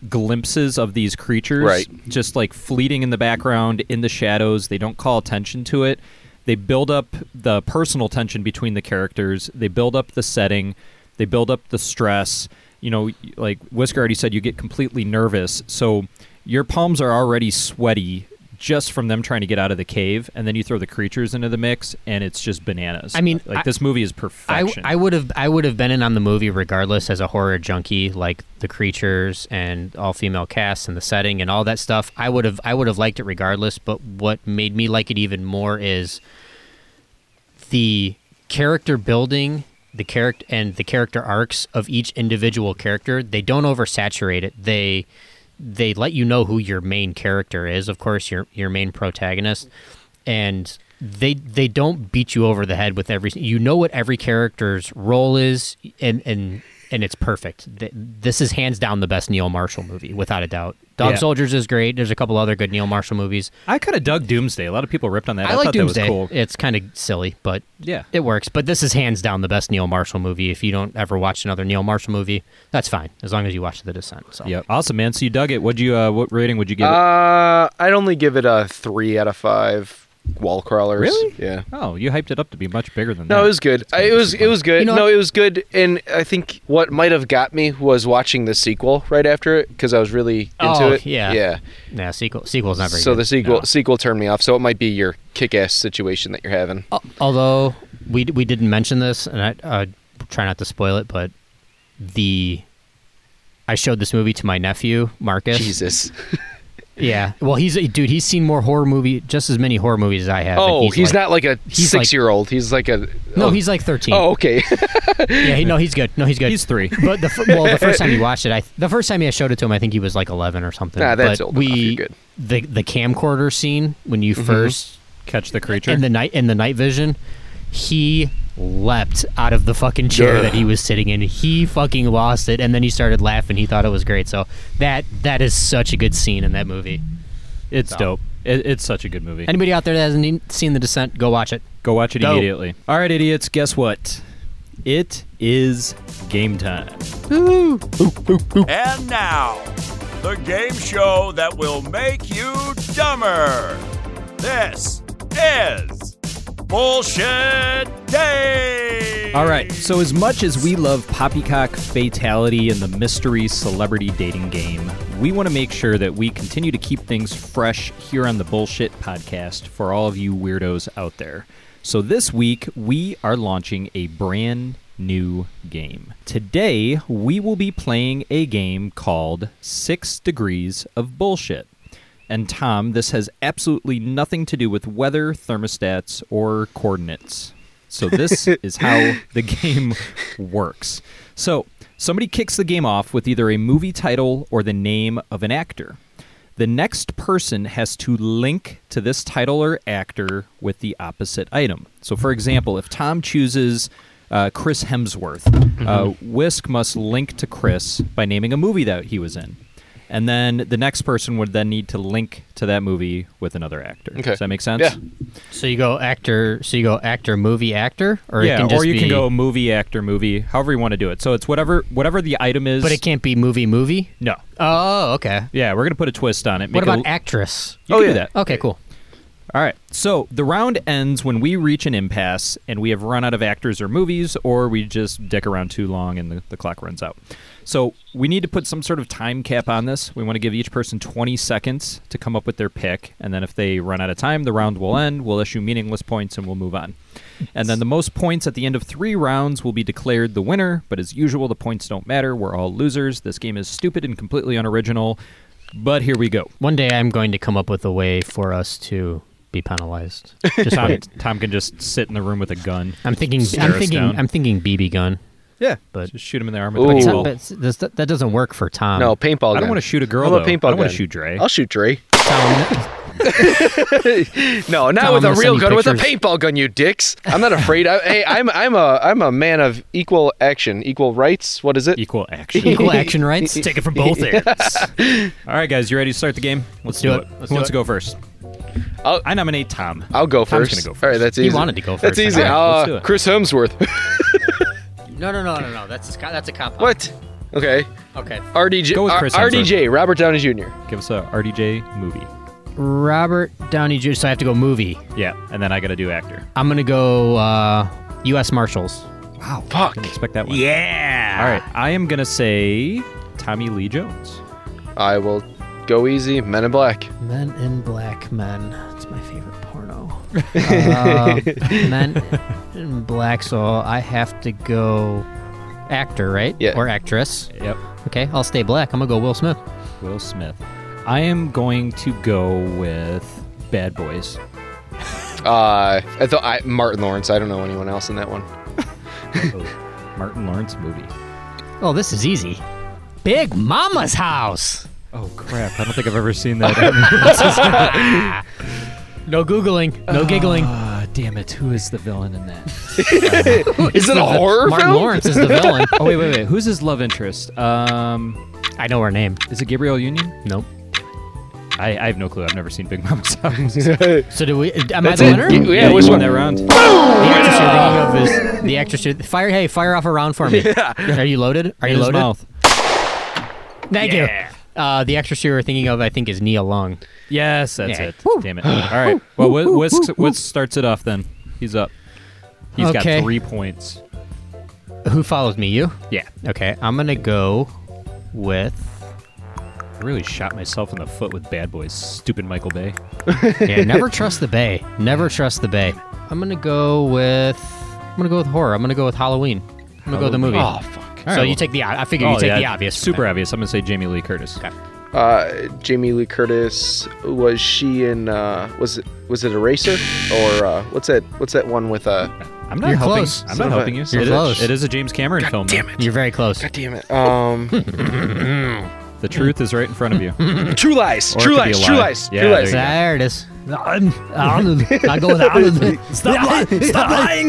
[SPEAKER 8] glimpses of these creatures
[SPEAKER 1] Right.
[SPEAKER 8] just like fleeting in the background in the shadows they don't call attention to it they build up the personal tension between the characters they build up the setting they build up the stress you know y- like whisker already said you get completely nervous so your palms are already sweaty just from them trying to get out of the cave and then you throw the creatures into the mix and it's just bananas
[SPEAKER 4] I mean,
[SPEAKER 8] like
[SPEAKER 4] I-
[SPEAKER 8] this movie is
[SPEAKER 4] I,
[SPEAKER 8] perfection
[SPEAKER 4] I would have I would have been in on the movie regardless as a horror junkie like the creatures and all female casts and the setting and all that stuff I would have I would have liked it regardless but what made me like it even more is the character building the character and the character arcs of each individual character they don't oversaturate it they they let you know who your main character is of course your your main protagonist and they they don't beat you over the head with every you know what every character's role is and and and it's perfect. Th- This is hands down the best Neil Marshall movie, without a doubt. Dog
[SPEAKER 8] Yeah.
[SPEAKER 4] Soldiers is great. There's a couple other good Neil Marshall movies.
[SPEAKER 8] I kind of dug Doomsday. A lot of people ripped on that.
[SPEAKER 4] I,
[SPEAKER 8] I,
[SPEAKER 4] like
[SPEAKER 8] thought
[SPEAKER 4] Doomsday.
[SPEAKER 8] that was cool.
[SPEAKER 4] It's kind of silly, but
[SPEAKER 8] Yeah.
[SPEAKER 4] it works. But this is hands down the best Neil Marshall movie. If you don't ever watch another Neil Marshall movie, that's fine as long as you watch The Descent. So
[SPEAKER 8] Yeah, awesome, man. So you dug it. What you? Uh, what rating would you give it?
[SPEAKER 1] Uh, I'd only give it a three out of five wall crawlers.
[SPEAKER 8] Really?
[SPEAKER 1] Yeah.
[SPEAKER 8] Oh, you hyped it up to be much bigger than that.
[SPEAKER 1] No, it was good. I, it was it was good.
[SPEAKER 8] You know
[SPEAKER 1] no,
[SPEAKER 8] what?
[SPEAKER 1] it was good. And I think what might have got me was watching the sequel right after it because I was really into
[SPEAKER 4] Oh,
[SPEAKER 1] it.
[SPEAKER 4] yeah.
[SPEAKER 1] Yeah.
[SPEAKER 4] Nah, sequel sequel's not very
[SPEAKER 1] so
[SPEAKER 4] good.
[SPEAKER 1] the sequel sequel turned me off. So it might be your kick ass situation that you're having.
[SPEAKER 4] although we we didn't mention this, and I uh, try not to spoil it, but the I showed this movie to my nephew Marcus.
[SPEAKER 1] Jesus.
[SPEAKER 4] Yeah. Well, he's dude. He's seen more horror movie, just as many horror movies as I have. and
[SPEAKER 1] oh, he's,
[SPEAKER 4] like-
[SPEAKER 1] not like a
[SPEAKER 4] he's like-
[SPEAKER 1] six-year-old. he's like a
[SPEAKER 4] No,
[SPEAKER 1] oh.
[SPEAKER 4] he's like 13.
[SPEAKER 1] Oh, okay. (laughs)
[SPEAKER 4] yeah, he, no, he's good. No, he's good. He's
[SPEAKER 8] three.
[SPEAKER 4] But the fir- well, the first (laughs) time he watched it, I the first time I showed it to him, I think he was like 11 or something.
[SPEAKER 1] Nah, that's
[SPEAKER 4] but
[SPEAKER 1] old
[SPEAKER 4] we
[SPEAKER 1] enough. You're good.
[SPEAKER 4] the the camcorder scene when you
[SPEAKER 8] Mhm.
[SPEAKER 4] first
[SPEAKER 8] catch the creature
[SPEAKER 4] and Mm-hmm. the night and the night vision, he leapt out of the fucking chair
[SPEAKER 8] Yeah.
[SPEAKER 4] that he was sitting in. He fucking lost it, and then he started laughing. He thought it was great. So that that is such a good scene in that movie.
[SPEAKER 8] It's
[SPEAKER 4] So.
[SPEAKER 8] dope. It, it's such a good movie.
[SPEAKER 4] Anybody out there that hasn't e- seen The Descent, go watch it.
[SPEAKER 8] Go watch it
[SPEAKER 4] Dope.
[SPEAKER 8] immediately. All right, idiots. Guess what? It is game time.
[SPEAKER 9] And now, the game show that will make you dumber. This is Bullshit Day.
[SPEAKER 8] All right. So as much as we love poppycock fatality and the mystery celebrity dating game, we want to make sure that we continue to keep things fresh here on the Bullshit Podcast for all of you weirdos out there. So this week we are launching a brand new game. Today we will be playing a game called 6 Degrees of Bullshit. And Tom, this has absolutely nothing to do with weather, thermostats, or coordinates. So this is how the game works. So somebody kicks the game off with either a movie title or the name of an actor. The next person has to link to this title or actor with the opposite item. So, for example, if Tom chooses uh, Chris Hemsworth, uh, Whisk must link to Chris by naming a movie that he was in. And then the next person would then need to link to that movie with another actor. Does that make sense?
[SPEAKER 4] So you go actor. So you go actor, movie, actor, or
[SPEAKER 8] yeah,
[SPEAKER 4] it can just
[SPEAKER 8] or you
[SPEAKER 4] be,
[SPEAKER 8] can go movie actor movie, however you want to do it. So it's whatever whatever the item is.
[SPEAKER 4] But it can't be movie, movie.
[SPEAKER 8] No.
[SPEAKER 4] Oh, okay.
[SPEAKER 8] Yeah, we're gonna put a twist on it.
[SPEAKER 4] What
[SPEAKER 8] make it
[SPEAKER 4] about
[SPEAKER 8] a-
[SPEAKER 4] actress?
[SPEAKER 8] You can do that.
[SPEAKER 4] Okay, cool.
[SPEAKER 8] All right. So the round ends when we reach an impasse and we have run out of actors or movies, or we just dick around too long and the, the clock runs out. So we need to put some sort of time cap on this. We want to give each person 20 seconds to come up with their pick. And then if they run out of time, the round will end. We'll issue meaningless points and we'll move on. And then the most points at the end of three rounds will be declared the winner. But as usual, the points don't matter. We're all losers. This game is stupid and completely unoriginal. But here we go.
[SPEAKER 4] One day I'm going to come up with a way for us to be penalized. Just
[SPEAKER 8] Tom,
[SPEAKER 4] wait.
[SPEAKER 8] Tom can just sit in the room with a gun.
[SPEAKER 4] I'm thinking.
[SPEAKER 8] stare
[SPEAKER 4] I'm
[SPEAKER 8] us
[SPEAKER 4] thinking.
[SPEAKER 8] down.
[SPEAKER 4] I'm thinking BB gun.
[SPEAKER 8] yeah,
[SPEAKER 4] but
[SPEAKER 8] just shoot him in the arm with a
[SPEAKER 4] But, Tom-
[SPEAKER 8] paintball.
[SPEAKER 4] but this- that, that doesn't work for Tom.
[SPEAKER 1] no paintball.
[SPEAKER 8] I don't
[SPEAKER 1] gun.
[SPEAKER 8] wanna shoot a girl,
[SPEAKER 1] How about
[SPEAKER 8] though. I
[SPEAKER 1] paintball
[SPEAKER 8] don't wanna
[SPEAKER 1] gun?
[SPEAKER 8] shoot Dre.
[SPEAKER 1] I'll shoot Dre. no,
[SPEAKER 4] Tom, I'm
[SPEAKER 1] not with a
[SPEAKER 4] gonna
[SPEAKER 1] real
[SPEAKER 4] send you
[SPEAKER 1] gun. With a
[SPEAKER 4] pictures.
[SPEAKER 1] paintball gun, you dicks. I'm not afraid. I, hey, I'm I'm a I'm a man of equal action, equal rights. What is
[SPEAKER 4] (laughs)
[SPEAKER 1] it?
[SPEAKER 8] Equal action.
[SPEAKER 4] Equal action rights. Take it from both ends.
[SPEAKER 8] All right, guys, you ready to start the game? Let's,
[SPEAKER 4] do it. Let's
[SPEAKER 8] Who
[SPEAKER 4] do
[SPEAKER 8] wants to
[SPEAKER 4] it.
[SPEAKER 8] go 1st I nominate Tom.
[SPEAKER 1] I'll go
[SPEAKER 8] Tom's
[SPEAKER 1] first.
[SPEAKER 8] gonna go
[SPEAKER 1] All right, that's
[SPEAKER 4] He
[SPEAKER 1] easy.
[SPEAKER 4] wanted to go
[SPEAKER 1] That's
[SPEAKER 4] first, I
[SPEAKER 1] easy.
[SPEAKER 4] know.
[SPEAKER 1] Uh,
[SPEAKER 4] Let's do it.
[SPEAKER 1] Chris Hemsworth.
[SPEAKER 4] (laughs) (laughs) No, no, no, no, no. That's a, that's a cop.
[SPEAKER 1] what? Okay.
[SPEAKER 4] Okay.
[SPEAKER 1] RDJ.
[SPEAKER 8] Go with
[SPEAKER 1] R-
[SPEAKER 8] Chris
[SPEAKER 1] RDJ. Robert Downey Jr.
[SPEAKER 8] Give us a RDJ movie.
[SPEAKER 4] Robert Downey Jr. So I have to go movie.
[SPEAKER 8] Yeah, and then I got to do actor.
[SPEAKER 4] I'm gonna go uh, U.S. Marshals.
[SPEAKER 8] Wow, fuck. Didn't expect that one.
[SPEAKER 4] Yeah.
[SPEAKER 8] All right, I am gonna say Tommy Lee Jones.
[SPEAKER 1] I will go easy. Men in Black.
[SPEAKER 4] Men in Black Men. It's my favorite
[SPEAKER 1] (laughs)
[SPEAKER 4] porno. Uh, men in Black. So I have to go actor, right?
[SPEAKER 1] Yeah.
[SPEAKER 4] Or actress.
[SPEAKER 8] Yep.
[SPEAKER 4] Okay, I'll stay black. I'm gonna go Will Smith.
[SPEAKER 8] Will Smith. I am going to go with Bad
[SPEAKER 1] (laughs)
[SPEAKER 8] Boys.
[SPEAKER 1] Uh, I thought I, Martin Lawrence. I don't know anyone else in that one.
[SPEAKER 8] Oh, Martin Lawrence movie.
[SPEAKER 4] Oh, this is easy. Big Mama's house.
[SPEAKER 8] Oh crap! I don't think I've ever seen
[SPEAKER 1] (laughs)
[SPEAKER 8] that.
[SPEAKER 4] No googling. No giggling.
[SPEAKER 8] Ah, damn it! Who is the villain in that?
[SPEAKER 1] Is it a horror
[SPEAKER 4] Martin
[SPEAKER 1] film?
[SPEAKER 4] Lawrence is the
[SPEAKER 1] (laughs)
[SPEAKER 4] villain.
[SPEAKER 8] Oh wait, wait, wait! Who's his love interest? Um,
[SPEAKER 4] I know her name.
[SPEAKER 8] is it Gabriel Union?
[SPEAKER 4] Nope.
[SPEAKER 8] I, I have no clue. I've never seen Big Mama's House.
[SPEAKER 4] So do we? uh, Am
[SPEAKER 1] That's
[SPEAKER 4] I the
[SPEAKER 1] it.
[SPEAKER 4] winner?
[SPEAKER 1] You- yeah,
[SPEAKER 8] you
[SPEAKER 1] which
[SPEAKER 8] won
[SPEAKER 1] one?
[SPEAKER 8] that round?
[SPEAKER 4] The actress you're thinking of is the actress. You're, fire! Hey, fire off a round
[SPEAKER 1] (laughs)
[SPEAKER 4] for me. Are you loaded? Are you
[SPEAKER 8] His
[SPEAKER 4] loaded?
[SPEAKER 8] mouth.
[SPEAKER 4] Thank you. Uh, the actress you were thinking of, I think, is Nia Long.
[SPEAKER 8] Yes, that's
[SPEAKER 4] Yeah.
[SPEAKER 8] it. Damn it! All right. Well, Wh- Whisk, Whisk starts it off then. He's up. He's
[SPEAKER 4] Okay.
[SPEAKER 8] got three points.
[SPEAKER 4] Who follows me? You?
[SPEAKER 8] Yeah.
[SPEAKER 4] Okay, I'm gonna go with.
[SPEAKER 8] I really shot myself in the foot with Bad Boys. Stupid Michael Bay.
[SPEAKER 4] Yeah, never trust the Bay. Never trust the Bay. I'm gonna go with. I'm gonna go with horror. I'm gonna go with Halloween. I'm gonna go with the movie.
[SPEAKER 1] Oh fuck.
[SPEAKER 8] oh,
[SPEAKER 4] so you take the. o- I figure you take the obvious.
[SPEAKER 8] Super obvious. I'm gonna say Jamie Lee Curtis.
[SPEAKER 1] uh, Jamie Lee Curtis was she in uh, was it was it Eraser or uh, what's that what's that one with uh
[SPEAKER 8] I'm not helping. I'm not helping you. It is- it is a James Cameron film. Damn it.
[SPEAKER 4] You're very close.
[SPEAKER 1] God damn it.
[SPEAKER 8] (laughs)
[SPEAKER 1] Um,
[SPEAKER 8] the truth is right in front of you.
[SPEAKER 1] True lies.
[SPEAKER 8] Or it
[SPEAKER 1] True
[SPEAKER 8] could be a
[SPEAKER 1] lies.
[SPEAKER 8] lie.
[SPEAKER 1] True lies.
[SPEAKER 8] Yeah,
[SPEAKER 1] true
[SPEAKER 8] there
[SPEAKER 1] lies.
[SPEAKER 8] you go.
[SPEAKER 4] There it is. I'm,
[SPEAKER 14] (laughs)
[SPEAKER 4] I'm, I go with I'm,
[SPEAKER 14] Stop lying! Stop lying!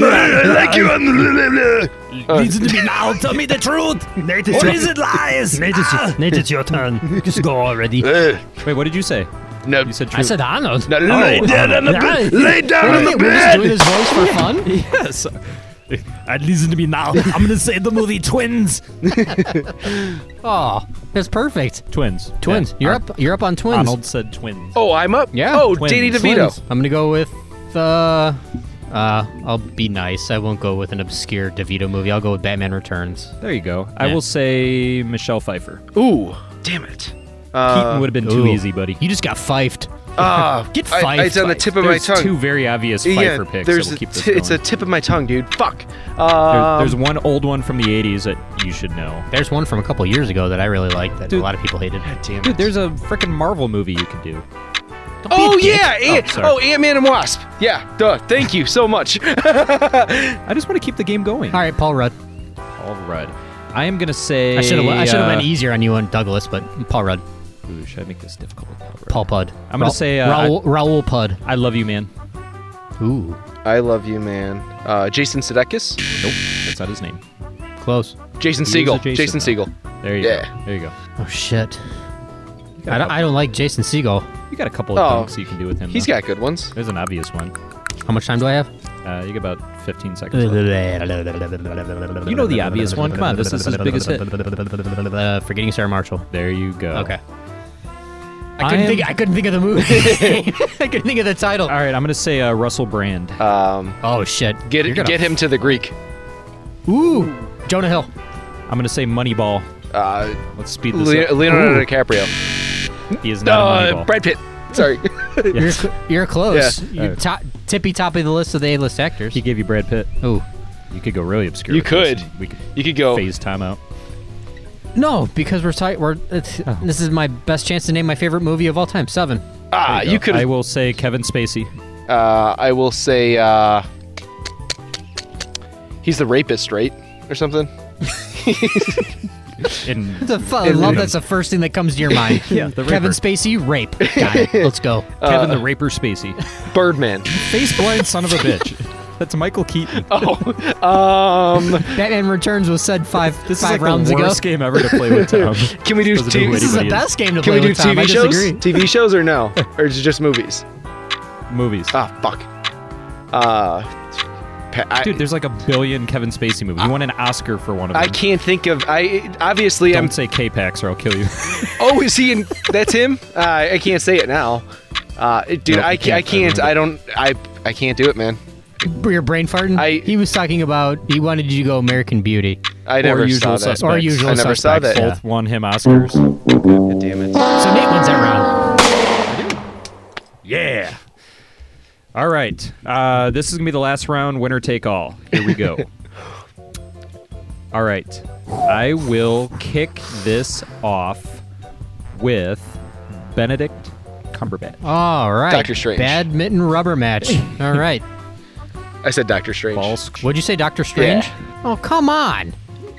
[SPEAKER 14] Listen to me now. Tell me the truth.
[SPEAKER 15] Nate,
[SPEAKER 14] Or is it lies?
[SPEAKER 15] Nate,
[SPEAKER 14] Ah!
[SPEAKER 15] it's, Nate, it's your
[SPEAKER 14] (laughs)
[SPEAKER 15] turn. Just go already.
[SPEAKER 8] Wait, what did you say?
[SPEAKER 1] No,
[SPEAKER 8] you said
[SPEAKER 4] I said Arnold.
[SPEAKER 1] No,
[SPEAKER 15] Lay down on the bed. Lay down on the bed.
[SPEAKER 14] yes. And listen to me now. I'm gonna say the movie Twins.
[SPEAKER 4] oh, that's perfect.
[SPEAKER 8] Twins.
[SPEAKER 4] Twins.
[SPEAKER 8] Yeah.
[SPEAKER 4] You're
[SPEAKER 8] Ar-
[SPEAKER 4] up. You're up on twins.
[SPEAKER 8] Arnold said twins.
[SPEAKER 1] Oh, I'm up.
[SPEAKER 4] Yeah.
[SPEAKER 1] Oh, Danny DeVito.
[SPEAKER 4] Twins. I'm gonna go with. Uh, uh, I'll be nice. I won't go with an obscure DeVito movie. I'll go with Batman Returns.
[SPEAKER 8] There you go. I
[SPEAKER 4] Yeah.
[SPEAKER 8] will say Michelle Pfeiffer.
[SPEAKER 1] Ooh, damn it. Uh,
[SPEAKER 8] Keaton would have been too
[SPEAKER 4] ooh.
[SPEAKER 8] easy, buddy.
[SPEAKER 4] You just got fifed.
[SPEAKER 1] Ah,
[SPEAKER 4] (laughs) Get
[SPEAKER 1] I-
[SPEAKER 4] fifed.
[SPEAKER 1] it's on the tip of
[SPEAKER 8] There's
[SPEAKER 1] my tongue.
[SPEAKER 8] two very obvious
[SPEAKER 1] yeah,
[SPEAKER 8] Pfeiffer picks that
[SPEAKER 1] There's
[SPEAKER 8] will
[SPEAKER 1] a
[SPEAKER 8] keep this
[SPEAKER 1] ti- it's a
[SPEAKER 8] going.
[SPEAKER 1] tip of my tongue, dude. Fuck.
[SPEAKER 8] There-
[SPEAKER 1] Um,
[SPEAKER 8] there's one old one from the 80s that you should know.
[SPEAKER 4] There's one from a couple years ago that I really liked that
[SPEAKER 8] Dude.
[SPEAKER 4] a lot of people hated.
[SPEAKER 1] Damn
[SPEAKER 8] Dude, there's a freaking Marvel movie you could do.
[SPEAKER 1] Oh
[SPEAKER 8] dick.
[SPEAKER 1] yeah, Ant-
[SPEAKER 8] Oh, sorry.
[SPEAKER 1] oh, Ant Man and Wasp. Yeah, duh. Thank you so much. (laughs)
[SPEAKER 8] I just want to keep the game going.
[SPEAKER 4] All right, Paul Rudd.
[SPEAKER 8] Paul Rudd. I am gonna say.
[SPEAKER 4] I should have. I should have
[SPEAKER 8] uh,
[SPEAKER 4] went easier on you on Douglas, but Paul Rudd.
[SPEAKER 8] Ooh, should I make this difficult?
[SPEAKER 4] Paul Pud.
[SPEAKER 8] I'm gonna say, uh,
[SPEAKER 4] Raul, Raul Pud.
[SPEAKER 8] I love you, man.
[SPEAKER 4] Ooh,
[SPEAKER 1] I love you, man. Uh, Jason Sudeikis.
[SPEAKER 8] Nope, that's not his name.
[SPEAKER 4] close.
[SPEAKER 1] Jason
[SPEAKER 8] He is a
[SPEAKER 1] Segel.
[SPEAKER 8] Jason,
[SPEAKER 1] Jason,
[SPEAKER 8] though.
[SPEAKER 1] Segel.
[SPEAKER 8] There you
[SPEAKER 1] Yeah.
[SPEAKER 8] go. There you go.
[SPEAKER 4] Oh shit. I don't, I don't like Jason Segel.
[SPEAKER 8] You got a couple of
[SPEAKER 1] Oh,
[SPEAKER 8] things you can do with him.
[SPEAKER 1] He's
[SPEAKER 8] though.
[SPEAKER 1] got good ones.
[SPEAKER 8] There's an obvious one.
[SPEAKER 4] How much time do I have?
[SPEAKER 8] Uh, you got about 15 seconds. left.
[SPEAKER 4] you
[SPEAKER 8] You know the obvious one. Come on, this is his biggest hit.
[SPEAKER 4] Uh, forgetting Sarah Marshall.
[SPEAKER 8] There you go.
[SPEAKER 4] Okay. I
[SPEAKER 8] I
[SPEAKER 4] couldn't
[SPEAKER 8] am-
[SPEAKER 4] think. I couldn't think of the movie. (laughs) I couldn't think of the title.
[SPEAKER 8] All right, I'm gonna say uh, Russell Brand.
[SPEAKER 1] Um,
[SPEAKER 4] Oh shit!
[SPEAKER 1] get
[SPEAKER 4] You're gonna-
[SPEAKER 1] get him to the Greek.
[SPEAKER 4] Ooh, Jonah Hill.
[SPEAKER 8] I'm gonna say Moneyball.
[SPEAKER 1] Uh,
[SPEAKER 8] Let's speed this
[SPEAKER 1] Le-
[SPEAKER 8] up.
[SPEAKER 1] Leonardo
[SPEAKER 8] Ooh,
[SPEAKER 1] DiCaprio.
[SPEAKER 8] He is not a
[SPEAKER 1] Uh,
[SPEAKER 8] Moneyball.
[SPEAKER 1] Brad Pitt. Sorry.
[SPEAKER 8] Yes.
[SPEAKER 4] You're, cl- you're close.
[SPEAKER 1] Yeah.
[SPEAKER 4] You're top, tippy top of the list of the A-list actors.
[SPEAKER 8] He gave you Brad Pitt.
[SPEAKER 4] Ooh.
[SPEAKER 8] You could go really obscure.
[SPEAKER 1] You
[SPEAKER 8] with this,
[SPEAKER 1] could.
[SPEAKER 8] and We could
[SPEAKER 1] You could go.
[SPEAKER 8] phase time out.
[SPEAKER 4] No, because we're tight. We're it's,
[SPEAKER 8] Oh.
[SPEAKER 4] this is my best chance to name my favorite movie of all time. Seven.
[SPEAKER 1] Ah,
[SPEAKER 8] There
[SPEAKER 1] you
[SPEAKER 8] go. I
[SPEAKER 1] could.
[SPEAKER 8] will say Kevin Spacey.
[SPEAKER 1] Uh, I will say. Uh, he's the rapist, right, or something.
[SPEAKER 8] In
[SPEAKER 4] That's a fu- I love that's the first thing that comes
[SPEAKER 8] (laughs)
[SPEAKER 4] to your mind.
[SPEAKER 8] Yeah, the
[SPEAKER 4] Kevin
[SPEAKER 8] raper.
[SPEAKER 4] Spacey
[SPEAKER 8] (laughs)
[SPEAKER 4] rape. Got it. Let's go.
[SPEAKER 1] Uh,
[SPEAKER 8] Kevin the Raper Spacey.
[SPEAKER 1] Birdman.
[SPEAKER 8] Face blind son of a
[SPEAKER 1] (laughs)
[SPEAKER 8] bitch. That's Michael Keaton.
[SPEAKER 1] Oh, um,
[SPEAKER 4] Batman Returns was said five
[SPEAKER 8] This
[SPEAKER 4] five
[SPEAKER 8] is like
[SPEAKER 4] rounds
[SPEAKER 8] the
[SPEAKER 4] ago.
[SPEAKER 8] worst game ever to play with Tom.
[SPEAKER 1] (laughs) can we do
[SPEAKER 8] Doesn't know
[SPEAKER 1] TV?
[SPEAKER 8] who
[SPEAKER 4] This is the
[SPEAKER 8] anybody
[SPEAKER 4] best (laughs) game to
[SPEAKER 1] Can
[SPEAKER 4] play
[SPEAKER 1] we do
[SPEAKER 4] with Tom. I
[SPEAKER 1] TV shows? (laughs)
[SPEAKER 4] disagree.
[SPEAKER 1] TV shows or no, or is it just movies?
[SPEAKER 8] Movies.
[SPEAKER 1] Ah, fuck. Uh, pa- I,
[SPEAKER 8] Dude, there's like a billion Kevin Spacey movies. You won an Oscar for one of them.
[SPEAKER 1] I can't think of. I obviously
[SPEAKER 8] Don't
[SPEAKER 1] I'm.
[SPEAKER 8] say K-Pax or I'll kill you.
[SPEAKER 1] Oh, is he in? That's him. Uh, I can't say it now. Uh, dude,
[SPEAKER 8] Nope,
[SPEAKER 1] I,
[SPEAKER 8] you
[SPEAKER 1] ca- I
[SPEAKER 8] can't.
[SPEAKER 1] can't. I don't. I I can't do it, man.
[SPEAKER 4] Your brain farting.
[SPEAKER 1] I-
[SPEAKER 4] he was talking about he wanted you to go American Beauty.
[SPEAKER 1] I never
[SPEAKER 8] or
[SPEAKER 1] saw
[SPEAKER 8] Usual
[SPEAKER 1] that.
[SPEAKER 8] Suspects.
[SPEAKER 4] Or Usual
[SPEAKER 1] I never saw
[SPEAKER 4] Suspects,
[SPEAKER 1] that.
[SPEAKER 4] yeah.
[SPEAKER 8] Both won him Oscars.
[SPEAKER 1] God damn it.
[SPEAKER 4] So Nate wins that round.
[SPEAKER 8] Yeah. All right. Uh, this is gonna be the last round. Winner take all. Here we go. all right. I will kick this off with Benedict Cumberbatch.
[SPEAKER 4] All right.
[SPEAKER 1] Doctor Strange.
[SPEAKER 4] Badminton rubber
[SPEAKER 1] (laughs)
[SPEAKER 4] match. All right.
[SPEAKER 1] I said Doctor Strange.
[SPEAKER 8] Balls.
[SPEAKER 4] What'd you say, Doctor Strange? Oh come on!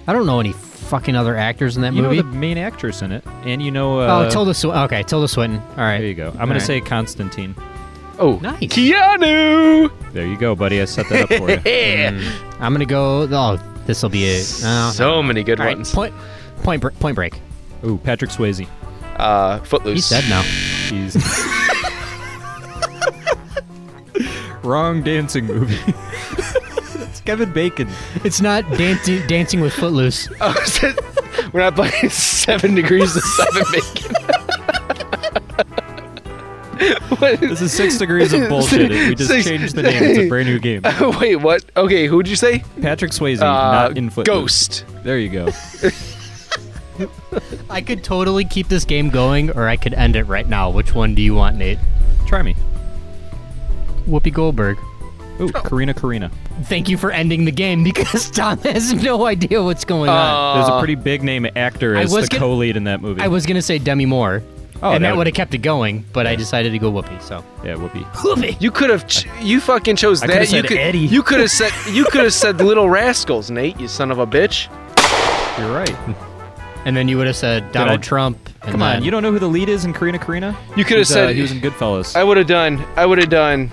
[SPEAKER 4] I don't know any fucking other actors in that
[SPEAKER 8] You
[SPEAKER 4] movmovie.
[SPEAKER 8] know the main actress in it, and you know. Uh,
[SPEAKER 4] oh, Tilda Swinton. Okay, Tilda Swinton. All right.
[SPEAKER 8] There you go. I'm
[SPEAKER 4] All
[SPEAKER 8] gonna
[SPEAKER 4] right.
[SPEAKER 8] say Constantine.
[SPEAKER 1] Oh,
[SPEAKER 4] Nice.
[SPEAKER 1] Keanu.
[SPEAKER 8] There you go, buddy. I set that up for you.
[SPEAKER 4] I'm gonna go. Oh, this will be a oh,
[SPEAKER 1] So many good
[SPEAKER 4] all right,
[SPEAKER 1] ones.
[SPEAKER 4] point, point, Br- point break.
[SPEAKER 8] Ooh, Patrick Swayze.
[SPEAKER 1] Uh,
[SPEAKER 4] He's
[SPEAKER 1] Footloose.
[SPEAKER 4] dead now.
[SPEAKER 8] He's wrong dancing movie. That's Kevin Bacon.
[SPEAKER 4] It's not dancing, dancing with Footloose.
[SPEAKER 1] Oh, is that- (laughs) we're not playing Seven Degrees of Seven Bacon. (laughs) What is-
[SPEAKER 8] This is six degrees of bullshit. We just
[SPEAKER 1] Six-
[SPEAKER 8] changed the name. It's a brand new game.
[SPEAKER 1] Wait, what? Okay, who'd you say?
[SPEAKER 8] Patrick Swayze,
[SPEAKER 1] Uh,
[SPEAKER 8] not in Footloose.
[SPEAKER 1] Ghost.
[SPEAKER 8] There you go.
[SPEAKER 4] I could totally keep this game going, or I could end it right now. Which one do you want, Nate?
[SPEAKER 8] Try me.
[SPEAKER 4] Whoopi Goldberg.
[SPEAKER 8] Ooh, Karina Karina.
[SPEAKER 4] Thank you for ending the game (laughs) because Tom has no idea what's going on.
[SPEAKER 8] Uh, There's a pretty big name actor
[SPEAKER 4] I
[SPEAKER 8] as
[SPEAKER 4] was
[SPEAKER 8] the
[SPEAKER 4] gonna-
[SPEAKER 8] co-lead in that movie.
[SPEAKER 4] I was gonna say Demi Moore, Oh, and
[SPEAKER 1] that
[SPEAKER 4] that,
[SPEAKER 1] would-
[SPEAKER 4] would have kept it going, but I decided to go Whoopi. So
[SPEAKER 8] yeah, Whoopi.
[SPEAKER 1] You could have, ch- you fucking chose
[SPEAKER 4] I
[SPEAKER 1] that.
[SPEAKER 4] coulda
[SPEAKER 1] you
[SPEAKER 4] said
[SPEAKER 1] could,
[SPEAKER 4] Eddie.
[SPEAKER 1] you could have said, you could have said Little Rascals, Nate. You son of a bitch.
[SPEAKER 8] You're right.
[SPEAKER 4] And then you would have said Donald Trump. and
[SPEAKER 8] Come on,
[SPEAKER 4] then-
[SPEAKER 8] you don't know who the lead is in Karina Karina?
[SPEAKER 1] You could have
[SPEAKER 8] He's, uh,
[SPEAKER 1] said
[SPEAKER 8] he was in Goodfellas.
[SPEAKER 1] I would have done. I would have done.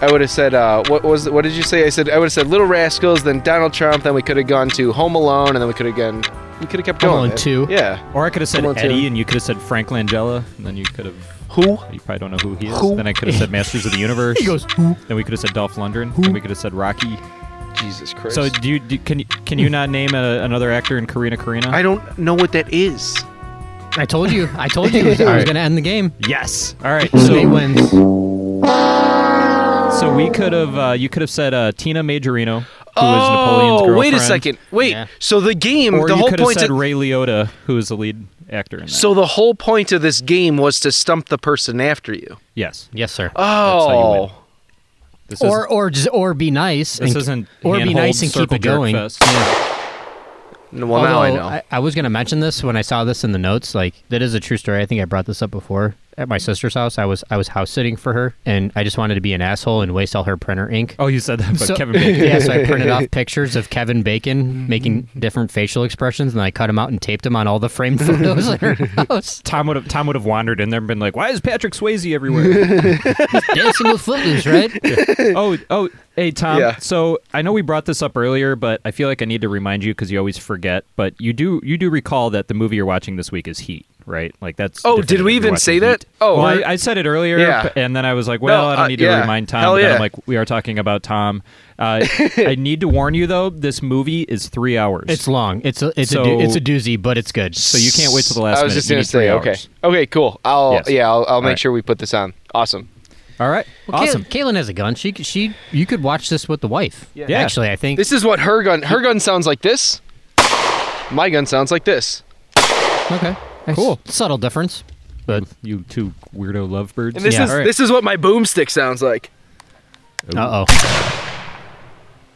[SPEAKER 1] I would have said. Uh, what was? What did you say? I said. I would have said Little Rascals, then Donald Trump, then we could have gone to Home Alone, and then we could have gone. We could have kept
[SPEAKER 4] Home
[SPEAKER 1] going.
[SPEAKER 4] Alone
[SPEAKER 1] man.
[SPEAKER 4] 2.
[SPEAKER 1] Yeah.
[SPEAKER 8] Or I could have said
[SPEAKER 1] Home Alone 2.
[SPEAKER 8] Eddie, and you could have said Frank Langella, and then you could have.
[SPEAKER 1] Who?
[SPEAKER 8] You probably don't know who he is.
[SPEAKER 1] Who?
[SPEAKER 8] Then I could have said Masters of the Universe.
[SPEAKER 1] (laughs) He goes, "Who?"
[SPEAKER 8] Then we could have said Dolph Lundgren. Then we could have said Rocky.
[SPEAKER 1] Jesus Christ.
[SPEAKER 8] So do you do, can you can you not name a, another actor in Karina Karina?
[SPEAKER 1] I don't know what that is.
[SPEAKER 4] I told you. I told (laughs) you I was
[SPEAKER 8] All right.
[SPEAKER 4] going to end the game.
[SPEAKER 8] Yes. All right.
[SPEAKER 4] Nate
[SPEAKER 8] So,
[SPEAKER 4] wins.
[SPEAKER 8] so we could have uh, you could have said uh, Tina Majorino, who is Napoleon's
[SPEAKER 1] Oh,
[SPEAKER 8] girlfriend.
[SPEAKER 1] wait a second. Wait. So the game.
[SPEAKER 8] Or
[SPEAKER 1] the
[SPEAKER 8] you
[SPEAKER 1] whole
[SPEAKER 8] could have
[SPEAKER 1] point.
[SPEAKER 8] said
[SPEAKER 1] of-
[SPEAKER 8] Ray Liotta, who is the lead actor in that.
[SPEAKER 1] so the whole point of this game was to stump the person after you.
[SPEAKER 8] yes.
[SPEAKER 4] Yes, sir.
[SPEAKER 8] Uh, how you
[SPEAKER 1] Oh.
[SPEAKER 8] win. This
[SPEAKER 4] or or just or be nice.
[SPEAKER 8] This
[SPEAKER 4] and,
[SPEAKER 8] isn't
[SPEAKER 4] or be
[SPEAKER 8] handhold
[SPEAKER 4] nice and keep
[SPEAKER 8] circle
[SPEAKER 4] it
[SPEAKER 8] jerk
[SPEAKER 4] going.
[SPEAKER 8] fest.
[SPEAKER 1] No, Well, now I
[SPEAKER 4] Although,
[SPEAKER 1] know.
[SPEAKER 4] I, was going to mention this when I saw this in the notes. Like that is a true story. I think I brought this up before at my sister's house. I was I was house sitting for her, and I just wanted to be an asshole and waste all her printer ink.
[SPEAKER 8] Oh, you said that about
[SPEAKER 4] So-
[SPEAKER 8] Kevin Bacon.
[SPEAKER 4] (laughs)
[SPEAKER 8] Mm-hmm.
[SPEAKER 4] yeah, so I printed
[SPEAKER 8] (laughs)
[SPEAKER 4] off pictures of Kevin Bacon making different facial expressions, and I cut them out and taped them on all the framed photos.
[SPEAKER 8] (laughs)
[SPEAKER 4] in her house.
[SPEAKER 8] Tom would have Tom would have wandered in there and been like, "Why is Patrick Swayze
[SPEAKER 1] (laughs)
[SPEAKER 8] everywhere?"
[SPEAKER 4] Dancing with
[SPEAKER 8] (laughs)
[SPEAKER 4] Footloose, right?
[SPEAKER 8] oh, oh, hey Tom.
[SPEAKER 4] Yeah.
[SPEAKER 8] So I know we brought this up earlier, but I feel like I need to remind you because you always forget. But you do you do recall that the movie you're watching this week is Heat, right? Like that's.
[SPEAKER 1] Oh,
[SPEAKER 8] definitive.
[SPEAKER 1] did we
[SPEAKER 8] You're
[SPEAKER 1] even
[SPEAKER 8] watching
[SPEAKER 1] say that?
[SPEAKER 8] Heat.
[SPEAKER 1] Oh,
[SPEAKER 8] Well,
[SPEAKER 1] we're-
[SPEAKER 8] I, I said it earlier,
[SPEAKER 1] Yeah.
[SPEAKER 8] p- and then I was like, "Well, I don't
[SPEAKER 1] uh,
[SPEAKER 8] need
[SPEAKER 1] yeah.
[SPEAKER 8] to remind Tom."
[SPEAKER 1] Hell
[SPEAKER 8] but then I'm
[SPEAKER 1] yeah.
[SPEAKER 8] like, "We are talking about Tom."
[SPEAKER 1] (laughs)
[SPEAKER 8] Uh, I need to warn you though. This movie is three hours.
[SPEAKER 4] It's long. It's a it's a
[SPEAKER 8] So-
[SPEAKER 4] do, it's a doozy, but it's good.
[SPEAKER 8] So you can't wait till the last.
[SPEAKER 1] I was just
[SPEAKER 8] minute. You
[SPEAKER 1] gonna
[SPEAKER 8] need three
[SPEAKER 1] say. Okay.
[SPEAKER 8] hours.
[SPEAKER 1] Okay. Cool. I'll.
[SPEAKER 8] Yes.
[SPEAKER 1] Yeah. I'll, I'll
[SPEAKER 8] All
[SPEAKER 1] make
[SPEAKER 8] right.
[SPEAKER 1] sure we put this on. Awesome.
[SPEAKER 8] All right.
[SPEAKER 4] Well, awesome. Kaylin has a gun. She c- she you could watch this with the wife. Yeah. Actually, I think
[SPEAKER 1] This is what her gun. Her gun sounds like this. My gun sounds like this.
[SPEAKER 4] Okay. Cool. Subtle difference. But
[SPEAKER 8] you two weirdo lovebirds.
[SPEAKER 1] And this is this is what my boomstick sounds like.
[SPEAKER 4] Uh oh.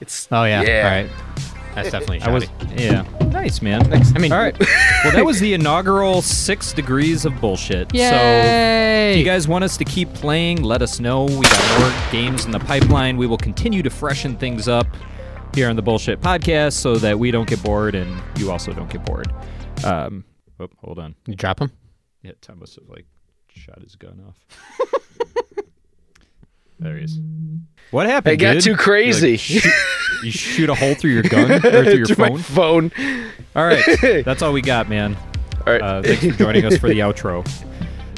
[SPEAKER 1] It's
[SPEAKER 4] Oh yeah.
[SPEAKER 1] yeah.
[SPEAKER 4] All right. That's definitely.
[SPEAKER 8] I was,
[SPEAKER 4] shoddy.
[SPEAKER 8] yeah. Nice, man. I mean, all right. well, that was (laughs) the inaugural six degrees of bullshit. So, if
[SPEAKER 4] Yay!
[SPEAKER 8] you guys want us to keep playing, let us know. We got more games in the pipeline. We will continue to freshen things up here on the Bullshit Podcast so that we don't get bored and you also don't get bored. Um, oh, hold on.
[SPEAKER 4] You drop him.
[SPEAKER 8] Yeah, Tom must have like shot his gun off.
[SPEAKER 1] (laughs)
[SPEAKER 8] there he is. What happened?
[SPEAKER 1] It got
[SPEAKER 8] dude?
[SPEAKER 1] too
[SPEAKER 8] You, like,
[SPEAKER 1] crazy. (laughs)
[SPEAKER 8] shoot- you shoot a hole through your gun or through your
[SPEAKER 1] Through my
[SPEAKER 8] phone?
[SPEAKER 1] phone.
[SPEAKER 8] All
[SPEAKER 1] (laughs)
[SPEAKER 8] right, that's all we got, man.
[SPEAKER 1] All right.
[SPEAKER 8] Uh, thanks for joining us for the
[SPEAKER 1] (laughs)
[SPEAKER 8] outro.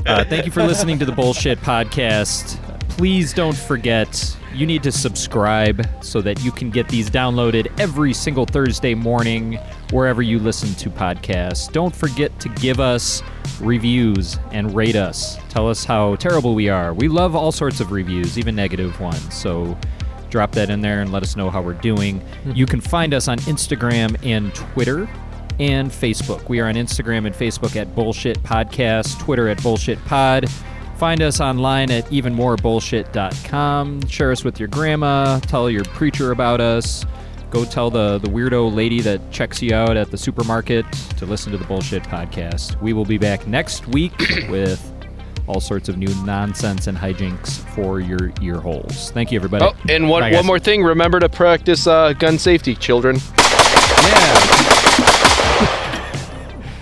[SPEAKER 8] Uh, thank you for listening to the Bullshit Podcast. Please don't forget, you need to subscribe so that you can get these downloaded every single Thursday morning, wherever you listen to podcasts. Don't forget to give us reviews and rate us. Tell us how terrible we are. We love all sorts of reviews, even negative ones. So drop that in there and let us know how we're doing. You can find us on Instagram and Twitter and Facebook. We are on Instagram and Facebook at Bullshit Podcast, Twitter at Bullshit Pod. Find us online at evenmorebullshit.com. Share us with your grandma. Tell your preacher about us. Go tell the, the weirdo lady that checks you out at the supermarket to listen to the Bullshit Podcast. We will be back next week with all sorts of new nonsense and hijinks for your ear holes. Thank you, everybody.
[SPEAKER 1] Oh, and one
[SPEAKER 8] Bye, guys.
[SPEAKER 1] one more thing. Remember to practice uh, gun safety, children.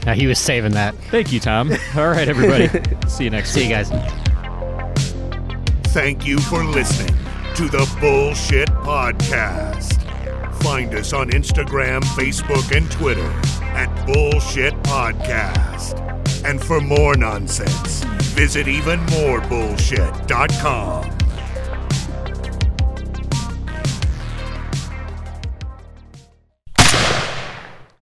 [SPEAKER 4] Now he was saving that.
[SPEAKER 8] Thank you, Tom. All right, everybody. See you next.
[SPEAKER 4] See you guys.
[SPEAKER 7] Thank you for listening to the Bullshit Podcast. Find us on Instagram, Facebook, and Twitter at Bullshit Podcast. And for more nonsense, visit evenmorebullshit.com.